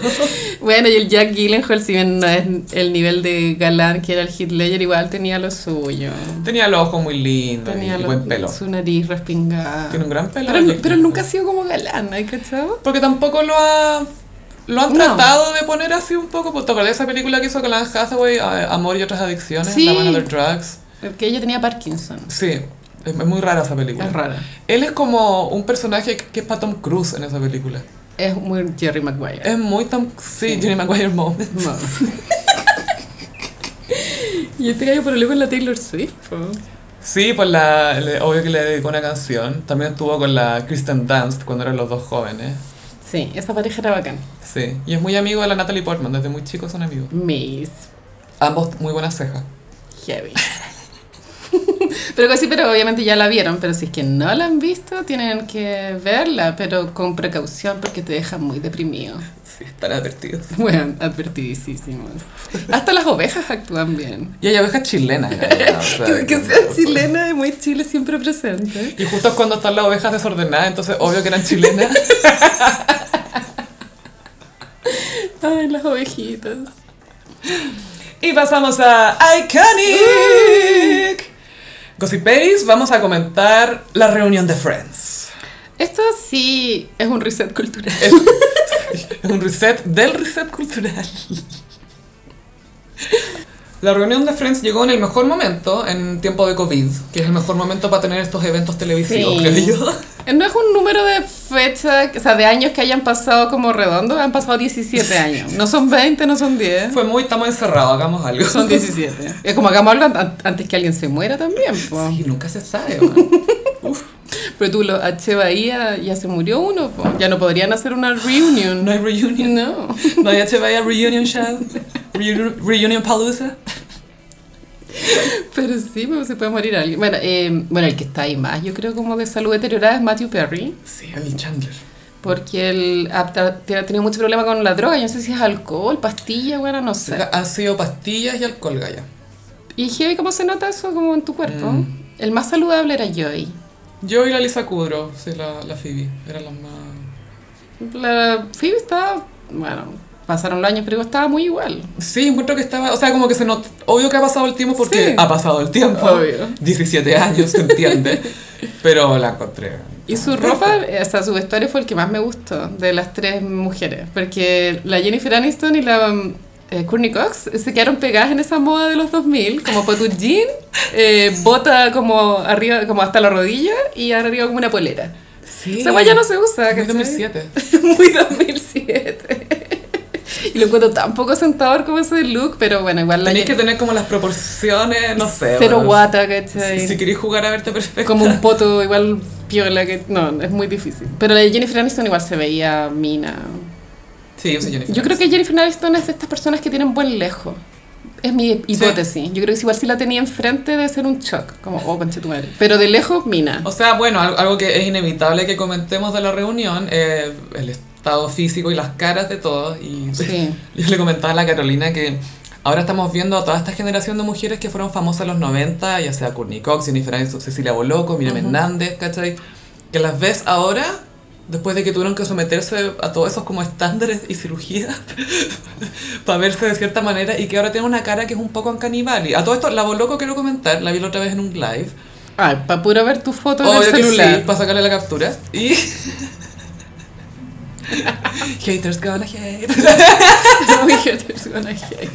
Speaker 2: Bueno, y el Jack Gyllenhaal, si bien no es el nivel de galán que era el Heath Ledger, igual tenía lo suyo.
Speaker 1: Tenía los ojos muy lindos
Speaker 2: Tenía
Speaker 1: y
Speaker 2: lo-
Speaker 1: buen pelo.
Speaker 2: su nariz respingada.
Speaker 1: Tiene un gran pelo.
Speaker 2: Pero,
Speaker 1: Jack
Speaker 2: pero él nunca ha
Speaker 1: Nicholson.
Speaker 2: sido como galán, ¿hay cachado?
Speaker 1: Porque tampoco lo ha... Lo han
Speaker 2: No.
Speaker 1: tratado de poner así un poco. pues, ¿Te acordás de esa película que hizo con Anne Hathaway? eh, Amor y otras adicciones.
Speaker 2: Sí.
Speaker 1: Love and Other Drugs.
Speaker 2: Porque ella tenía Parkinson.
Speaker 1: Sí, es es muy rara esa película.
Speaker 2: Es rara.
Speaker 1: Él es como un personaje que es para Tom Cruise en esa película.
Speaker 2: Es muy Jerry Maguire.
Speaker 1: Es muy Tom... Sí,
Speaker 2: Sí.
Speaker 1: Jerry Maguire moment.
Speaker 2: No. y este gallo por con la Taylor Swift. po.
Speaker 1: Sí, pues la, le- obvio que le dedicó una canción. También estuvo con la Kristen Dunst cuando eran los dos jóvenes.
Speaker 2: Sí, esa pareja era bacán.
Speaker 1: Sí, y es muy amigo de la Natalie Portman, desde muy chicos son amigos.
Speaker 2: Maze.
Speaker 1: Ambos muy buenas cejas.
Speaker 2: Heavy. pero que sí, pero obviamente ya la vieron, pero si es que no la han visto, tienen que verla, pero con precaución porque te deja muy deprimido.
Speaker 1: Sí, están advertidos.
Speaker 2: Bueno, advertidísimos. Hasta las ovejas actúan bien.
Speaker 1: Y hay abejas chilenas. ¿no? O sea,
Speaker 2: Que, que sea chilena es muy chile siempre presente.
Speaker 1: Y justo es cuando están las ovejas desordenadas, entonces obvio que eran chilenas.
Speaker 2: Ay, las ovejitas.
Speaker 1: Y pasamos a Iconic. Gossiperis, vamos a comentar la reunión de Friends.
Speaker 2: Esto sí es un reset cultural.
Speaker 1: Es, es un reset del reset cultural. La reunión de Friends llegó en el mejor momento, en tiempo de COVID, que es el mejor momento para tener estos eventos televisivos,
Speaker 2: Sí.
Speaker 1: creo yo.
Speaker 2: No es un número de fecha, o sea, de años que hayan pasado como redondo, han pasado 17 años. No son 20, no son 10.
Speaker 1: Fue muy, estamos encerrados, hagamos algo.
Speaker 2: Son 17. Es como hagamos algo an- antes que alguien se muera también. po.
Speaker 1: Sí, nunca se sabe, man.
Speaker 2: Pero tú, lo H. Bahía, ya se murió uno. po. Ya no podrían hacer una reunion.
Speaker 1: No hay reunion.
Speaker 2: No.
Speaker 1: No hay HBA reunion show. Reunion, reunion Palooza.
Speaker 2: Pero sí, pues, se puede morir alguien. Bueno, eh, bueno, el que está ahí más, yo creo, como de salud deteriorada es Matthew Perry.
Speaker 1: Sí, el Chandler.
Speaker 2: Porque él ha, ha tenido mucho problema con la droga. Yo no sé si es alcohol, pastilla, bueno, no sé.
Speaker 1: Han sido pastillas y alcohol, Gaya.
Speaker 2: Y heavy, ¿cómo se nota eso como en tu cuerpo? El más saludable era Joy.
Speaker 1: Yo y la Lisa Kudrow, sí, la, la Phoebe, eran las más...
Speaker 2: La Phoebe estaba, bueno, pasaron los años, pero igual estaba muy igual.
Speaker 1: Sí, encuentro que estaba, o sea, como que se notó, obvio que ha pasado el tiempo porque
Speaker 2: Sí.
Speaker 1: ha pasado el tiempo.
Speaker 2: Obvio.
Speaker 1: 17 años, se entiende. Pero la encontré.
Speaker 2: Y su ropa, eh, o sea, su vestuario fue el que más me gustó de las tres mujeres. Porque la Jennifer Aniston y la mm, eh, Courtney Cox se quedaron pegadas en esa moda de los 2000, como potu jean, eh, bota como arriba, como hasta la rodilla y arriba como una polera.
Speaker 1: Sí.
Speaker 2: Esa guay ya no se usa,
Speaker 1: Muy
Speaker 2: ¿cachai?
Speaker 1: 2007.
Speaker 2: Muy 2007. Y lo encuentro tan poco sentador como ese look, pero bueno, igual la
Speaker 1: Tenéis que tener como las proporciones, no sé.
Speaker 2: Cero
Speaker 1: bueno,
Speaker 2: guata,
Speaker 1: Si,
Speaker 2: ¿cachai?
Speaker 1: si queréis jugar a verte perfecta.
Speaker 2: Como un poto igual piola que... No, es muy difícil. Pero la de Jennifer Aniston igual se veía mina.
Speaker 1: Sí, yo soy Jennifer.
Speaker 2: Yo creo que Jennifer Aniston es de estas personas que tienen buen lejo. Es mi hipótesis. Yo creo que si igual si la tenía enfrente debe ser un shock. Como, oh, concha tu madre. Pero de lejos, mina.
Speaker 1: O sea, bueno, al- algo que es inevitable que comentemos de la reunión, eh, el estado físico y las caras de todos. Y
Speaker 2: Sí.
Speaker 1: yo le comentaba a la Carolina que ahora estamos viendo a toda esta generación de mujeres que fueron famosas en los 90, ya sea Courtney Cox, Jennifer Aniston, Cecilia Boloco, Miriam Hernández, ¿cachai? Que las ves ahora Después de que tuvieron que someterse a todos esos como estándares y cirugías para verse de cierta manera y que ahora tiene una cara que es un poco ancanibali. A todo esto, la Boloco quiero comentar, la vi la otra vez en un live.
Speaker 2: Ah, para pura ver tu foto en
Speaker 1: Obvio
Speaker 2: el
Speaker 1: que
Speaker 2: celular.
Speaker 1: sí, para sacarle la captura. Y... Haters gonna hate.
Speaker 2: We haters gonna hate.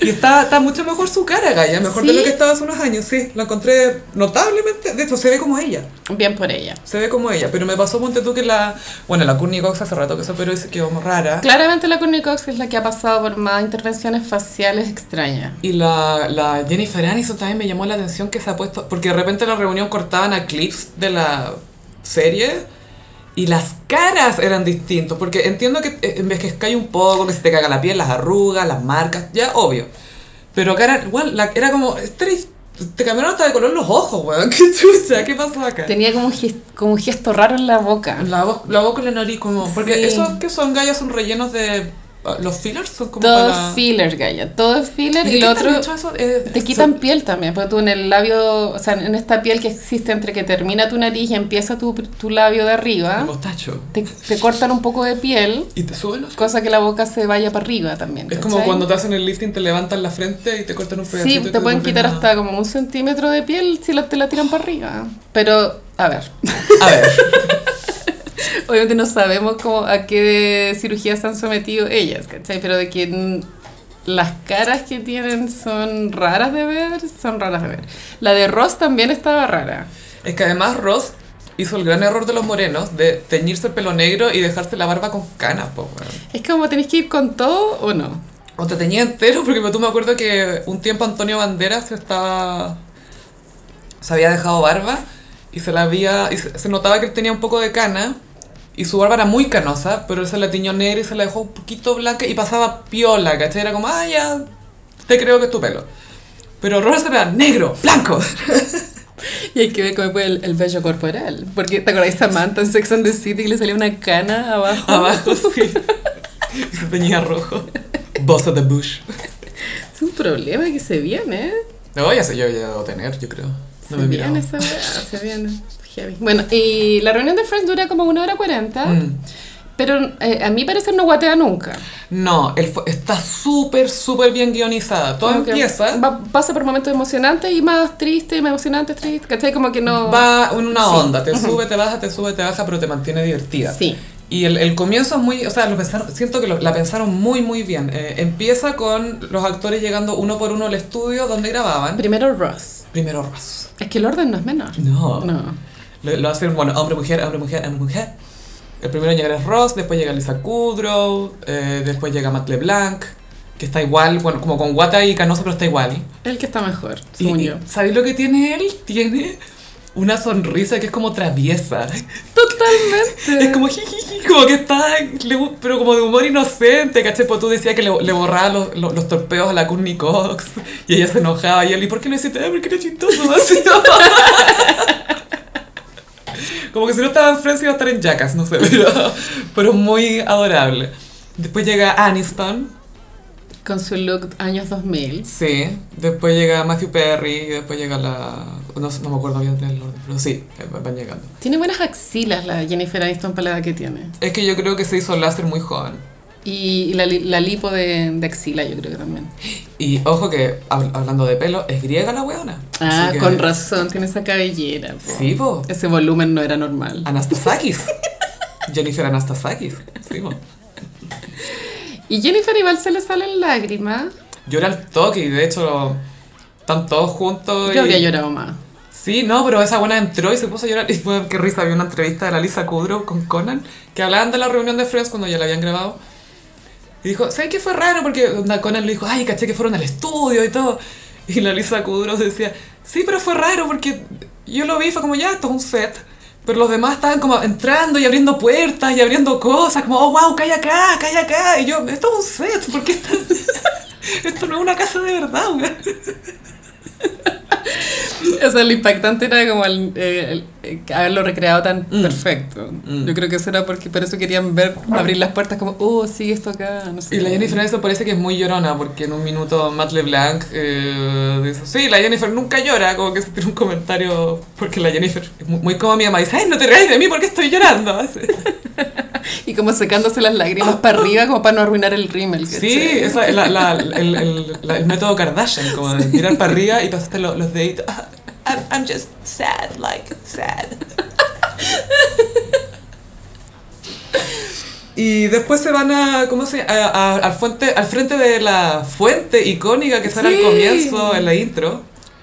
Speaker 1: Y está, está mucho mejor su cara, Gaia, mejor de
Speaker 2: ¿Sí?
Speaker 1: lo que estaba hace unos años, sí. La encontré notablemente, de hecho, se ve como ella,
Speaker 2: Bien por ella.
Speaker 1: se ve como ella. Pero me pasó, ponte tú, que la, bueno, la Courtney Cox hace rato que se operó y se quedó como rara.
Speaker 2: Claramente la Courtney Cox es la que ha pasado por más intervenciones faciales extrañas.
Speaker 1: Y la, la Jennifer Aniston también me llamó la atención que se ha puesto, porque de repente en la reunión cortaban a clips de la serie y las caras eran distintos, porque entiendo que eh, envejezcáis un poco, que se te caga la piel, las arrugas, las marcas, ya obvio. Pero cara, igual, la- era como, este eres- te cambiaron hasta de color los ojos, weón, qué chucha, qué pasó acá.
Speaker 2: Tenía como un, gest- como un gesto raro en la boca.
Speaker 1: La voz, la boca y la nariz, como, porque
Speaker 2: Sí.
Speaker 1: esos que son gallas son rellenos de, ah, los fillers son como
Speaker 2: Todo
Speaker 1: para-
Speaker 2: es filler, Gaya. Todo es filler.
Speaker 1: ¿De
Speaker 2: Y
Speaker 1: qué
Speaker 2: lo
Speaker 1: están
Speaker 2: otro.
Speaker 1: hechos esos? Eh,
Speaker 2: Te quitan piel también, porque tú en el labio, o sea, en esta piel que existe entre que termina tu nariz y empieza tu, tu labio de
Speaker 1: el
Speaker 2: arriba,
Speaker 1: mostacho.
Speaker 2: te, te cortan un poco de piel,
Speaker 1: Y te suben los
Speaker 2: cosa que la boca se vaya para arriba también.
Speaker 1: Es como
Speaker 2: ¿cachai?
Speaker 1: cuando te hacen el lifting, te levantan la frente y te cortan un pedacito.
Speaker 2: Sí,
Speaker 1: y
Speaker 2: te pueden
Speaker 1: devuelven
Speaker 2: quitar
Speaker 1: la-
Speaker 2: hasta como un centímetro de piel si la- te la tiran para arriba. Pero, a ver,
Speaker 1: A ver,
Speaker 2: obviamente no sabemos cómo, a qué cirugías se han sometido ellas, ¿cachai? Pero de que mm, las caras que tienen son raras de ver, son raras de ver. La de Ross también estaba rara.
Speaker 1: es que además Ross hizo el gran error de los morenos de teñirse el pelo negro y dejarse la barba con canas, po, weón.
Speaker 2: Es como tenéis que ir con todo o no.
Speaker 1: O te teñía entero, porque tú me acuerdo que un tiempo Antonio Banderas se estaba... Se había dejado barba y se la había... y se se notaba que él tenía un poco de cana y su barba era muy canosa, pero él se la tiñó negra y se la dejó un poquito blanca y pasaba piola, ¿cachai? Era como, ah, ya, te creo que es tu pelo. Pero Ross era negro, blanco.
Speaker 2: Y hay que ver cómo fue el, el vello corporal. Porque, ¿te acordáis Samantha en Sex and the City que le salía una cana abajo?
Speaker 1: Abajo, sí. Y se teñía rojo. Boss of the bush.
Speaker 2: Es un problema que se viene, ¿eh?
Speaker 1: No, ya sé, yo ya debo tener, yo creo. No
Speaker 2: se
Speaker 1: me miraba.
Speaker 2: viene esa weá, se viene. Heavy. Bueno, y la reunión de Friends dura como una hora cuarenta.
Speaker 1: Mm.
Speaker 2: Pero eh, a mi parecer no guatea nunca.
Speaker 1: No, el fo- está súper, súper bien guionizada. Todo
Speaker 2: Como que
Speaker 1: empieza, va,
Speaker 2: va- pasa por momentos emocionantes y más tristes, y más emocionantes, tristes. ¿Cachai? Como que no.
Speaker 1: en una
Speaker 2: Sí.
Speaker 1: onda, te sube, te baja, te sube, te baja, pero te mantiene divertida.
Speaker 2: Sí.
Speaker 1: Y el, el comienzo es muy, o sea, lo pensaron- siento que lo- la pensaron muy, muy bien. Eh, empieza con los actores llegando uno por uno al estudio donde grababan.
Speaker 2: Primero Ross.
Speaker 1: Primero Ross.
Speaker 2: Es que el orden no es menor.
Speaker 1: No.
Speaker 2: No.
Speaker 1: Lo, lo hacen, bueno, hombre, mujer, hombre, mujer, hombre, mujer. El primero en llegar es Ross, después llega Lisa Kudrow, eh, después llega Matt LeBlanc, que está igual, bueno, como con guata y canoso, pero está igual.
Speaker 2: El que está mejor,
Speaker 1: Y,
Speaker 2: según
Speaker 1: y
Speaker 2: yo.
Speaker 1: ¿Sabéis lo que tiene él? Tiene una sonrisa que es como traviesa.
Speaker 2: Totalmente.
Speaker 1: Es como jijiji, como que está, le gu- pero como de humor inocente, ¿cachai? Pues tú decías que le, le borraba los, los, los torpeos a la Courtney Cox y ella se enojaba y él, ¿y por qué lo hiciste? "Ah, Porque era chistoso, así. Como que si no estaba en Francia iba a estar en Jackass, no sé, pero, pero muy adorable. Después llega Aniston,
Speaker 2: Con su look años 2000.
Speaker 1: Sí, después llega Matthew Perry, y después llega la... No, sé, no me acuerdo bien del orden, pero sí, eh, van llegando.
Speaker 2: Tiene buenas axilas la Jennifer Aniston para la edad que tiene.
Speaker 1: Es que yo creo que se hizo láser muy joven.
Speaker 2: Y, y la, li- la lipo de, de axila yo creo que también.
Speaker 1: Y ojo que, hab- hablando de pelo, es griega la weona.
Speaker 2: Ah,
Speaker 1: Así que-
Speaker 2: con razón, tiene esa cabellera. po.
Speaker 1: Sí, po.
Speaker 2: Ese volumen no era normal.
Speaker 1: Anastasakis. Jennifer Anastasakis. Sí, po.
Speaker 2: Y Jennifer igual se le salen lágrimas.
Speaker 1: Llora al toque y de hecho están todos juntos. y-
Speaker 2: Yo habría llorado más.
Speaker 1: Sí, no, pero esa buena entró y se puso a llorar. Y fue, qué risa, había una entrevista de la Lisa Kudrow con Conan que hablaban de la reunión de Friends cuando ya la habían grabado. Y dijo, ¿sabes qué fue raro? Porque onda, Conan le dijo, ay, caché que fueron al estudio y todo. Y la Lisa Kudrow decía, sí, pero fue raro porque yo lo vi y fue como, ya, esto es un set. Pero los demás estaban como entrando y abriendo puertas y abriendo cosas, como, oh, wow, calla acá, calla acá. Y yo, esto es un set, porque esto, esto no es una casa de verdad, weón.
Speaker 2: O sea, lo impactante era como el, eh, el- eh, haberlo recreado tan
Speaker 1: Mm.
Speaker 2: perfecto.
Speaker 1: Mm.
Speaker 2: Yo creo que eso era porque por eso querían ver, abrir las puertas como, oh, sigue esto acá, no sé.
Speaker 1: Y la Jennifer Aniston parece que es muy llorona, porque en un minuto Matt LeBlanc eh, dice, sí, la Jennifer nunca llora, como que se tiene un comentario, porque la Jennifer, es muy, muy como mi mamá, dice, ay, no te rías de mí porque estoy llorando. Así.
Speaker 2: y como secándose las lágrimas para arriba como para no arruinar el rímel. ¿cachai?
Speaker 1: Sí, esa es la- la- el, el- la- el método Kardashian, como de mirar para arriba y pasaste lo- los deditos. Ah, I'm, I'm just sad, like sad. Y después se van a, ¿cómo se a- a- al, fuente, al frente de la fuente icónica que sale
Speaker 2: Sí.
Speaker 1: al comienzo, en la intro,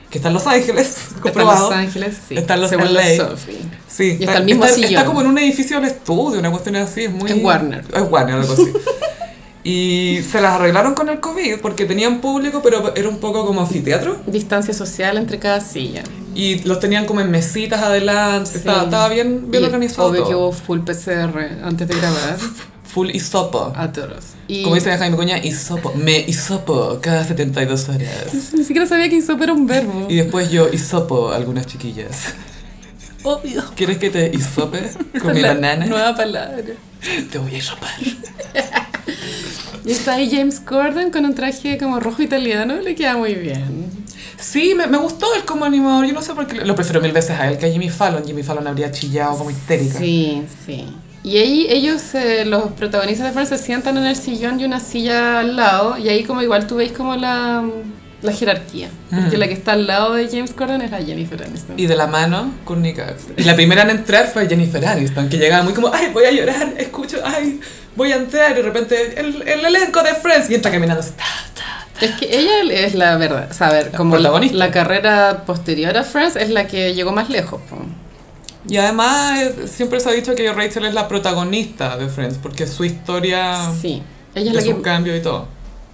Speaker 1: que está en Los Ángeles,
Speaker 2: Está en Los
Speaker 1: comprobado.
Speaker 2: Ángeles, sí.
Speaker 1: Está en Los
Speaker 2: según la
Speaker 1: LA.
Speaker 2: Sophie.
Speaker 1: Sí,
Speaker 2: Y está el mismo
Speaker 1: está,
Speaker 2: sillón.
Speaker 1: está como en un edificio del estudio, una cuestión así, es muy...
Speaker 2: En Warner.
Speaker 1: Es Warner, algo así. y se las arreglaron con el COVID porque tenían público, pero era un poco como anfiteatro.
Speaker 2: Distancia social entre cada silla.
Speaker 1: Y los tenían como en mesitas adelante,
Speaker 2: Sí.
Speaker 1: estaba, estaba bien, bien
Speaker 2: Y
Speaker 1: organizado
Speaker 2: Obvio que
Speaker 1: todo.
Speaker 2: hubo full PCR antes de grabar
Speaker 1: Full hisopo.
Speaker 2: a todos. Ah, Y
Speaker 1: Como dice la hija de mi coña, hisopo. Me hisopo cada 72 horas.
Speaker 2: ni siquiera sabía que hizo, era un verbo.
Speaker 1: Y después yo hisopo a algunas chiquillas.
Speaker 2: Obvio.
Speaker 1: ¿Quieres que te hisope
Speaker 2: Esa
Speaker 1: con
Speaker 2: es
Speaker 1: mi
Speaker 2: la
Speaker 1: banana?
Speaker 2: Nueva palabra.
Speaker 1: Te voy a hisopar.
Speaker 2: Y está ahí James Corden con un traje como rojo italiano, le queda muy bien.
Speaker 1: Sí, me, me gustó él como animador. Yo no sé por qué. Lo prefiero mil veces a él que a Jimmy Fallon. Jimmy Fallon habría chillado como histérica.
Speaker 2: Sí, sí. Y ahí ellos, eh, los protagonistas de Friends, se sientan en el sillón y una silla al lado, y ahí como igual tú veis como la, la jerarquía. Porque
Speaker 1: Mm.
Speaker 2: la que está al lado de James Corden es la Jennifer Aniston.
Speaker 1: Y de la mano con Nick Axel. Y la primera en entrar fue Jennifer Aniston, que llegaba muy como, ay, voy a llorar, escucho, ay, voy a entrar. Y de repente, el, el elenco de Friends. Y entra caminando. así, ta, ta.
Speaker 2: Es que ella es la verdad, o sea, a ver, como la,
Speaker 1: protagonista.
Speaker 2: la carrera posterior a Friends es la que llegó más lejos. po.
Speaker 1: Y además, eh, siempre se ha dicho que Rachel es la protagonista de Friends, porque su historia
Speaker 2: Sí, ella
Speaker 1: Ah. es,
Speaker 2: es la
Speaker 1: un
Speaker 2: que...
Speaker 1: cambio y todo.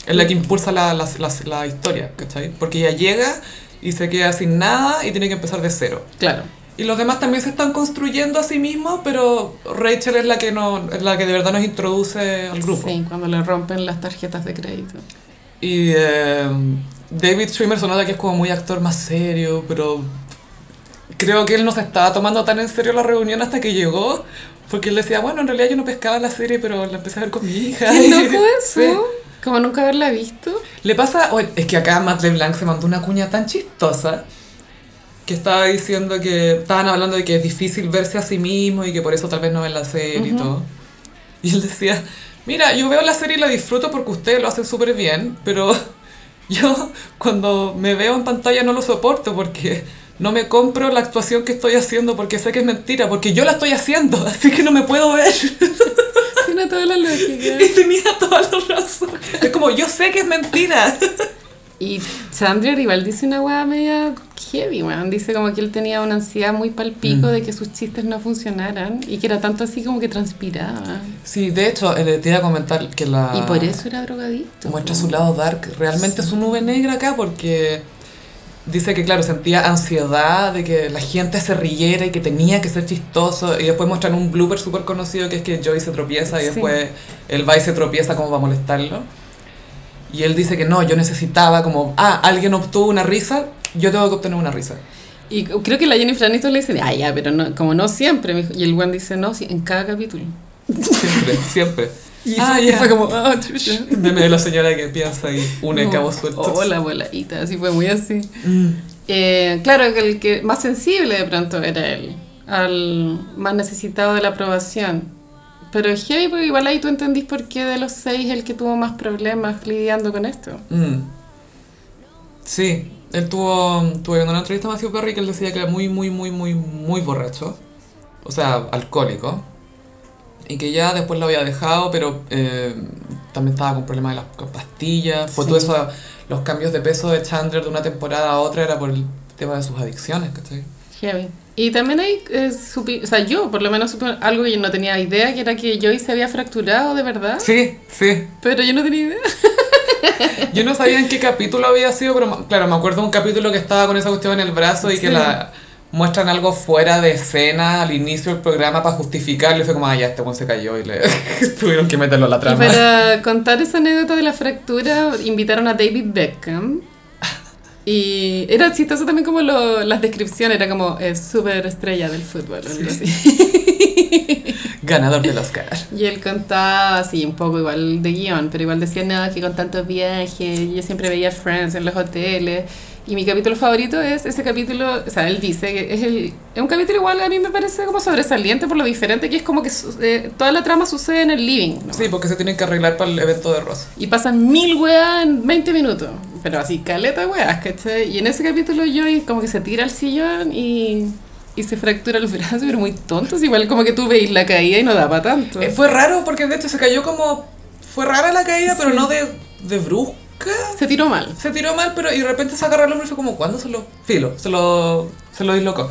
Speaker 1: Es la que impulsa la, la, la, la historia, ¿cachai? Porque ella llega y se queda sin nada y tiene que empezar de cero.
Speaker 2: Claro.
Speaker 1: Y los demás también se están construyendo a sí mismos, pero Rachel es la que no, es la que de verdad nos introduce al grupo.
Speaker 2: Sí, cuando le rompen las tarjetas de crédito.
Speaker 1: Y eh, David Schwimmer sonaba que es como muy actor más serio, pero creo que él no se estaba tomando tan en serio la reunión hasta que llegó, porque él decía, bueno, en realidad yo no pescaba la serie, pero la empecé a ver con mi hija.
Speaker 2: ¡Qué loco eso!
Speaker 1: Sí.
Speaker 2: Como nunca haberla visto.
Speaker 1: Le pasa, oye, es que acá Matt LeBlanc se mandó una cuña tan chistosa que estaba diciendo que estaban hablando de que es difícil verse a sí mismo y que por eso tal vez no ven la serie y todo. Y él decía, mira, yo veo la serie y la disfruto porque ustedes lo hacen súper bien, pero yo cuando me veo en pantalla no lo soporto porque no me compro la actuación que estoy haciendo porque sé que es mentira, porque yo la estoy haciendo, así que no me puedo ver.
Speaker 2: Tiene toda la lógica.
Speaker 1: Y tenía toda la razón. Es como, yo sé que es mentira.
Speaker 2: Y Chandler igual dice una weá media heavy, weón. Dice como que él tenía una ansiedad muy palpico de que sus chistes no funcionaran y que era tanto así como que transpiraba.
Speaker 1: Sí, de hecho, eh, te iba a comentar que la...
Speaker 2: Y por eso era drogadicto.
Speaker 1: Ah. Muestra
Speaker 2: po.
Speaker 1: su lado dark. Realmente es su nube negra acá porque dice que, claro, sentía ansiedad de que la gente se riera y que tenía que ser chistoso. Y después muestran un blooper súper conocido que es que Joey se tropieza y
Speaker 2: Sí.
Speaker 1: después él va y se tropieza como para molestarlo. Y él dice que no, yo necesitaba como, ah, alguien obtuvo una risa, yo tengo que obtener una risa.
Speaker 2: Y creo que la Jennifer Aniston le dice, ah, ya, pero no, como no siempre. mijo". Y el weón dice, no, sí, en cada capítulo.
Speaker 1: Siempre, siempre.
Speaker 2: Y,
Speaker 1: Ah,
Speaker 2: y
Speaker 1: ya.
Speaker 2: fue como, ah, chucha.
Speaker 1: Meme de la señora que piensa y une
Speaker 2: No.
Speaker 1: cabos sueltos.
Speaker 2: Oh, la abuelita, así fue muy así.
Speaker 1: Mm.
Speaker 2: Eh, claro que el que más sensible de pronto era él, al más necesitado de la aprobación. Pero es heavy, porque igual ahí tú entendís por qué de los seis el que tuvo más problemas lidiando con esto.
Speaker 1: Mm. Sí, él tuvo, tuvo en una entrevista a Matthew Perry que él decía que era muy, muy, muy, muy, muy borracho. O sea, alcohólico. Y que ya después lo había dejado, pero eh, también estaba con problemas de las con pastillas. Por
Speaker 2: Sí.
Speaker 1: todo eso, los cambios de peso de Chandler de una temporada a otra era por el tema de sus adicciones, ¿cachai?
Speaker 2: Heavy. Y también ahí eh, supi- o sea, yo por lo menos supe algo que yo no tenía idea, que era que Joey se había fracturado de verdad,
Speaker 1: Sí, sí.
Speaker 2: pero yo no tenía idea.
Speaker 1: Yo no sabía en qué capítulo había sido, pero ma- claro, me acuerdo de un capítulo que estaba con esa cuestión en el brazo y que
Speaker 2: Sí.
Speaker 1: la muestran algo fuera de escena al inicio del programa para justificarlo y fue como, ah, ya, este buen se cayó y le tuvieron que meterlo a la
Speaker 2: Y
Speaker 1: trama.
Speaker 2: para contar esa anécdota de la fractura, invitaron a David Beckham. Y era chistoso también como lo- las descripciones, era como eh, súper estrella del fútbol. o algo así.
Speaker 1: Ganador del Oscar.
Speaker 2: Y él contaba así un poco igual de guión, pero igual decía, no, que con tantos viajes, yo siempre veía Friends en los hoteles. Y mi capítulo favorito es ese capítulo, o sea, él dice que es, el, es un capítulo igual a mí me parece como sobresaliente por lo diferente que es como que su- eh, toda la trama sucede en el living. ¿no?
Speaker 1: Sí, porque se tienen que arreglar para el evento de Ross.
Speaker 2: Y pasan mil weas en 20 minutos. Pero así, caleta de weas, ¿cachai? Y en ese capítulo Joey como que se tira al sillón y, y se fractura el brazo, pero muy tontos. Igual como que tú veis la caída y no da para tanto.
Speaker 1: Eh, fue raro porque de hecho se cayó como. Fue rara la caída, pero
Speaker 2: Sí.
Speaker 1: no de, de brusca.
Speaker 2: Se tiró mal.
Speaker 1: Se tiró mal, pero y de repente se agarró el hombro y fue como, ¿cuándo se lo.? Filo, se lo, se lo dislocó.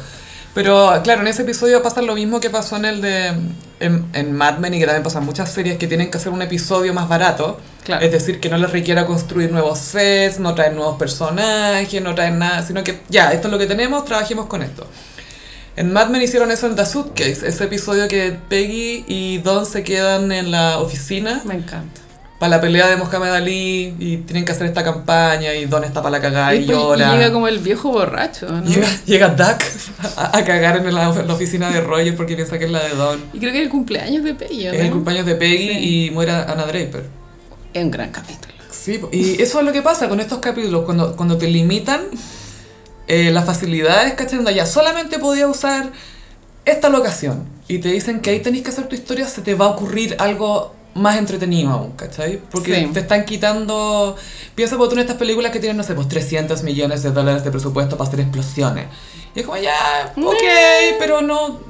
Speaker 1: Pero claro, en ese episodio pasa lo mismo que pasó en el de. En, en Mad Men y que también pasan muchas series que tienen que hacer un episodio más barato.
Speaker 2: Claro.
Speaker 1: Es decir, que no les requiera construir nuevos sets, no traen nuevos personajes, no traen nada, sino que ya, esto es lo que tenemos, trabajemos con esto. En Mad Men hicieron eso en The Suitcase, ese episodio que Peggy y Don se quedan en la oficina
Speaker 2: Me encanta.
Speaker 1: para la pelea de Mohamed Ali y tienen que hacer esta campaña y Don está para la cagada y,
Speaker 2: Y pues- y
Speaker 1: llora.
Speaker 2: llega como el viejo borracho, ¿no?
Speaker 1: Llega, llega Duck a, a cagar en la, la oficina de Roger porque piensa que es la de Don.
Speaker 2: Y creo que es el cumpleaños de Pella,
Speaker 1: Es el cumpleaños de Peggy y muere Anna Draper.
Speaker 2: Es un gran capítulo.
Speaker 1: Sí, po- y eso es lo que pasa con estos capítulos, cuando, cuando te limitan eh, las facilidades, ¿cachai? Onda, Ya solamente podía usar esta locación y te dicen que ahí tenés que hacer tu historia, se te va a ocurrir algo más entretenido aún, ¿cachai? Porque
Speaker 2: Sí.
Speaker 1: te están quitando... Piensa por tú en estas películas que tienen, no sé, pues 300 millones de dólares de presupuesto para hacer explosiones. Y es como, ya, ok, pero no,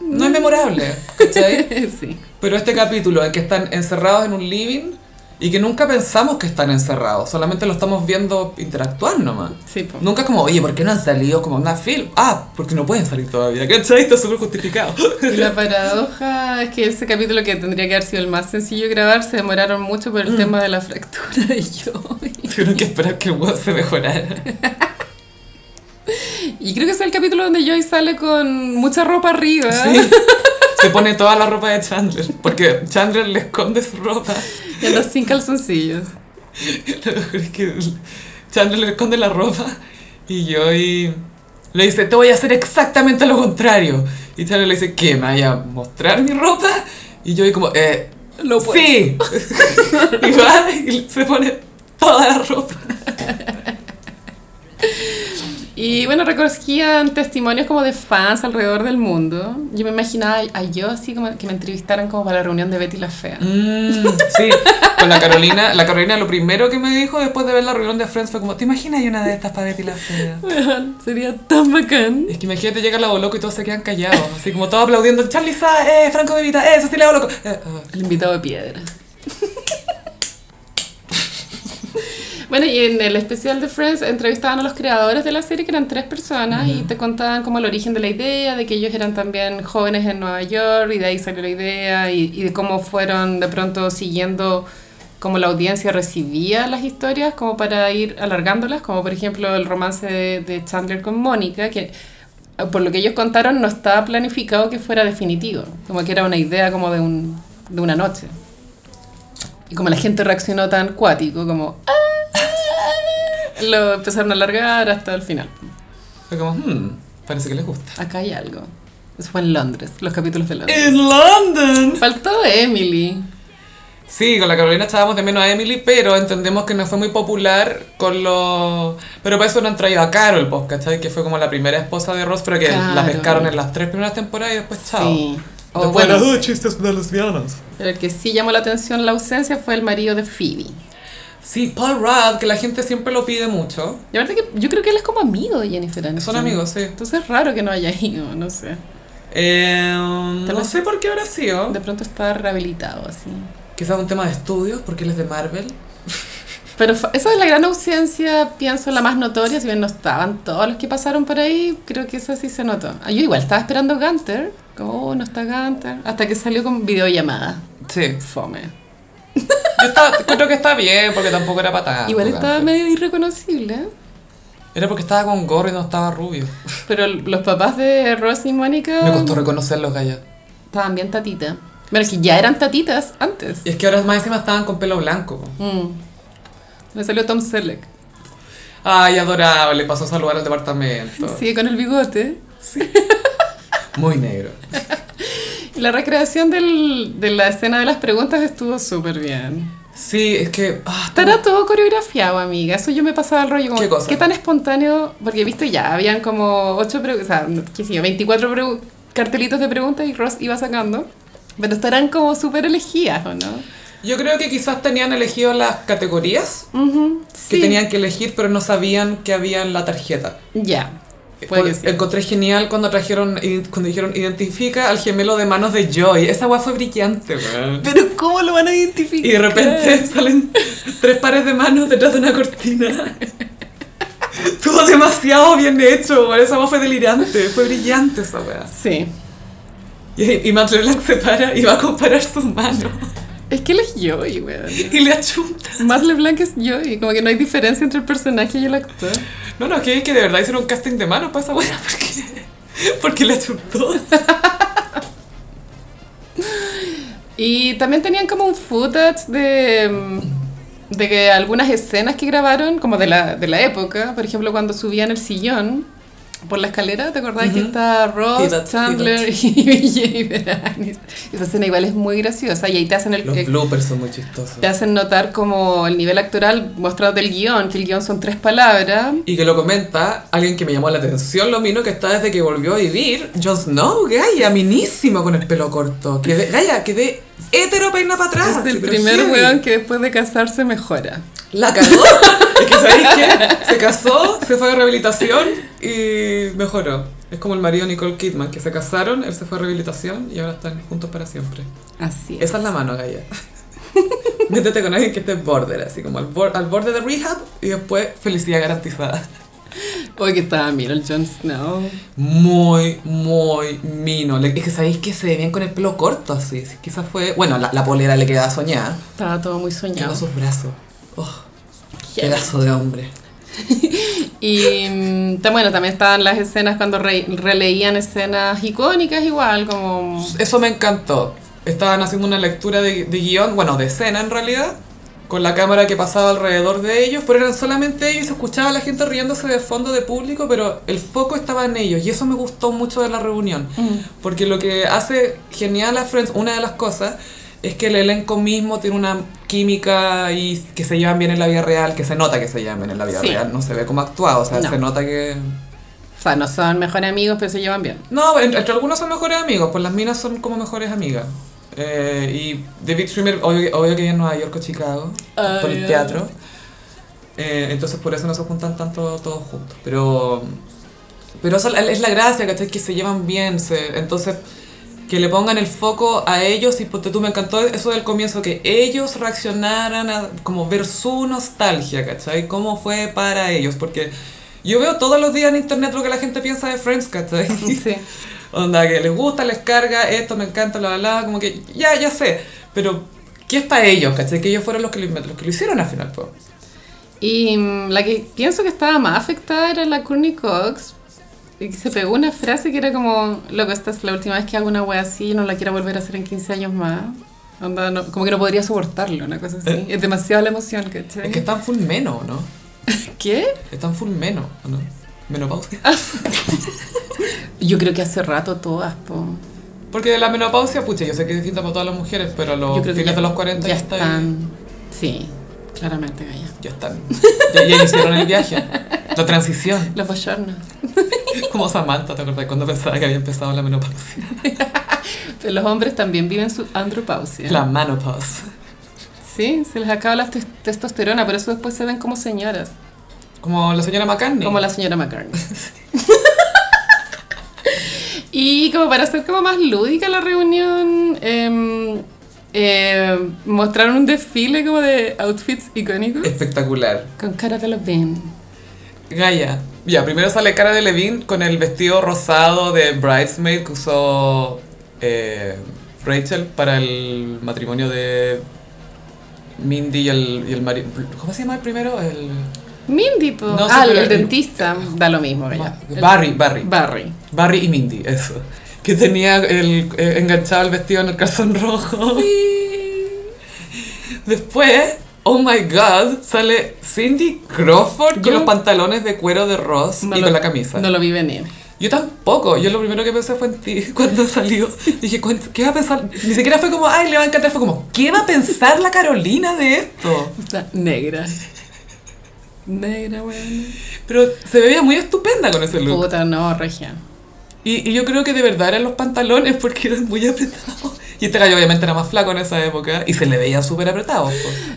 Speaker 1: no es memorable, ¿cachai?
Speaker 2: sí.
Speaker 1: Pero este capítulo en que están encerrados en un living y que nunca pensamos que están encerrados, solamente lo estamos viendo interactuar nomás.
Speaker 2: Sí, po.
Speaker 1: Nunca es como, oye, ¿por qué no han salido como una film? Ah, porque no pueden salir todavía, ¿cachai? Está súper justificado.
Speaker 2: Y la paradoja es que ese capítulo que tendría que haber sido el más sencillo de grabar se demoraron mucho por
Speaker 1: Mm.
Speaker 2: el tema de la fractura de Joey.
Speaker 1: Tuvieron que esperar que el weón se mejorara.
Speaker 2: Y creo que es el capítulo donde Joey sale con mucha ropa arriba.
Speaker 1: Sí. Se pone toda la ropa de Chandler, porque Chandler le esconde su ropa.
Speaker 2: Y anda sin calzoncillos.
Speaker 1: Lo mejor es que Chandler le esconde la ropa y yo y le dice, te voy a hacer exactamente lo contrario. Y Chandler le dice, ¿qué? ¿Me vaya a mostrar mi ropa? Y yo y como, eh,
Speaker 2: Lo puedo.
Speaker 1: sí. y va y se pone toda la ropa.
Speaker 2: Y bueno, recogían testimonios como de fans alrededor del mundo. Yo me imaginaba a yo así como que me entrevistaran como para la reunión de Betty la Fea.
Speaker 1: Mm, sí, con la Carolina, la Carolina lo primero que me dijo después de ver la reunión de Friends fue como, ¿te imaginas una de estas para y la fea?
Speaker 2: Weón, Sería tan bacán.
Speaker 1: Es que imagínate, llega la Boloco y todos se quedan callados, así como todos aplaudiendo, Charlie Sa, eh, Franco de Vita, eh, Cecilia Boloco. eh, ah.
Speaker 2: El invitado de piedra. Bueno, y en el especial de Friends entrevistaban a los creadores de la serie, que eran tres personas, y te contaban como el origen de la idea, de que ellos eran también jóvenes en Nueva York, y de ahí salió la idea, y, y de cómo fueron de pronto siguiendo como la audiencia recibía las historias, como para ir alargándolas, como por ejemplo el romance de, de Chandler con Mónica, que eh, por lo que ellos contaron no estaba planificado que fuera definitivo, como que era una idea como de, un, de una noche. Y como la gente reaccionó tan cuático, como... "Ah", Lo empezaron a alargar hasta el final.
Speaker 1: Fue como, hmm, parece que les gusta.
Speaker 2: Acá hay algo. Eso fue en Londres, los capítulos de Londres.
Speaker 1: ¡En London!
Speaker 2: Faltó Emily.
Speaker 1: Sí, con la Carolina estábamos de menos a Emily, pero entendemos que no fue muy popular con los... Pero para eso no han traído a Carol, pues, ¿cachai? Que fue como la primera esposa de Ross, pero que la
Speaker 2: Claro.
Speaker 1: pescaron en las tres primeras temporadas y después chao.
Speaker 2: Sí. O
Speaker 1: Después
Speaker 2: bueno,
Speaker 1: "Ah, chistes de lesbianas.
Speaker 2: pero el que sí llamó la atención la ausencia fue el marido de Phoebe.
Speaker 1: Sí, Paul Rudd, que la gente siempre lo pide mucho.
Speaker 2: Y aparte que yo creo que él es como amigo de Jennifer Aniston.
Speaker 1: Son amigos, sí.
Speaker 2: Entonces es raro que no haya ido, no sé.
Speaker 1: Eh,
Speaker 2: Tal
Speaker 1: no
Speaker 2: vez-
Speaker 1: sé por qué habrá sido.
Speaker 2: De pronto está rehabilitado así.
Speaker 1: Quizás un tema de estudios, porque él es de Marvel.
Speaker 2: Pero fa- esa es la gran ausencia, pienso, la más notoria, si bien no estaban todos los que pasaron por ahí, creo que esa sí se notó. Ah, Yo igual estaba esperando Gunter, como, oh, no está Gunter, hasta que salió con videollamada.
Speaker 1: Sí.
Speaker 2: Fome.
Speaker 1: Yo estaba- creo que está bien, porque tampoco era patada.
Speaker 2: igual estaba medio irreconocible, ¿eh?
Speaker 1: Era porque estaba con gorro y no estaba rubio.
Speaker 2: pero l- los papás de Ross y Mónica
Speaker 1: Me costó reconocerlos, gallos.
Speaker 2: estaban bien tatitas. Bueno, es que ya eran tatitas antes.
Speaker 1: Y es que ahora más encima estaban con pelo blanco. po.
Speaker 2: Mm. Me salió Tom Selleck.
Speaker 1: Ay, adorable, pasó a saludar al departamento.
Speaker 2: Sigue con el bigote.
Speaker 1: Muy negro.
Speaker 2: La recreación del- de la escena de las preguntas estuvo súper bien.
Speaker 1: Sí, es que. ah,
Speaker 2: Estará todo coreografiado, amiga. Eso yo me pasaba el rollo como,
Speaker 1: ¿Qué cosa?
Speaker 2: tan espontáneo? Porque, viste, ya habían como ocho preguntas, o sea, no, qué sé yo, 24 pregu- cartelitos de preguntas y Ross iba sacando. Pero estarán como súper elegidas, ¿o no?
Speaker 1: yo creo que quizás tenían elegido las categorías
Speaker 2: Ujú,
Speaker 1: que
Speaker 2: sí.
Speaker 1: tenían que elegir, pero no sabían que había en la tarjeta.
Speaker 2: Ya, puede
Speaker 1: Por-
Speaker 2: que sí.
Speaker 1: Encontré genial cuando trajeron, i- cuando dijeron identifica al gemelo de manos de Joy. Esa weá fue brillante, weón.
Speaker 2: Pero ¿cómo lo van a identificar?
Speaker 1: Y de repente salen tres pares de manos detrás de una cortina. Estuvo demasiado bien hecho, weón. Esa weá fue delirante, fue brillante esa weá.
Speaker 2: Sí.
Speaker 1: Y, y Matt LeBlanc se para y va a comparar sus manos.
Speaker 2: Es que él es Joey, weón.
Speaker 1: Y le achunta.
Speaker 2: Más LeBlanc es Joey. Como que no hay diferencia entre el personaje y el actor.
Speaker 1: No, no, que, que de verdad hicieron un casting de manos para esa weá. Porque, porque le achuntó.
Speaker 2: Y también tenían como un footage de, mm, de que algunas escenas que grabaron, como de la, de la época, por ejemplo, cuando subían el sillón por la escalera, ¿te acordás que está Ross,
Speaker 1: Pivot,
Speaker 2: Chandler y Jennifer Aniston? Esa escena igual es muy graciosa y ahí te hacen el... eh,
Speaker 1: bloopers son muy chistosos.
Speaker 2: te hacen notar como el nivel actoral mostrado del guión, que el guión son tres palabras.
Speaker 1: Y que lo comenta alguien que me llamó la atención, lo mino que está desde que volvió a vivir. Jon Snow, Gaia, minísimo con el pelo corto. Quedé, Gaia, quedé hetero peina para atrás.
Speaker 2: es el
Speaker 1: pero
Speaker 2: primer
Speaker 1: heavy.
Speaker 2: weón que después de casarse mejora.
Speaker 1: La cagó. es que sabéis que se casó, se fue a rehabilitación y mejoró. Es como el marido Nicole Kidman, que se casaron, él se fue a rehabilitación y ahora están juntos para siempre.
Speaker 2: Así es.
Speaker 1: Esa es la mano, Gaia. Métete con alguien que esté border, así como al, bor- al borde de rehab y después felicidad garantizada.
Speaker 2: Hoy que estaba mira el Jon Snow.
Speaker 1: Muy, muy mino. Le- Es que sabéis que se ve bien con el pelo corto así. Sí, Quizás fue. Bueno, la, la polera le queda soñada.
Speaker 2: Estaba todo muy soñado.
Speaker 1: Quedó sus brazos. Oh, pedazo de hombre.
Speaker 2: Y mm, ta- bueno, también estaban las escenas cuando re- releían escenas icónicas igual, como...
Speaker 1: Eso me encantó. Estaban haciendo una lectura de, de guión, bueno, de escena en realidad, con la cámara que pasaba alrededor de ellos, pero eran solamente ellos y se escuchaba a la gente riéndose de fondo de público, pero el foco estaba en ellos y eso me gustó mucho de la reunión.
Speaker 2: mm,
Speaker 1: Porque lo que hace genial a Friends, una de las cosas, es que el elenco mismo tiene una química y que se llevan bien en la vida real, que se nota que se llevan bien en la vida
Speaker 2: Sí.
Speaker 1: real, no se ve como actuado, o sea,
Speaker 2: No.
Speaker 1: se nota que
Speaker 2: O sea, no son mejores amigos, pero se llevan bien.
Speaker 1: no, en- entre algunos son mejores amigos, pues las minas son como mejores amigas. Eh, y David Schwimmer, obvio, obvio que vive en Nueva York o Chicago,
Speaker 2: Ah,
Speaker 1: por el
Speaker 2: ya.
Speaker 1: teatro. Eh, entonces por eso no se juntan tanto todos juntos. Pero, pero eso es la gracia, ¿cachai? Que se llevan bien. se- entonces que le pongan el foco a ellos y ponte tú, me encantó eso del comienzo, que ellos reaccionaran a como ver su nostalgia, ¿cachai? ¿Cómo fue para ellos? Porque yo veo todos los días en internet lo que la gente piensa de Friends, ¿cachai?
Speaker 2: Sí.
Speaker 1: Onda, que les gusta, les carga, esto me encanta, bla, bla, bla, como que ya, ya sé, pero ¿qué es para ellos, cachai? Que ellos fueron los que lo, invent- los que lo hicieron al final, po.
Speaker 2: Y mm, la que pienso que estaba más afectada era la Courtney Cox. Y que se pegó una frase que era como, loco, esta es la última vez que hago una wea así y no la quiero volver a hacer en 15 años más. Onda, no- como que no podría soportarlo, una cosa así. Es demasiada la emoción, ¿cachai?
Speaker 1: Es que están full menos, ¿no?
Speaker 2: ¿Qué?
Speaker 1: Están full menos, ¿o ¿no? Menopausia.
Speaker 2: Yo creo que hace rato todas, po.
Speaker 1: Porque de la menopausia, pucha, yo sé que es distinta para todas las mujeres, pero a los
Speaker 2: Yo creo
Speaker 1: fines
Speaker 2: ya-
Speaker 1: de los 40
Speaker 2: ya
Speaker 1: ya, está-
Speaker 2: están. Sí, claramente, Gaya.
Speaker 1: Ya están. Ya, ya hicieron el viaje. La transición.
Speaker 2: Los bochornos.
Speaker 1: Como Samantha, ¿te acuerdas? Cuando pensaba que había empezado la menopausia.
Speaker 2: Pero los hombres también viven su andropausia.
Speaker 1: La menopausia.
Speaker 2: Sí, se les acaba la tes- testosterona, por eso después se ven como señoras.
Speaker 1: Como la señora McCartney.
Speaker 2: Como la señora McCartney. y como para hacer como más lúdica la reunión, em, em, mostraron un desfile como de outfits icónicos.
Speaker 1: Espectacular.
Speaker 2: Con cara de los Ben.
Speaker 1: Gaia. Ya, primero sale Cara de Levine con el vestido rosado de bridesmaid que usó eh, Rachel para el matrimonio de Mindy y el, y el mari- ¿Cómo se llama el primero? El...
Speaker 2: Mindy, po.
Speaker 1: No sé,
Speaker 2: ah, el,
Speaker 1: pero el-
Speaker 2: dentista. da lo mismo, ya.
Speaker 1: Barry, Barry.
Speaker 2: Barry.
Speaker 1: Barry y Mindy, eso. Que tenía el, eh, enganchado el vestido en el calzón rojo. Después, oh my god, sale Cindy Crawford
Speaker 2: Yo-
Speaker 1: con los pantalones de cuero de Ross
Speaker 2: No
Speaker 1: y
Speaker 2: lo-
Speaker 1: con la camisa.
Speaker 2: No lo vi venir.
Speaker 1: Yo tampoco, yo lo primero que pensé fue en ti cuando salió. Dije, "¿Cuán- ¿qué va a pensar? Ni siquiera fue como, ay, le va a encantar, fue como, ¿qué va a pensar la Carolina de esto?
Speaker 2: Está negra. Negra, weón.
Speaker 1: Pero se veía muy estupenda con ese look.
Speaker 2: Puta, no, regia.
Speaker 1: Y, y yo creo que de verdad eran los pantalones porque eran muy apretados. Y este gallo obviamente era más flaco en esa época y se le veía súper apretado. po.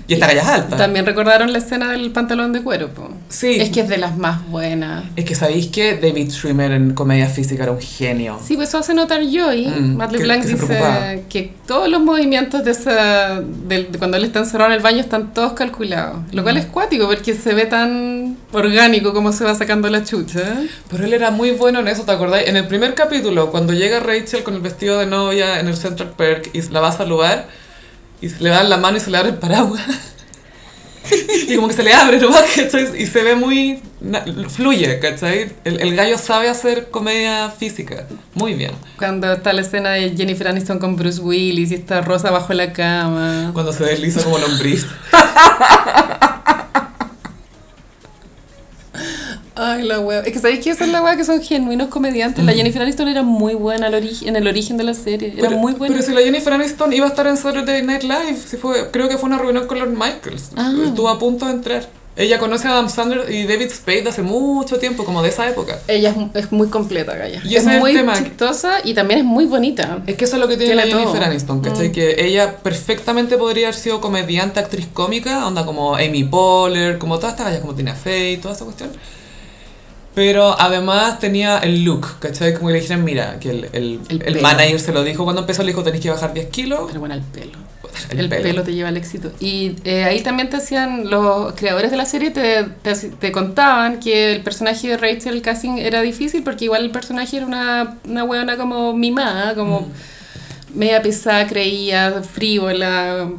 Speaker 1: Y esta galla es alta.
Speaker 2: También recordaron la escena del pantalón de cuero, po.
Speaker 1: Sí.
Speaker 2: Es que es de las más buenas.
Speaker 1: Es que sabéis que David Schwimmer en comedia física era un genio.
Speaker 2: Sí, pues eso hace notar Joy.
Speaker 1: Mm,
Speaker 2: Madeleine
Speaker 1: que-
Speaker 2: Blanc
Speaker 1: que se preocupaba.
Speaker 2: dice que todos los movimientos de esa del- de cuando él está encerrado en el baño están todos calculados.
Speaker 1: Mm.
Speaker 2: Lo cual es cuático porque se ve tan orgánico como se va sacando la chucha.
Speaker 1: Pero él era muy bueno en eso, ¿te acordáis? En el primer capítulo, cuando llega Rachel con el vestido de novia en el Central Perk y la va a saludar, y se le dan la mano y se le abre el paraguas. y como que se le abre, ¿no? ¿Cachai? Y se ve muy... na- fluye, ¿cachai? El, el gallo sabe hacer comedia física. Muy bien.
Speaker 2: Cuando está la escena de Jennifer Aniston con Bruce Willis y está Rosa bajo la cama.
Speaker 1: Cuando se desliza como lombriz.
Speaker 2: Ay, la wea. Es que sabéis que esa es la wea que son genuinos comediantes.
Speaker 1: Mm.
Speaker 2: La Jennifer Aniston era muy buena al ori- en el origen de la serie. Era muy buena.
Speaker 1: Pero si la Jennifer Aniston iba a estar en Saturday Night Live, si fue, creo que fue una reunión con los Michaels.
Speaker 2: Ah.
Speaker 1: Estuvo a punto de entrar. Ella conoce a Adam Sandler y David Spade hace mucho tiempo, como de esa época.
Speaker 2: Ella es, mu- es muy completa, Gaya.
Speaker 1: Y
Speaker 2: es
Speaker 1: ese es el
Speaker 2: muy
Speaker 1: tema.
Speaker 2: chistosa y también es muy bonita.
Speaker 1: Es que eso es lo que tiene,
Speaker 2: Tiene
Speaker 1: la Jennifer
Speaker 2: todo. Mm.
Speaker 1: Aniston, ¿cachai? Que ella perfectamente podría haber sido comediante, actriz cómica, onda como Amy Poehler, como todas estas gallas, como Tina Fey, toda esa cuestión. Pero además tenía el look, ¿cachai? Como que le dijeron, mira, que el, el-
Speaker 2: El
Speaker 1: el
Speaker 2: pelo.
Speaker 1: manager se lo dijo cuando empezó, le dijo, tenés que bajar 10 kilos.
Speaker 2: Pero bueno, el pelo.
Speaker 1: El
Speaker 2: El, pelo.
Speaker 1: pelo
Speaker 2: te lleva al éxito. Y eh, ahí también te hacían, los creadores de la serie te, te haci- te contaban que el personaje de Rachel Casting era difícil porque igual el personaje era una, una weona como mimada, como
Speaker 1: Mm.
Speaker 2: media pesada, creía, frívola,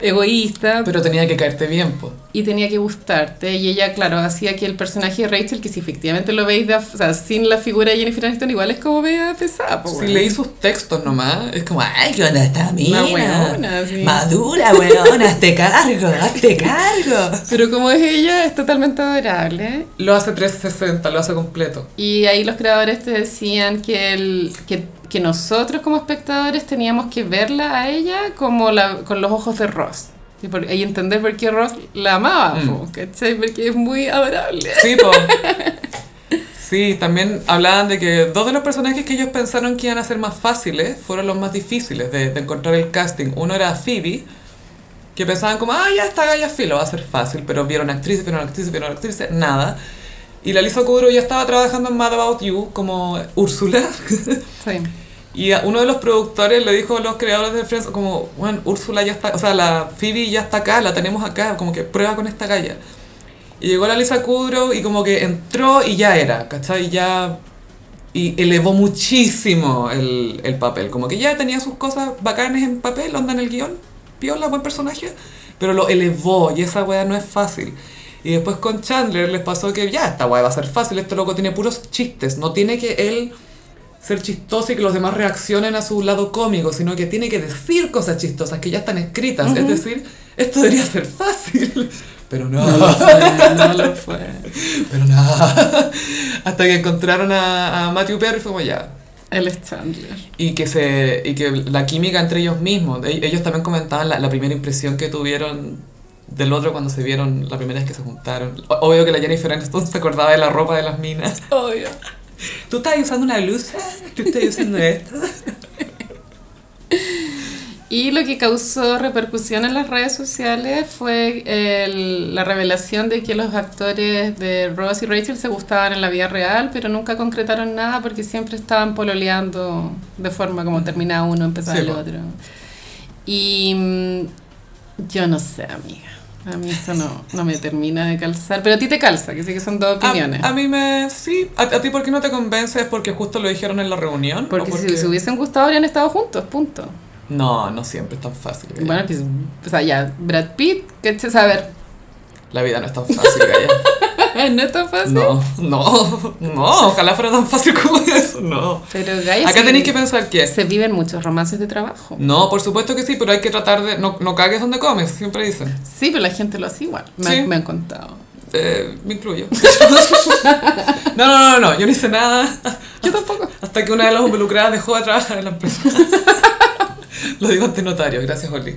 Speaker 2: egoísta.
Speaker 1: Ah, Pero tenía que caerte bien, po.
Speaker 2: y tenía que gustarte. Y ella, claro, hacía que el personaje de Rachel, que si efectivamente lo veis de af- o sea, sin la figura de Jennifer Aniston, igual es como media pesada. pues, po,
Speaker 1: Si
Speaker 2: weón.
Speaker 1: leí sus textos nomás, es como, ay, qué onda esta mina.
Speaker 2: weona, sí.
Speaker 1: Madura, weona, hazte cargo, hazte cargo.
Speaker 2: Pero como es ella, es totalmente adorable.
Speaker 1: Lo hace 360, lo hace completo.
Speaker 2: Y ahí los creadores te decían que, el, que, que nosotros como espectadores teníamos que verla a ella como la, con los ojos de Ross. Y, por- y entender por qué Ross la amaba,
Speaker 1: Mm.
Speaker 2: po, ¿cachai? Porque es muy adorable.
Speaker 1: Sí, po. Sí, también hablaban de que dos de los personajes que ellos pensaron que iban a ser más fáciles fueron los más difíciles de, de encontrar el casting. Uno era Phoebe, que pensaban como, ah, ya está Gaia Filo, va a ser fácil, pero vieron actrices, vieron actrices, vieron actrices, nada. Y la Lisa Kudrow ya estaba trabajando en Mad About You como Úrsula.
Speaker 2: Sí.
Speaker 1: Y a uno de los productores le dijo a los creadores de Friends, como, bueno, Úrsula ya está, o sea, la Phoebe ya está acá, la tenemos acá, como que prueba con esta galla. Y llegó la Lisa Kudrow y como que entró y ya era, ¿cachai? Ya... Y elevó muchísimo el, el papel, como que ya tenía sus cosas bacanes en papel, onda en el guión, piola, buen personaje, pero lo elevó y esa weá no es fácil. Y después con Chandler les pasó que ya, esta weá va a ser fácil, este loco tiene puros chistes, no tiene que él ser chistoso y que los demás reaccionen a su lado cómico, sino que tiene que decir cosas chistosas que ya están escritas. Es decir, esto debería ser fácil. Pero no,
Speaker 2: No lo fue.
Speaker 1: pero nada. Hasta que encontraron a, a Matthew Perry fue como ya.
Speaker 2: Él es Chandler.
Speaker 1: Y que, se, y que la química entre ellos mismos. E- Ellos también comentaban la, la primera impresión que tuvieron del otro cuando se vieron la primera vez que se juntaron. O- Obvio que la Jennifer Aniston se acordaba de la ropa de las minas.
Speaker 2: Obvio.
Speaker 1: ¿Tú estás usando una blusa? ¿Tú estás usando esto?
Speaker 2: Y lo que causó repercusión en las redes sociales fue el- la revelación de que los actores de Ross y Rachel se gustaban en la vida real, pero nunca concretaron nada porque siempre estaban pololeando de forma como terminaba uno, empezaba
Speaker 1: Sí,
Speaker 2: el
Speaker 1: po.
Speaker 2: otro. Y mm, yo no sé, amiga. A mí eso no, no me termina de calzar. Pero a ti te calza, que sí que son dos
Speaker 1: A-
Speaker 2: opiniones.
Speaker 1: A, mí me... Sí. ¿A, a ti por qué no te convences? ¿Porque justo lo dijeron en la reunión? ¿O
Speaker 2: porque si
Speaker 1: porque-
Speaker 2: se hubiesen gustado habrían estado juntos, punto.
Speaker 1: No, no siempre es tan fácil. Gaya.
Speaker 2: Bueno, pues, o sea, ya, Brad Pitt, que a ver,
Speaker 1: La vida no es tan fácil, Gaya.
Speaker 2: no es tan fácil.
Speaker 1: No, no, no. Ojalá fuera tan fácil como eso. No.
Speaker 2: Pero Gaia
Speaker 1: Acá
Speaker 2: se-
Speaker 1: tenéis que pensar Mm. que...
Speaker 2: se viven muchos romances de trabajo.
Speaker 1: No, por supuesto que sí, pero hay que tratar de... No, no cagues donde comes, siempre dicen.
Speaker 2: Sí, pero la gente lo hace igual. Me,
Speaker 1: Sí.
Speaker 2: me han contado.
Speaker 1: eh, me incluyo. No, no, no, no, yo no hice nada
Speaker 2: Yo tampoco.
Speaker 1: hasta que una de las involucradas dejó de trabajar en la empresa. Lo digo ante notario, gracias, Oli.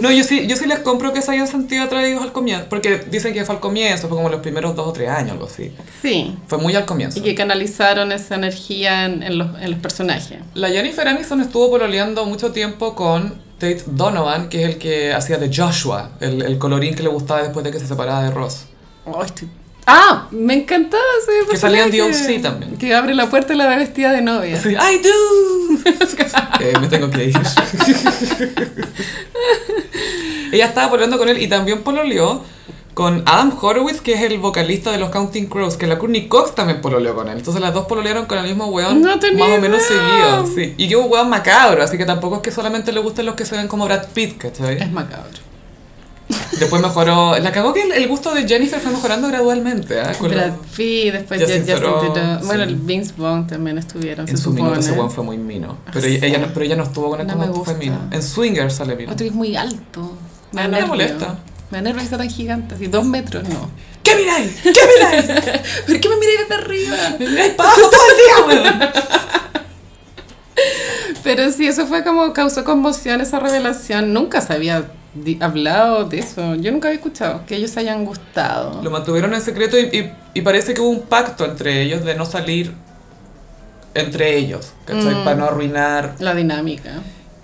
Speaker 1: No, yo sí, yo sí les compro que se hayan sentido atraídos al comienzo, porque dicen que fue al comienzo, fue como los primeros dos o tres años, algo así.
Speaker 2: Sí.
Speaker 1: Fue muy al comienzo.
Speaker 2: Y que canalizaron esa energía en, en los, en los personajes.
Speaker 1: La Jennifer Aniston estuvo pololeando mucho tiempo con Tate Donovan, que es el que hacía de Joshua, el, el colorín que le gustaba después de que se separara de Ross.
Speaker 2: Oh, estoy- ¡Ah! Me encantaba ese
Speaker 1: Que salía en
Speaker 2: personaje.
Speaker 1: D.O.C. también.
Speaker 2: Que abre la puerta y la ve vestida de novia.
Speaker 1: Sí, I do. Eh, me tengo que ir. Ella estaba pololeando con él y también pololeó con Adam Horowitz, que es el vocalista de los Counting Crows, que la Courtney Cox también pololeó con él. Entonces las dos pololearon con el mismo weón
Speaker 2: No tenía
Speaker 1: más o menos
Speaker 2: idea.
Speaker 1: seguido. Sí. Y que un weón macabro, así que tampoco es que solamente le gusten los que se ven como Brad Pitt, ¿cachai?
Speaker 2: Es macabro.
Speaker 1: Después mejoró. La cagó que el, el gusto de Jennifer fue mejorando gradualmente. ¿ah? Con
Speaker 2: Brad
Speaker 1: lo-
Speaker 2: Pitt, después
Speaker 1: Justin
Speaker 2: Justin Theroux.
Speaker 1: Theroux,
Speaker 2: Bueno,
Speaker 1: sí.
Speaker 2: el Vince Vaughn también estuvieron.
Speaker 1: en
Speaker 2: se
Speaker 1: su minuto ese
Speaker 2: supone.
Speaker 1: weón fue muy mino. Pero
Speaker 2: Ah,
Speaker 1: ella, ella
Speaker 2: sí.
Speaker 1: no, pero ella no estuvo con el
Speaker 2: No
Speaker 1: como
Speaker 2: me
Speaker 1: fue
Speaker 2: gusta.
Speaker 1: mino. En Swinger sale mino.
Speaker 2: Otro que es muy alto.
Speaker 1: Ah, no me
Speaker 2: enerva.
Speaker 1: molesta.
Speaker 2: Me enerva que sea tan gigante. Así, dos metros, no.
Speaker 1: ¿Qué miráis? ¿Qué miráis?
Speaker 2: ¿Por qué me miráis desde arriba?
Speaker 1: Me miráis para abajo todo el día, weón.
Speaker 2: Pero sí, eso fue como causó conmoción esa revelación. Nunca se había di- hablado de eso. Yo nunca había escuchado que ellos se hayan gustado.
Speaker 1: Lo mantuvieron en secreto y, y- y parece que hubo un pacto entre ellos de no salir entre ellos, ¿cachai?
Speaker 2: Mm.
Speaker 1: Para no arruinar.
Speaker 2: La dinámica.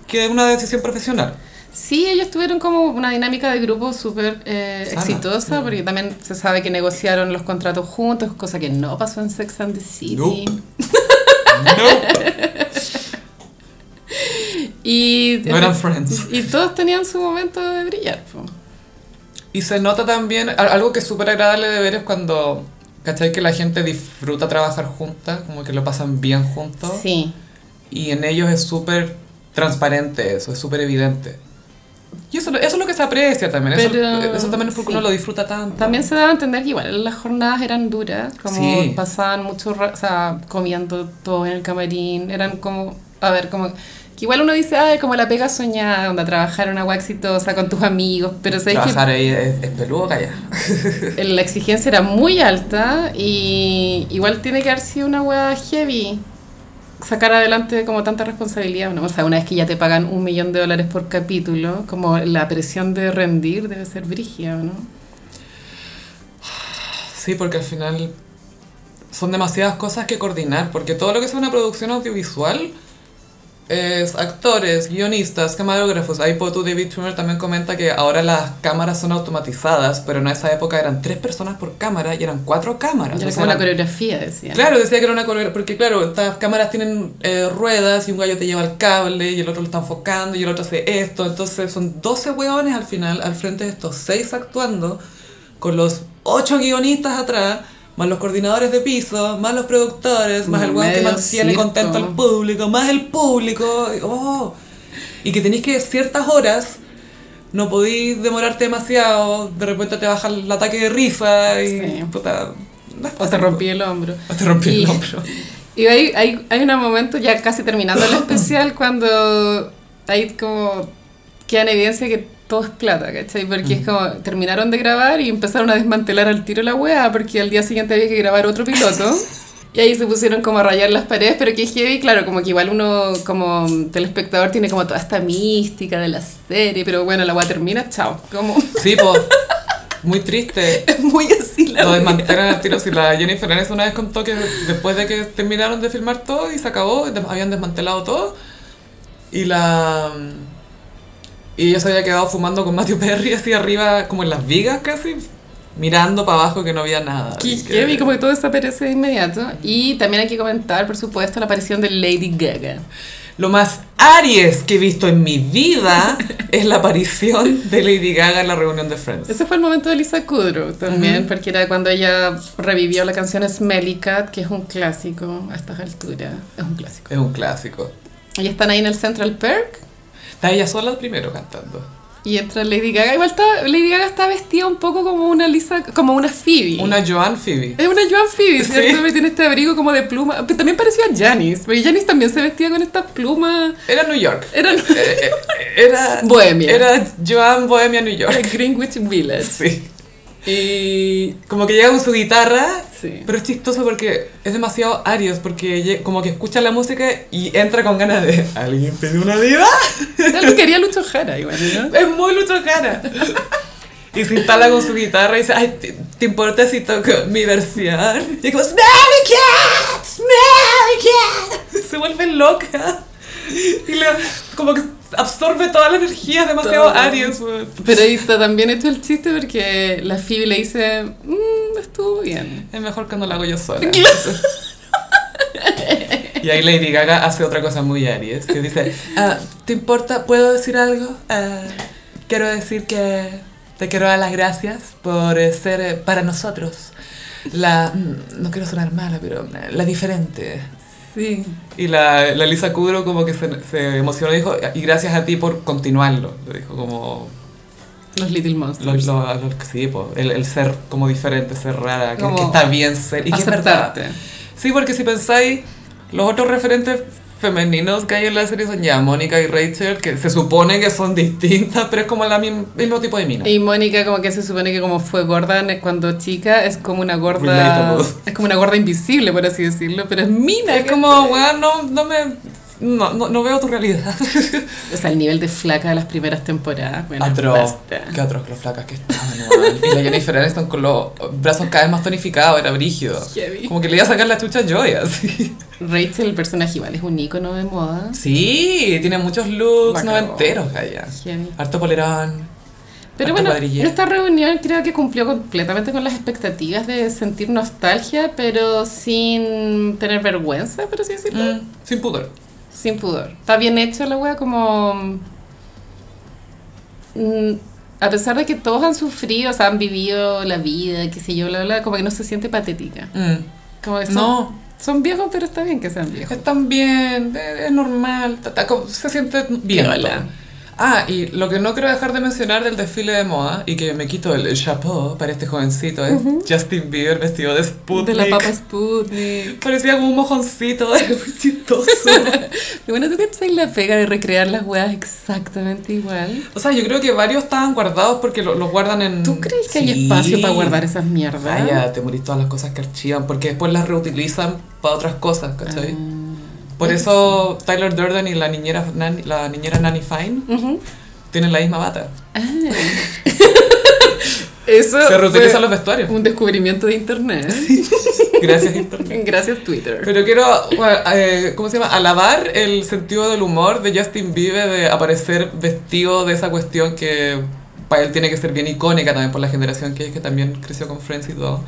Speaker 1: Que es una decisión profesional.
Speaker 2: Sí, ellos tuvieron como una dinámica de grupo súper eh,
Speaker 1: Sana.
Speaker 2: exitosa, porque también se sabe que negociaron los contratos juntos, cosa que no pasó en Sex and the City.
Speaker 1: Nope. No,
Speaker 2: Y,
Speaker 1: no eran friends.
Speaker 2: y todos tenían su momento de brillar. po.
Speaker 1: Y se nota también, a- algo que es súper agradable de ver es cuando, ¿cachai? Que la gente disfruta trabajar juntas, como que lo pasan bien juntos.
Speaker 2: Sí.
Speaker 1: Y en ellos es súper transparente eso, es súper evidente. Y eso, eso es lo que se aprecia también. eso,
Speaker 2: Pero-
Speaker 1: eso también es porque
Speaker 2: sí.
Speaker 1: uno lo disfruta tanto.
Speaker 2: También se daba a entender que igual las jornadas eran duras, como
Speaker 1: Sí.
Speaker 2: pasaban mucho, ra- o sea, comiendo todo en el camarín, eran como, a ver, como, que igual uno dice, ay, como la pega soñada, onda, trabajar una agua exitosa con tus amigos, pero sabes que
Speaker 1: Trabajar ahí es, es peludo, calla.
Speaker 2: la exigencia era muy alta y igual tiene que haber sido una hueá heavy sacar adelante como tanta responsabilidad. ¿no? O sea, una vez que ya te pagan un millón de dólares por capítulo, como la presión de rendir debe ser brígida, ¿no?
Speaker 1: Sí, porque al final son demasiadas cosas que coordinar, porque todo lo que es una producción audiovisual es actores, guionistas, camarógrafos. Ahí por tu David Trimmer también comenta que ahora las cámaras son automatizadas, pero en esa época eran tres personas por cámara y eran cuatro cámaras.
Speaker 2: Era
Speaker 1: O sea,
Speaker 2: como la
Speaker 1: eran-
Speaker 2: coreografía, decía.
Speaker 1: Claro, decía que era una coreografía, porque claro, estas cámaras tienen eh, ruedas y un gallo te lleva el cable y el otro lo está enfocando y el otro hace esto, entonces son 12 hueones al final, al frente de estos 6 actuando, con los 8 guionistas atrás, más los coordinadores de piso, más los productores, más el hueón que
Speaker 2: Medio
Speaker 1: mantiene
Speaker 2: circo.
Speaker 1: contento al público, más el público, y- oh, y que tenéis que ciertas horas... No podéis demorarte demasiado, de repente te baja el ataque de risa y...
Speaker 2: Sí.
Speaker 1: puta, no es
Speaker 2: O te
Speaker 1: fácil.
Speaker 2: rompí el hombro.
Speaker 1: O te rompí
Speaker 2: Y-
Speaker 1: el hombro.
Speaker 2: Y hay, hay, hay un momento ya casi terminando el especial cuando hay como queda en evidencia que todo es plata, ¿cachai? Porque es como terminaron de grabar y empezaron a desmantelar al tiro la weá porque al día siguiente había que grabar otro piloto. Y ahí se pusieron como a rayar las paredes, pero que heavy, claro, como que igual uno como telespectador tiene como toda esta mística de la serie, pero bueno, la weá termina, chao. Como
Speaker 1: Sí, pues. Muy triste.
Speaker 2: es muy así la
Speaker 1: Lo
Speaker 2: weá.
Speaker 1: desmantelan al tiro. Si la Jennifer Aniston una vez contó que después de que terminaron de filmar todo y se acabó, des- habían desmantelado todo. Y la. Y ella se había quedado fumando con Matthew Perry así arriba, como en las vigas casi, mirando para abajo que no había nada.
Speaker 2: Qué
Speaker 1: Y que-
Speaker 2: heavy, como que todo desaparece de inmediato. Y también hay que comentar, por supuesto, la aparición de Lady Gaga.
Speaker 1: Lo más Aries que he visto en mi vida es la aparición de Lady Gaga en la reunión de Friends.
Speaker 2: Ese fue el momento de Lisa Kudrow también, porque era cuando ella revivió la canción Smelly Cat, que es un clásico a estas alturas. Es un clásico.
Speaker 1: Es un clásico.
Speaker 2: Y están ahí en el Central Perk.
Speaker 1: Está ella sola primero cantando.
Speaker 2: Y entra Lady Gaga. Igual está- Lady Gaga está vestida un poco como una Lisa, como una Phoebe.
Speaker 1: Una Joan Phoebe.
Speaker 2: Es una Joan Phoebe,
Speaker 1: Sí.
Speaker 2: ¿cierto? Que Tiene este abrigo como de pluma. Pero también parecía a Janice, porque Janice también se vestía con estas plumas.
Speaker 1: Era New York.
Speaker 2: Era
Speaker 1: Eh, eh, Era.
Speaker 2: Bohemia.
Speaker 1: Era Joan Bohemia New
Speaker 2: de
Speaker 1: York.
Speaker 2: Greenwich Village.
Speaker 1: Sí.
Speaker 2: Y.
Speaker 1: Como que llega con su guitarra,
Speaker 2: Sí.
Speaker 1: pero es chistoso porque es demasiado Arios, porque lle- como que escucha la música y entra con ganas de... ¿Alguien pide una diva?
Speaker 2: Tal vez quería Lucho Jara, igual, ¿no?
Speaker 1: Es muy Lucho Jara. Y se instala con su guitarra y dice, ay, ¿te, te importa si toco mi versión? Y es como, ¡Smelly Cat! ¡Smelly Cat! Se vuelve loca. Y le, como que absorbe toda la energía, es demasiado
Speaker 2: Todo.
Speaker 1: Arios. weón.
Speaker 2: Pero ahí está también hecho el chiste porque la Phoebe le dice, mmm, estuvo bien.
Speaker 1: Es mejor cuando la hago yo sola. Y ahí Lady Gaga hace otra cosa muy Aries, que dice, "Ah, ¿te importa? ¿Puedo decir algo? Ah, quiero decir que te quiero dar las gracias por eh, ser eh, para nosotros la, mm, no quiero sonar mala, pero eh, la diferente.
Speaker 2: Sí.
Speaker 1: Y la, la Lisa Kudrow como que se, se emocionó y dijo, y gracias a ti por continuarlo. Le dijo como,
Speaker 2: Los Little
Speaker 1: lo,
Speaker 2: Monsters.
Speaker 1: lo- lo- sí, po, el, el ser como diferente, ser rara, que,
Speaker 2: Como
Speaker 1: que está bien ser. Y que es verdad.
Speaker 2: Aceptarte.
Speaker 1: Sí, porque si pensáis, los otros referentes femeninos que hay en la serie son ya Mónica y Rachel, que se supone que son distintas, pero es como la mim- mismo tipo de mina.
Speaker 2: Y Mónica como que se supone que como fue gorda ne- cuando chica, es como una gorda...
Speaker 1: Relatable.
Speaker 2: Es como una gorda invisible, por así decirlo, pero es mina.
Speaker 1: es
Speaker 2: ¿cachai?
Speaker 1: como, weón, no, no me... No, no, no veo tu realidad.
Speaker 2: O sea, el nivel de flaca de las primeras temporadas. Bueno,
Speaker 1: Atroz.
Speaker 2: basta.
Speaker 1: Qué atroz lo flacas que estaban, weón. Y la Jennifer Aniston con los brazos cada vez más tonificados, era brígido.
Speaker 2: Heavy.
Speaker 1: Como que le iba a sacar la chucha a Joy, así.
Speaker 2: Rachel, el personaje igual, es un ícono de moda.
Speaker 1: Sí, tiene muchos looks
Speaker 2: Bacán.
Speaker 1: noventeros, Gaya.
Speaker 2: Heavy.
Speaker 1: Harto polerón.
Speaker 2: Pero
Speaker 1: Harto
Speaker 2: bueno,
Speaker 1: cuadrillero.
Speaker 2: esta reunión creo que cumplió completamente con las expectativas de sentir nostalgia, pero sin tener vergüenza, por así decirlo.
Speaker 1: Mm, sin pudor.
Speaker 2: Sin pudor. Está bien hecho la wea, como. mm, a pesar de que todos han sufrido, o sea, han vivido la vida, qué sé yo, bla, bla, como que no se siente patética.
Speaker 1: Mm.
Speaker 2: Como que son,
Speaker 1: No.
Speaker 2: son viejos, pero está bien que sean viejos.
Speaker 1: Están bien, es es normal, ta- ta- como- se siente bien.
Speaker 2: Piola.
Speaker 1: todo. Ah, y lo que no quiero dejar de mencionar del desfile de moda y que me quito el chapeau para este jovencito es Justin Bieber vestido de Sputnik.
Speaker 2: De la papa Sputnik.
Speaker 1: Parecía como un mojoncito, era muy chistoso.
Speaker 2: Y bueno, tú que la pega de recrear las weas exactamente igual.
Speaker 1: o sea, yo creo que varios estaban guardados porque lo- los guardan en...
Speaker 2: ¿Tú crees que
Speaker 1: Sí.
Speaker 2: hay espacio para guardar esas mierdas?
Speaker 1: Vaya, te morís todas las cosas que archivan porque después las reutilizan para otras cosas, ¿cachai?
Speaker 2: Ah.
Speaker 1: Por eso Tyler Durden y la niñera, Nan- la niñera Nanny Fine
Speaker 2: Ujú.
Speaker 1: tienen la misma bata.
Speaker 2: Eso
Speaker 1: Se reutilizan
Speaker 2: fue
Speaker 1: los vestuarios.
Speaker 2: un descubrimiento de internet.
Speaker 1: Gracias, internet.
Speaker 2: Gracias Twitter.
Speaker 1: Pero quiero, bueno, eh, ¿cómo se llama? Alabar el sentido del humor de Justin Bieber de aparecer vestido de esa cuestión que para él tiene que ser bien icónica también por la generación que es, que también creció con Friends y todo.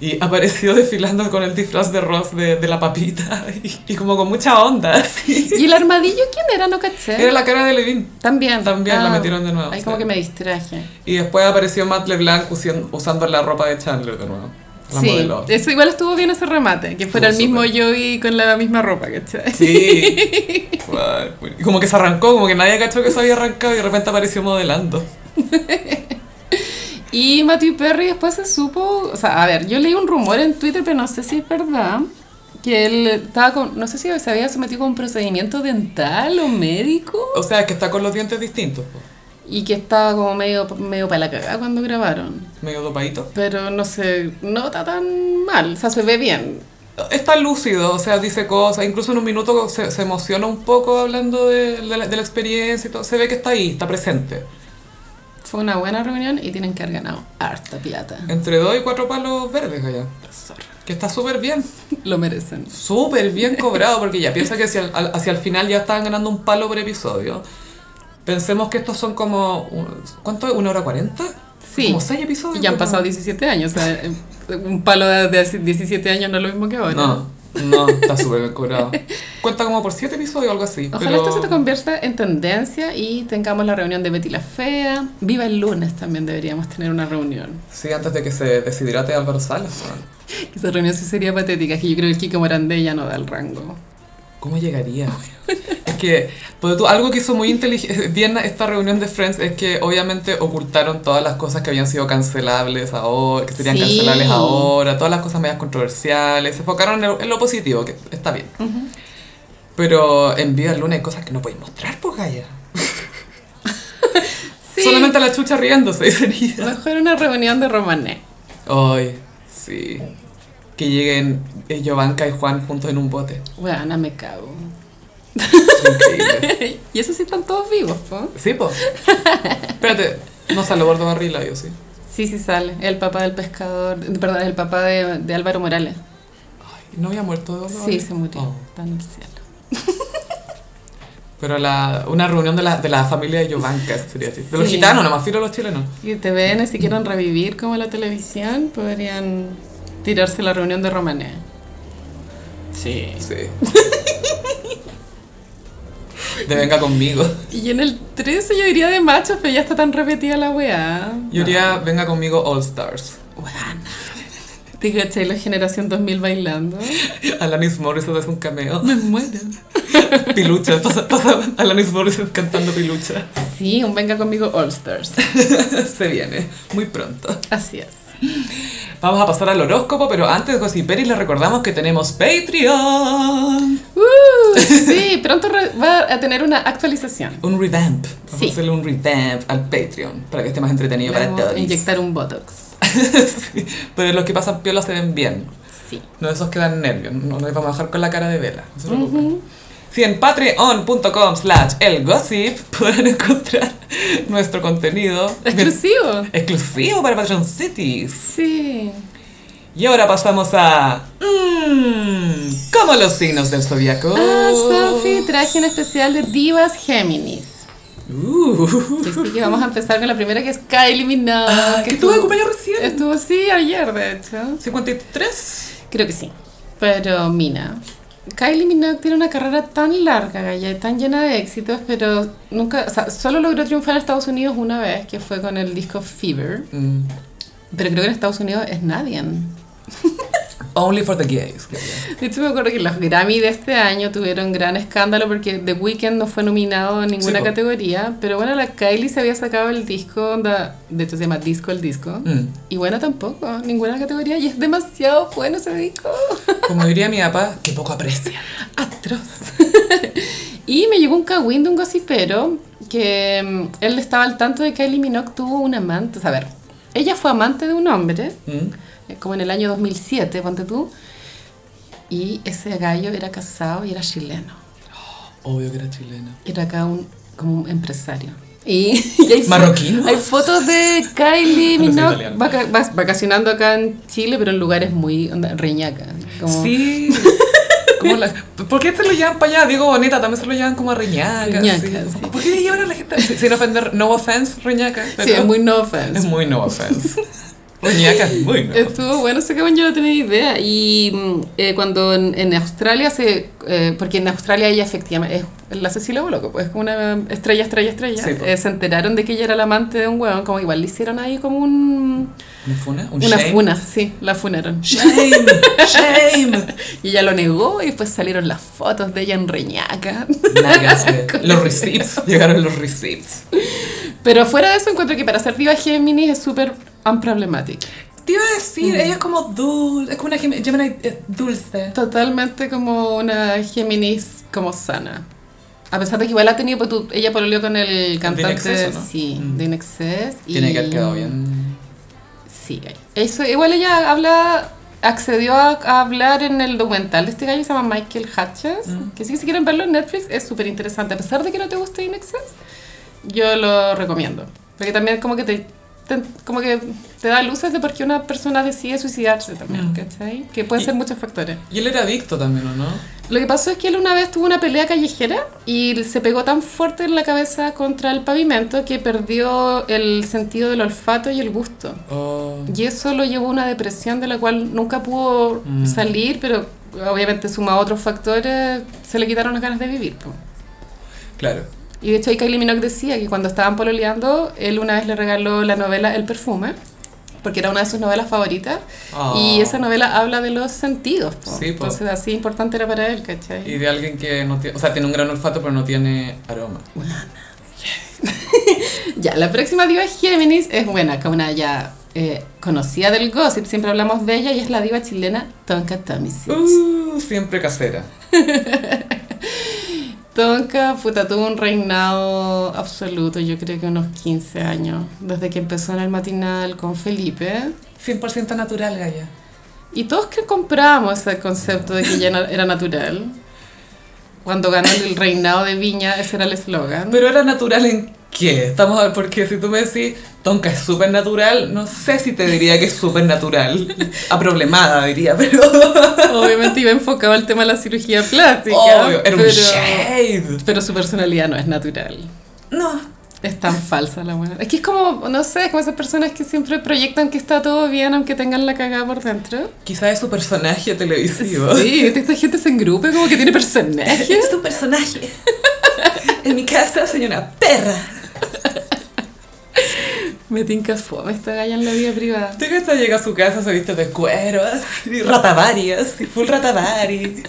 Speaker 1: Y apareció desfilando con el disfraz de Ross de, de la papita y, y como con mucha onda. así.
Speaker 2: ¿Y el armadillo quién era? No caché.
Speaker 1: Era la cara de Levine.
Speaker 2: También.
Speaker 1: También la metieron de nuevo,
Speaker 2: Ahí
Speaker 1: sí.
Speaker 2: como que me distraje.
Speaker 1: Y después apareció Matt LeBlanc usi- usando la ropa de Chandler de nuevo. La
Speaker 2: sí,
Speaker 1: modelo.
Speaker 2: eso igual estuvo bien ese remate, que fuera el
Speaker 1: Estuvo
Speaker 2: mismo Joey con la misma ropa, ¿cachai?
Speaker 1: Sí. Y como que se arrancó, como que nadie cachó que se había arrancado y de repente apareció modelando.
Speaker 2: Y Matthew Perry después se supo, o sea, a ver, yo leí un rumor en Twitter, pero no sé si es verdad, que él estaba con, no sé si se había sometido a un procedimiento dental o médico,
Speaker 1: O sea, que está con los dientes distintos, po.
Speaker 2: y que estaba como medio, medio para la cagada cuando grabaron.
Speaker 1: medio dopadito.
Speaker 2: Pero no se nota tan mal, o sea, se ve bien.
Speaker 1: Está lúcido, o sea, dice cosas, incluso en un minuto se, se emociona un poco hablando de, de la, de la experiencia y todo. Se ve que está ahí, está presente.
Speaker 2: Fue una buena reunión y tienen que haber ganado harta plata.
Speaker 1: Entre dos y cuatro palos verdes allá.
Speaker 2: Zorra.
Speaker 1: Que está súper bien,
Speaker 2: Lo merecen.
Speaker 1: súper bien cobrado, porque ya piensa que hacia el, al- hacia el final ya estaban ganando un palo por episodio. Pensemos que estos son como, un- ¿cuánto es? ¿Una hora cuarenta?
Speaker 2: Sí.
Speaker 1: Como seis episodios.
Speaker 2: Y ya han
Speaker 1: ¿no?
Speaker 2: pasado 17 años, o sea, eh, un palo de, de hace 17 años no es lo mismo que ahora.
Speaker 1: No, no, está súper bien cobrado. Cuenta como por siete episodios o algo así.
Speaker 2: Ojalá
Speaker 1: pero...
Speaker 2: esto se te convierta en tendencia y tengamos la reunión de Betty la Fea. Viva el lunes también deberíamos tener una reunión.
Speaker 1: Sí, antes de que se deshidrate Álvaro Salas. weón.
Speaker 2: Que Esa reunión sí sería patética, que yo creo que el Kiko Morandé ya no da el rango.
Speaker 1: ¿Cómo llegaría? Es es que pues, tú, algo que hizo muy inteligente bien esta reunión de Friends es que obviamente ocultaron todas las cosas que habían sido cancelables ahora, que serían
Speaker 2: Sí.
Speaker 1: cancelables ahora, todas las cosas medias controversiales, se enfocaron en lo, en lo positivo, que está bien. Pero en Vida Luna hay cosas que no podéis mostrar, pues Gaya.
Speaker 2: Sí.
Speaker 1: Solamente la chucha riéndose sería.
Speaker 2: Mejor una reunión de Romané.
Speaker 1: Ay, sí. Que lleguen eh, Giovanka y Juan juntos en un bote.
Speaker 2: Bueno, me cago.
Speaker 1: Increíble.
Speaker 2: y eso sí están todos vivos, ¿po?
Speaker 1: Sí, po. Espérate, no sale Gordo Barrila, yo sí.
Speaker 2: Sí, sí sale. El papá del pescador, perdón, el papá de, de Álvaro Morales.
Speaker 1: Ay, ¿No había muerto Gordo
Speaker 2: Sí,
Speaker 1: Barrila?
Speaker 2: se murió.
Speaker 1: Oh.
Speaker 2: Está en el cielo.
Speaker 1: Pero la, una reunión de la, de la familia de Giovanka sería así. De los
Speaker 2: Sí.
Speaker 1: gitanos, nomás filo los chilenos.
Speaker 2: Y TVN, si quieren revivir como la televisión, podrían tirarse la reunión de Romané. Sí.
Speaker 1: Sí. De venga conmigo.
Speaker 2: Y en el 13 yo diría de machos, pero ya está tan repetida la weá.
Speaker 1: Yo
Speaker 2: Ah.
Speaker 1: diría, venga conmigo All Stars.
Speaker 2: Weá. ¿Te cachai la generación 2000 bailando?
Speaker 1: Alanis Morissette hace un cameo.
Speaker 2: Me muero.
Speaker 1: Pilucha, pasa, pasa Alanis Morissette cantando Pilucha.
Speaker 2: Sí, un venga conmigo All Stars.
Speaker 1: Se viene, muy pronto.
Speaker 2: Así es.
Speaker 1: Vamos a pasar al horóscopo, pero antes, Gossip Peri, les recordamos que tenemos Patreon.
Speaker 2: Uh, sí, pronto re- va a tener una actualización.
Speaker 1: Un revamp. Vamos
Speaker 2: Sí.
Speaker 1: a hacerle un revamp al Patreon para que esté más entretenido
Speaker 2: Le
Speaker 1: para
Speaker 2: vamos a
Speaker 1: todos.
Speaker 2: inyectar un Botox.
Speaker 1: Sí, Pero los que pasan piola se ven bien.
Speaker 2: Sí.
Speaker 1: No esos que dan nervios. No les vamos a dejar con la cara de vela. No se preocupen. Sí, en patreon.com slash elgossip podrán encontrar nuestro contenido
Speaker 2: Exclusivo.
Speaker 1: exclusivo para Patreon Cities.
Speaker 2: Sí.
Speaker 1: Y ahora pasamos a... Mmm, ¿Cómo los signos del zodiaco?
Speaker 2: Ah, Sofi, traje un especial de Divas Géminis.
Speaker 1: Uh,
Speaker 2: Así que vamos a empezar con la primera que es Kylie Minogue.
Speaker 1: Ah, que estuvo de cumpleaños recién.
Speaker 2: Estuvo, sí, ayer de hecho.
Speaker 1: 53.
Speaker 2: Creo que sí. Pero Mina. Kylie Minogue tiene una carrera tan larga, Gaya, y tan llena de éxitos, pero nunca, o sea, solo logró triunfar en Estados Unidos una vez, que fue con el disco Fever,
Speaker 1: Mm.
Speaker 2: pero creo que en Estados Unidos es nadie.
Speaker 1: Only for the gays.
Speaker 2: De hecho, me acuerdo que los Grammy de este año tuvieron gran escándalo porque The Weeknd no fue nominado en ninguna
Speaker 1: Sí, po.
Speaker 2: categoría, pero bueno, la Kylie se había sacado el disco, onda- de hecho se llama Disco el disco,
Speaker 1: Mm.
Speaker 2: y bueno, tampoco, ninguna categoría, y es demasiado bueno ese disco.
Speaker 1: Como diría mi papá, que poco aprecia.
Speaker 2: Atroz. y me llegó un cagüín de un gossipero que mm, él estaba al tanto de que Kylie Minogue tuvo un amante. O sea, a ver, ella fue amante de un hombre,
Speaker 1: Mm.
Speaker 2: eh, como en el año 2007, ponte tú. Y ese gallo era casado y era chileno.
Speaker 1: Obvio que era chilena.
Speaker 2: Era acá un, como un empresario. Y, y hay fo-
Speaker 1: Marroquino.
Speaker 2: Hay fotos de Kylie
Speaker 1: Pero soy
Speaker 2: Minogue
Speaker 1: italiano.
Speaker 2: vaca- vac- vacacionando acá en Chile, pero en lugares muy onda, reñaca. como-
Speaker 1: Sí. Como la- ¿Por qué se lo llevan para allá? Digo bonita, también se lo llevan como a Reñaca.
Speaker 2: Reñaca,
Speaker 1: sí.
Speaker 2: sí.
Speaker 1: ¿Por qué le llevan a la gente? Sí, Sin ofender, no offense, Reñaca.
Speaker 2: Sí,
Speaker 1: pero-
Speaker 2: es muy no offense.
Speaker 1: es muy no offense. Reñaca es muy no offense.
Speaker 2: Estuvo bueno, ese cabrón yo no tenía idea. Y mm, eh, cuando en, en Australia se. eh, porque en Australia ella efectivamente es la Cecilia Boloco, pues es como una estrella, estrella, estrella.
Speaker 1: Sí, pues. po.
Speaker 2: Eh, se enteraron de que ella era la amante de un huevón, como igual le hicieron ahí como un.
Speaker 1: ¿Una funa? ¿Un
Speaker 2: una
Speaker 1: shame?
Speaker 2: funa, sí, la funaron.
Speaker 1: Shame, shame.
Speaker 2: Y ella lo negó y después salieron las fotos de ella en Reñaca.
Speaker 1: Nagas, güey. los receipts, llegaron los receipts.
Speaker 2: Pero fuera de eso, encuentro que para ser diva Géminis es súper unproblemática.
Speaker 1: Te iba a
Speaker 2: Mm.
Speaker 1: decir, ella es como dulce, es como una Gemini eh, dulce.
Speaker 2: Totalmente como una Géminis como sana. A pesar de que igual ha tenido, pues, tú- ella pololeó con el cantante
Speaker 1: Excess, ¿o no?
Speaker 2: sí,
Speaker 1: Mm.
Speaker 2: de Inexcess.
Speaker 1: Tiene que haber quedado bien.
Speaker 2: Sí, gallo. eso, igual ella habla, accedió a, a hablar en el documental de este gallo que se llama Michael Hutchins,
Speaker 1: Mm.
Speaker 2: que sí que si quieren verlo en Netflix es súper interesante. A pesar de que no te guste Inexcess, yo lo recomiendo. Porque también como que te... te- como que te da luces de por qué una persona decide suicidarse también,
Speaker 1: Mm.
Speaker 2: ¿cachai? Que pueden
Speaker 1: Y-
Speaker 2: ser muchos factores.
Speaker 1: Y él era adicto también, ¿o no?
Speaker 2: Lo que pasó es que él una vez tuvo una pelea callejera y se pegó tan fuerte en la cabeza contra el pavimento que perdió el sentido del olfato y el gusto.
Speaker 1: Oh,
Speaker 2: Y eso lo llevó a una depresión de la cual nunca pudo
Speaker 1: Mm.
Speaker 2: salir, pero obviamente suma a otros factores, se le quitaron las ganas de vivir. po.
Speaker 1: claro.
Speaker 2: Y de hecho ahí Kylie Minogue decía que cuando estaban pololeando, él una vez le regaló la novela El Perfume, porque era una de sus novelas favoritas.
Speaker 1: Ah.
Speaker 2: Y esa novela habla de los sentidos. po.
Speaker 1: Sí, po.
Speaker 2: Entonces así importante era para él, ¿cachai?
Speaker 1: Y de alguien que no tiene, o sea, tiene un gran olfato pero no tiene aroma.
Speaker 2: Ya, la próxima diva Géminis es buena, como una ya eh, conocida del gossip, siempre hablamos de ella y es la diva chilena Tonka Tomisic.
Speaker 1: Uh, siempre casera.
Speaker 2: Tonka, puta, tuvo un reinado absoluto, yo creo que unos 15 años, desde que empezó en el matinal con Felipe.
Speaker 1: 100% natural, Gaya.
Speaker 2: Y todos que compramos ese concepto de que ya na- era natural. Cuando ganó el reinado de Viña, ese era el eslogan.
Speaker 1: Pero era natural en qué? Estamos a ver, porque si tú me decís, Tonka es súper natural, no sé si te diría que es súper natural. Aproblemada, diría, pero.
Speaker 2: Obviamente iba enfocado al tema de la cirugía plástica.
Speaker 1: Obvio, era un
Speaker 2: pero,
Speaker 1: shade.
Speaker 2: pero su personalidad no es natural.
Speaker 1: No.
Speaker 2: Es tan falsa la weá. Es que es como, no sé, es como esas personas que siempre proyectan que está todo bien aunque tengan la cagada por dentro.
Speaker 1: Quizás es su personaje televisivo.
Speaker 2: Sí, esta gente se engrupe como que tiene personaje.
Speaker 1: Este Es su personaje. En mi casa soy una perra.
Speaker 2: Me tinca fome esta galla en la vida privada.
Speaker 1: Tú que hasta llega a su casa se viste de cueros y ratabarias, y full ratavari.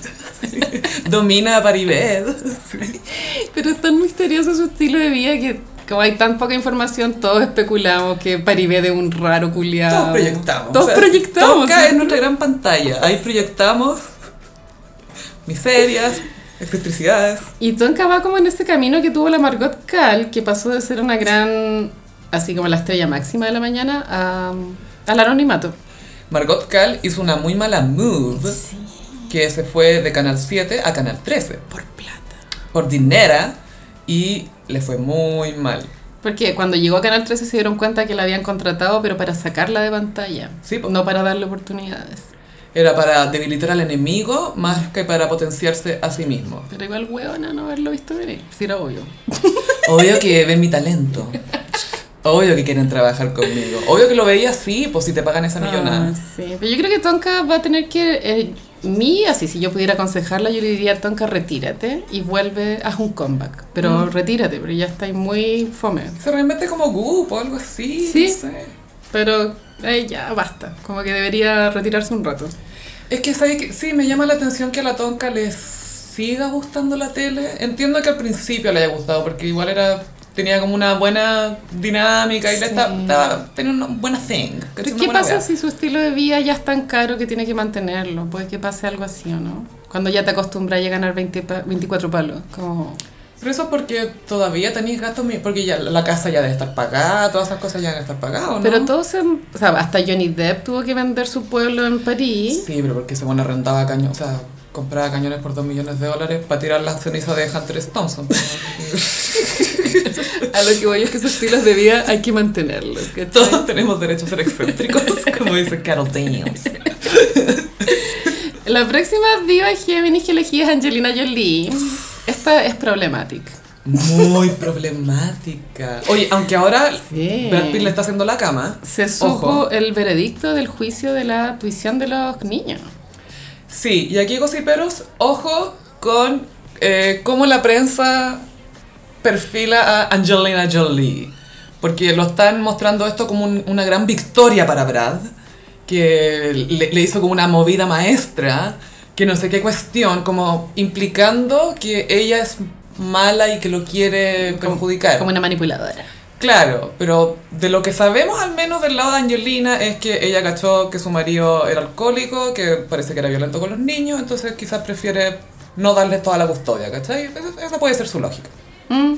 Speaker 1: Domina a Paribet.
Speaker 2: Pero es tan misterioso su estilo de vida que como hay tan poca información, todos especulamos que Paribé de un raro culiado.
Speaker 1: Todos proyectamos.
Speaker 2: Todos
Speaker 1: o sea,
Speaker 2: proyectamos.
Speaker 1: Todo cae en
Speaker 2: ¿sí?
Speaker 1: nuestra gran pantalla. Ahí proyectamos miserias, excentricidades.
Speaker 2: Y Tonka va como en este camino que tuvo la Margot Cal, que pasó de ser una gran, así como la estrella máxima de la mañana, a, al anonimato.
Speaker 1: Margot Cal hizo una muy mala move que se fue de Canal 7 a Canal 13
Speaker 2: Por plata.
Speaker 1: por dinera y le fue muy mal.
Speaker 2: Porque cuando llegó a Canal 13 se dieron cuenta que la habían contratado, pero para sacarla de pantalla,
Speaker 1: Sí, po.
Speaker 2: no para darle oportunidades.
Speaker 1: Era para debilitar al enemigo más que para potenciarse a sí mismo.
Speaker 2: Pero igual, hueona, no haberlo visto venir. Si era obvio.
Speaker 1: Obvio que ven mi talento. Obvio que quieren trabajar conmigo. Obvio que lo veía así, pues si te pagan esa millonada.
Speaker 2: Ah, sí. Pero yo creo que Tonka va a tener que. eh, mí, así, si yo pudiera aconsejarla, yo le diría: Tonka, retírate y vuelve, haz un comeback. Pero
Speaker 1: Mm.
Speaker 2: retírate, pero ya estáis muy fome.
Speaker 1: Se realmente como Goop o algo así.
Speaker 2: Sí.
Speaker 1: no sé.
Speaker 2: Pero eh, ya basta. Como que debería retirarse un rato.
Speaker 1: Es que ¿sabes qué? sí, me llama la atención que a la Tonka le siga gustando la tele. Entiendo que al principio le haya gustado, porque igual era tenía como una buena dinámica y le
Speaker 2: Sí.
Speaker 1: estaba, estaba- tenía una buena thing. ¿cachai?
Speaker 2: Pero
Speaker 1: Una
Speaker 2: ¿qué
Speaker 1: buena
Speaker 2: pasa
Speaker 1: wea.
Speaker 2: si su estilo de vida ya es tan caro que tiene que mantenerlo? Puede que pase algo así o no. Cuando ya te acostumbras a ganar 20 pa- 24 palos. Como...
Speaker 1: Pero eso es porque todavía tenéis gastos, mi- porque ya la casa ya debe estar pagada, todas esas cosas ya deben estar pagadas, ¿o ¿no?
Speaker 2: Pero todo se... O sea, hasta Johnny Depp tuvo que vender su pueblo en París.
Speaker 1: Sí, pero porque se bueno rentaba cañones, o sea, compraba cañones por 2 millones de dólares para tirar las cenizas de Hunter S. Thompson.
Speaker 2: A lo que voy es que sus estilos de vida hay que mantenerlos. ¿cachai?
Speaker 1: Todos tenemos derecho a ser excéntricos, como dice Carol Daniels.
Speaker 2: La próxima diva Géminis que elegí es Angelina Jolie. Esta es problemática.
Speaker 1: Muy problemática. Oye, aunque ahora
Speaker 2: Sí.
Speaker 1: Brad Pitt le está haciendo la cama.
Speaker 2: Se supo
Speaker 1: Ojo.
Speaker 2: el veredicto del juicio de la tuición de los niños.
Speaker 1: Sí, y aquí gossiperos, ojo con eh, cómo la prensa perfila a Angelina Jolie. Porque lo están mostrando esto como un- una gran victoria para Brad, que le, le hizo como una movida maestra, que no sé qué cuestión, como implicando que ella es mala y que lo quiere perjudicar.
Speaker 2: Como una manipuladora.
Speaker 1: Claro, pero de lo que sabemos al menos del lado de Angelina es que ella cachó que su marido era alcohólico, que parece que era violento con los niños, entonces quizás prefiere no darles toda la custodia, ¿cachai? Esa- Esa puede ser su lógica.
Speaker 2: Mm.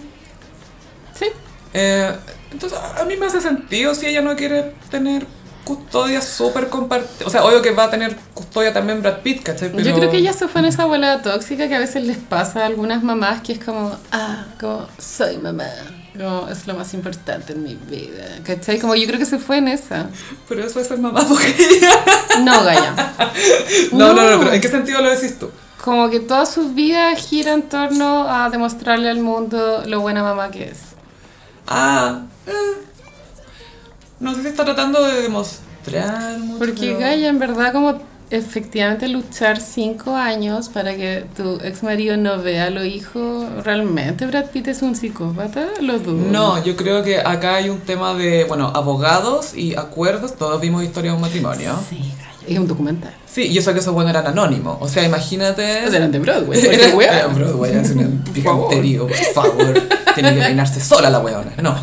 Speaker 2: Sí.
Speaker 1: Eh, entonces a a mí me hace sentido si ella no quiere tener custodia súper compartida. O sea, obvio que va a tener custodia también Brad Pitt, ¿cachai? Pero
Speaker 2: Yo creo que ella se fue en esa abuela tóxica que a veces les pasa a algunas mamás que es como, ah, como soy mamá. Como es lo más importante en mi vida. ¿Cachai? Como yo creo que se fue en esa.
Speaker 1: Pero eso es ser mamá porque...
Speaker 2: No, Gaya.
Speaker 1: No, no, no, pero ¿en qué sentido lo decís tú?
Speaker 2: Como que toda su vida gira en torno a demostrarle al mundo lo buena mamá que es.
Speaker 1: Ah, eh. no sé si está tratando de demostrar mucho.
Speaker 2: Porque
Speaker 1: pero-
Speaker 2: Gaia, en verdad, como efectivamente luchar cinco años para que tu ex marido no vea a los hijos. ¿Realmente Brad Pitt es un psicópata? Lo dudo.
Speaker 1: No, yo creo que acá hay un tema de, bueno, abogados y acuerdos. Todos vimos historias de un matrimonio.
Speaker 2: Sí, gallo, es un documental.
Speaker 1: Sí, yo sé que esos buenos eran anónimos. O sea, imagínate.
Speaker 2: Delante de Broadway. cualquier wea.
Speaker 1: Eh, Broadway, es un
Speaker 2: Por favor.
Speaker 1: picanterío, por favor. Tiene que peinarse sola la weona. No.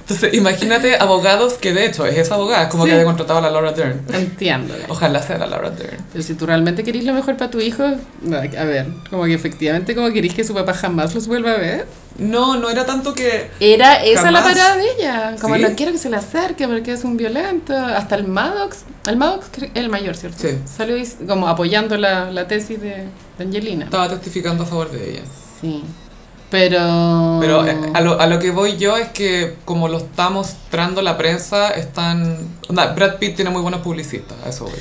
Speaker 1: Entonces, imagínate abogados que de hecho es esa abogada, es como
Speaker 2: Sí.
Speaker 1: que había contratado a la Laura Dern.
Speaker 2: Entiendo. gallo.
Speaker 1: Ojalá sea la Laura Dern.
Speaker 2: Pero si tú realmente querís lo mejor para tu hijo, no, a ver, como que efectivamente como querís que su papá jamás los vuelva a ver.
Speaker 1: No, no era tanto que.
Speaker 2: Era esa
Speaker 1: Jamás.
Speaker 2: la parada de ella. Como
Speaker 1: Sí.
Speaker 2: no quiero que se le acerque porque es un violento. Hasta el Maddox, el Maddox cre- el mayor, ¿cierto?
Speaker 1: Sí.
Speaker 2: Salió dic- como apoyando la, la tesis de, de Angelina.
Speaker 1: Estaba testificando a favor de ella.
Speaker 2: Sí. Pero...
Speaker 1: Pero eh, a lo, a lo que voy yo es que como lo está mostrando la prensa, están... onda, Brad Pitt tiene muy buenos publicistas, a eso voy.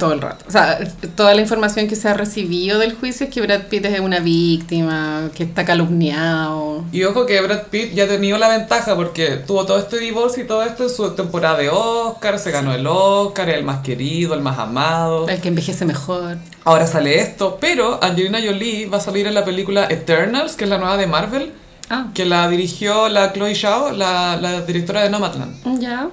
Speaker 2: Todo el rato. O sea, toda la información que se ha recibido del juicio es que Brad Pitt es una víctima, que está calumniado.
Speaker 1: Y ojo que Brad Pitt ya ha tenido la ventaja porque tuvo todo este divorcio y todo esto en su temporada de Oscar, se ganó el Oscar, es el más querido, el más amado.
Speaker 2: El que envejece mejor.
Speaker 1: Ahora sale esto, pero Angelina Jolie va a salir en la película Eternals, que es la nueva de Marvel,
Speaker 2: Ah,
Speaker 1: que la dirigió la Chloe Zhao, la, la directora de Nomadland.
Speaker 2: ya.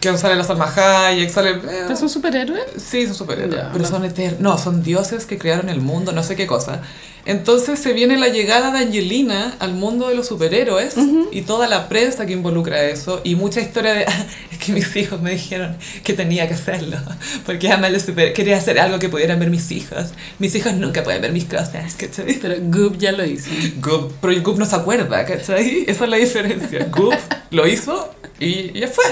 Speaker 1: Que sale la Salma Hayek, sale... eh,
Speaker 2: ¿Es un superhéroe?
Speaker 1: Sí, son superhéroes.
Speaker 2: Ya,
Speaker 1: pero
Speaker 2: no.
Speaker 1: son eternos. No, son dioses que crearon el mundo, no sé qué cosa. Entonces se viene la llegada de Angelina al mundo de los superhéroes y toda la prensa que involucra eso y mucha historia de "Ah, es que mis hijos me dijeron que tenía que hacerlo porque ama los super quería hacer algo que pudieran ver mis hijos. Mis hijos nunca pueden ver mis cosas, ¿cachai?
Speaker 2: Pero Goop ya lo hizo.
Speaker 1: Goop, pero Goop no se acuerda, ¿cachai? Esa es la diferencia. Goop lo hizo y ya fue.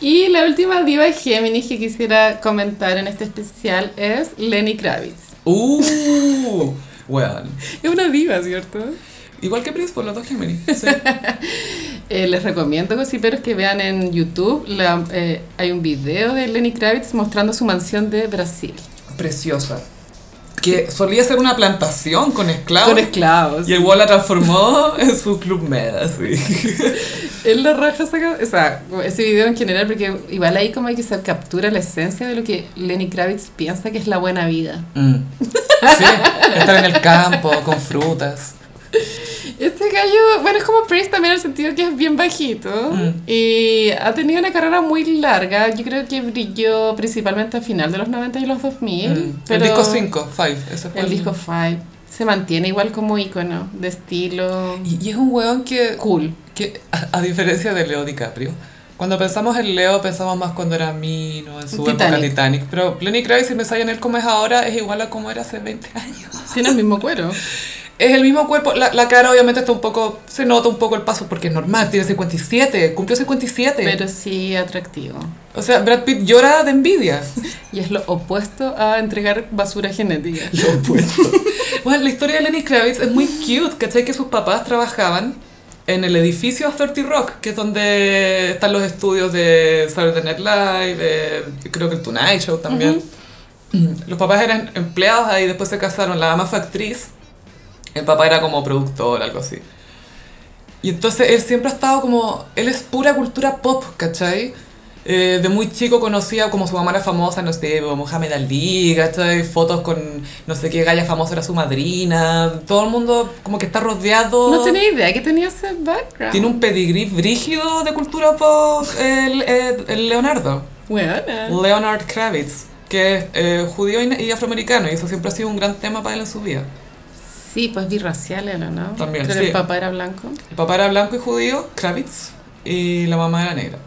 Speaker 2: Y la última diva Géminis que quisiera comentar en este especial es Lenny Kravitz.
Speaker 1: Uh, weón.
Speaker 2: Es una diva, ¿cierto?
Speaker 1: Igual que Prince por los dos Gemini. Sí.
Speaker 2: Eh, les recomiendo, gossiperos, que vean en YouTube. la- eh, hay un video de Lenny Kravitz mostrando su mansión de Brasil.
Speaker 1: preciosa. Que solía ser una plantación con esclavos.
Speaker 2: Con esclavos.
Speaker 1: y el Wall la transformó en su club med, así.
Speaker 2: Él la raja esa ca- O sea, como ese video en general, porque igual ahí como que se captura la esencia de lo que Lenny Kravitz piensa que es la buena vida.
Speaker 1: Sí, estar en el campo con frutas.
Speaker 2: Este gallo, bueno, es como Prince también en el sentido que es bien bajito
Speaker 1: Mm.
Speaker 2: y ha tenido una carrera muy larga. Yo creo que brilló principalmente al final de los 90 y los
Speaker 1: Mm.
Speaker 2: 2000.
Speaker 1: El
Speaker 2: pero
Speaker 1: disco pues. 5, 5, ese fue
Speaker 2: El disco 5 se mantiene igual como ícono de estilo
Speaker 1: Y, y es un weón que,
Speaker 2: cool.
Speaker 1: que a, a diferencia de Leo DiCaprio, cuando pensamos en Leo, pensamos más cuando era Mino, en su época
Speaker 2: Titanic.
Speaker 1: Titanic. Pero Lenny Kravitz, si pensáis en él como es ahora, es igual a como era hace 20 años.
Speaker 2: Tiene el mismo cuero.
Speaker 1: Es el mismo cuerpo, la, la cara obviamente está un poco, se nota un poco el paso porque es normal, tiene 57, cumplió 57.
Speaker 2: Pero sí atractivo.
Speaker 1: O sea, Brad Pitt llora de envidia.
Speaker 2: Y es lo opuesto a entregar basura genética.
Speaker 1: Lo opuesto. bueno, la historia de Lenny Kravitz es muy cute, ¿cachai? Que sus papás trabajaban en el edificio 30 Rock, que es donde están los estudios de Saturday Night Live, eh, creo que el Tonight Show también. Los papás eran empleados ahí, después se casaron. La mamá fue actriz, el papá era como productor, algo así. Y entonces él siempre ha estado como. Él es pura cultura pop, ¿cachai? Eh, de muy chico conocía como su mamá era famosa, no sé, Mohamed Ali, ¿cachai? Fotos con no sé qué galla famosa era su madrina. Todo el mundo como que está rodeado.
Speaker 2: No tenía idea que tenía ese background.
Speaker 1: Tiene un pedigrí brígido de cultura pop el, el- el Leonardo.
Speaker 2: Buena.
Speaker 1: Leonard Kravitz, que es eh, judío y, y afroamericano, y eso siempre ha sido un gran tema para él en su vida.
Speaker 2: Sí, pues birracial era, ¿no?
Speaker 1: También,
Speaker 2: Creo
Speaker 1: sí.
Speaker 2: que el papá era blanco.
Speaker 1: El papá era blanco y judío, Kravitz, y la mamá era negra.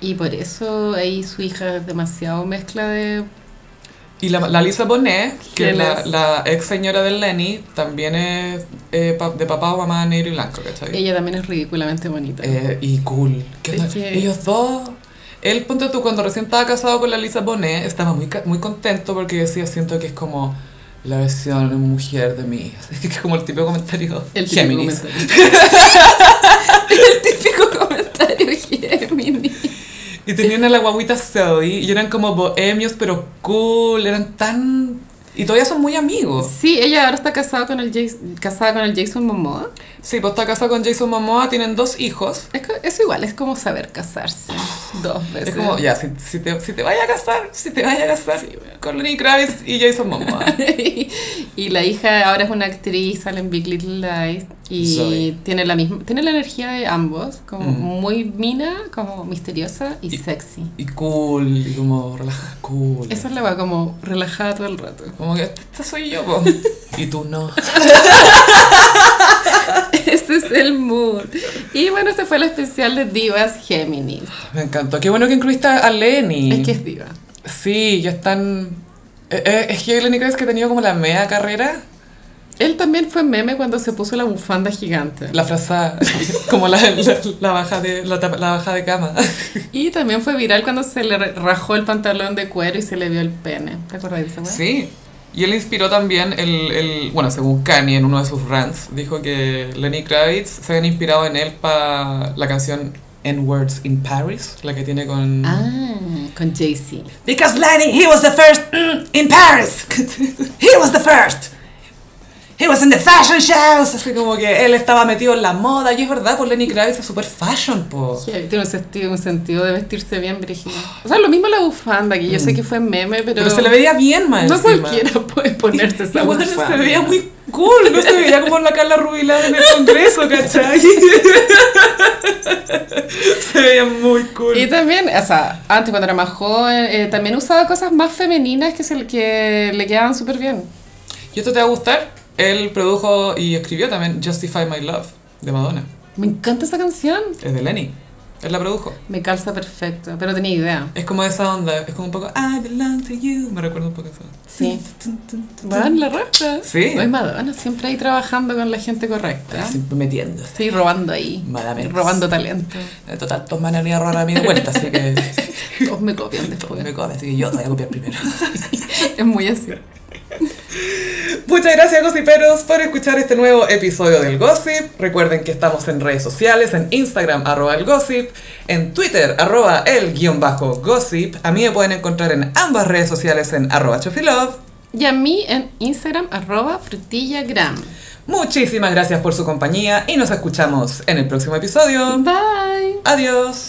Speaker 2: Y por eso ahí su hija es demasiado mezcla de...
Speaker 1: Y la, la Lisa Bonet, que es
Speaker 2: ¿Quién
Speaker 1: la,
Speaker 2: es?
Speaker 1: la ex señora de Lenny, también es eh, pa- de papá o mamá negro y blanco, ¿cachai?
Speaker 2: Ella también es ridículamente bonita.
Speaker 1: Eh, y cool. ¿Qué
Speaker 2: Es
Speaker 1: onda?
Speaker 2: que-
Speaker 1: Ellos dos. Él, ponte tú, cuando recién estaba casado con la Lisa Bonet, estaba muy, ca- muy contento porque decía, siento que es como la versión mujer de mí. Es que es como el típico comentario.
Speaker 2: el típico
Speaker 1: Géminis.
Speaker 2: comentario. el típico comentario Géminis.
Speaker 1: Y tenían a la guaguita Zoe y eran como bohemios, pero cool, eran tan... Y todavía son muy amigos.
Speaker 2: Sí, ella ahora está casada con el Jason, casada con el Jason Momoa.
Speaker 1: Sí, pues está casada con Jason Momoa, tienen dos hijos.
Speaker 2: Es, co- eso igual, es como saber casarse. Dos veces.
Speaker 1: Es como, ya, si, si te, si te vaya a casar, si te vaya a casar con Lenny Kravitz y Jason Momoa.
Speaker 2: y la hija ahora es una actriz, sale en Big Little Lies y
Speaker 1: Zoe.
Speaker 2: tiene la misma, tiene la energía de ambos, como
Speaker 1: Mm.
Speaker 2: muy mina, como misteriosa y,
Speaker 1: Y-
Speaker 2: sexy.
Speaker 1: Y cool, y como relaja, cool.
Speaker 2: Esa es la va como relajada todo el rato.
Speaker 1: Como que esta soy yo, po. Y tú no.
Speaker 2: Ese es el mood. Y bueno, este fue el especial de Divas Géminis.
Speaker 1: Me encantó. Qué bueno que incluiste a a Lenny.
Speaker 2: Es que es diva.
Speaker 1: Sí, ya están. eh, eh, Es que Lenny Kravitz que ha tenido como la media carrera,
Speaker 2: Él también fue meme cuando se puso la bufanda gigante.
Speaker 1: la frazada, como la, la, la baja de, la, tapa- la baja de cama.
Speaker 2: Y también fue viral cuando se le rajó el pantalón de cuero y se le vio el pene. ¿Te acuerdas de esa weá?
Speaker 1: Sí. Y él inspiró también el, el- bueno, según Kanye en uno de sus rants, dijo que Lenny Kravitz se habían inspirado en él para la canción N-Words in Paris, la que tiene con...
Speaker 2: Ah, con Jay-Z.
Speaker 1: Because Lenny, he was the first mm, in Paris. he was the first. He was in the fashion shows. Así como que él estaba metido en la moda. Y es verdad, pues Lenny Kravitz es super fashion, po.
Speaker 2: Que Tiene un sentido, un sentido de vestirse bien, Brigitte. O sea, lo mismo la bufanda, que yo sé que fue meme, pero.
Speaker 1: Mm. Pero, se le veía bien, man.
Speaker 2: No
Speaker 1: encima.
Speaker 2: cualquiera puede ponerse esa
Speaker 1: La buena
Speaker 2: bufanda.
Speaker 1: se veía muy cool, no se veía como la Carla Rubilar en el Congreso, ¿cachai? se veía muy cool.
Speaker 2: Y también, o sea, antes cuando era más joven, eh, también usaba cosas más femeninas que, se, que le quedaban súper bien.
Speaker 1: Y esto te va a gustar. Él produjo y escribió también Justify My Love de Madonna.
Speaker 2: Me encanta esa canción.
Speaker 1: Es de Lenny. Él la produjo.
Speaker 2: Me calza perfecto, pero no tenía idea.
Speaker 1: Es como esa onda, es como un poco I belong to you. Me recuerda un poco eso.
Speaker 2: Sí. Van la raja.
Speaker 1: Sí.
Speaker 2: Hoy Madonna siempre ahí trabajando con la gente correcta. Sí,
Speaker 1: Siempre metiéndose.
Speaker 2: robando ahí.
Speaker 1: Malamente.
Speaker 2: Robando talento.
Speaker 1: Eh, Total, todos me van a venir a robar a mí de vuelta, así que
Speaker 2: Todos me copian
Speaker 1: todos
Speaker 2: después.
Speaker 1: me comen, así que yo te voy a copiar primero.
Speaker 2: Es muy así.
Speaker 1: Muchas gracias, gossiperos, por escuchar este nuevo episodio del Gossip. Recuerden que estamos en redes sociales, en Instagram, arroba el Gossip, en Twitter, arroba el guión bajo Gossip. A mí me pueden encontrar en ambas redes sociales en arroba chofilove.
Speaker 2: Y a mí en Instagram, arroba frutillagram.
Speaker 1: Muchísimas gracias por su compañía y nos escuchamos en el próximo episodio.
Speaker 2: Bye.
Speaker 1: Adiós.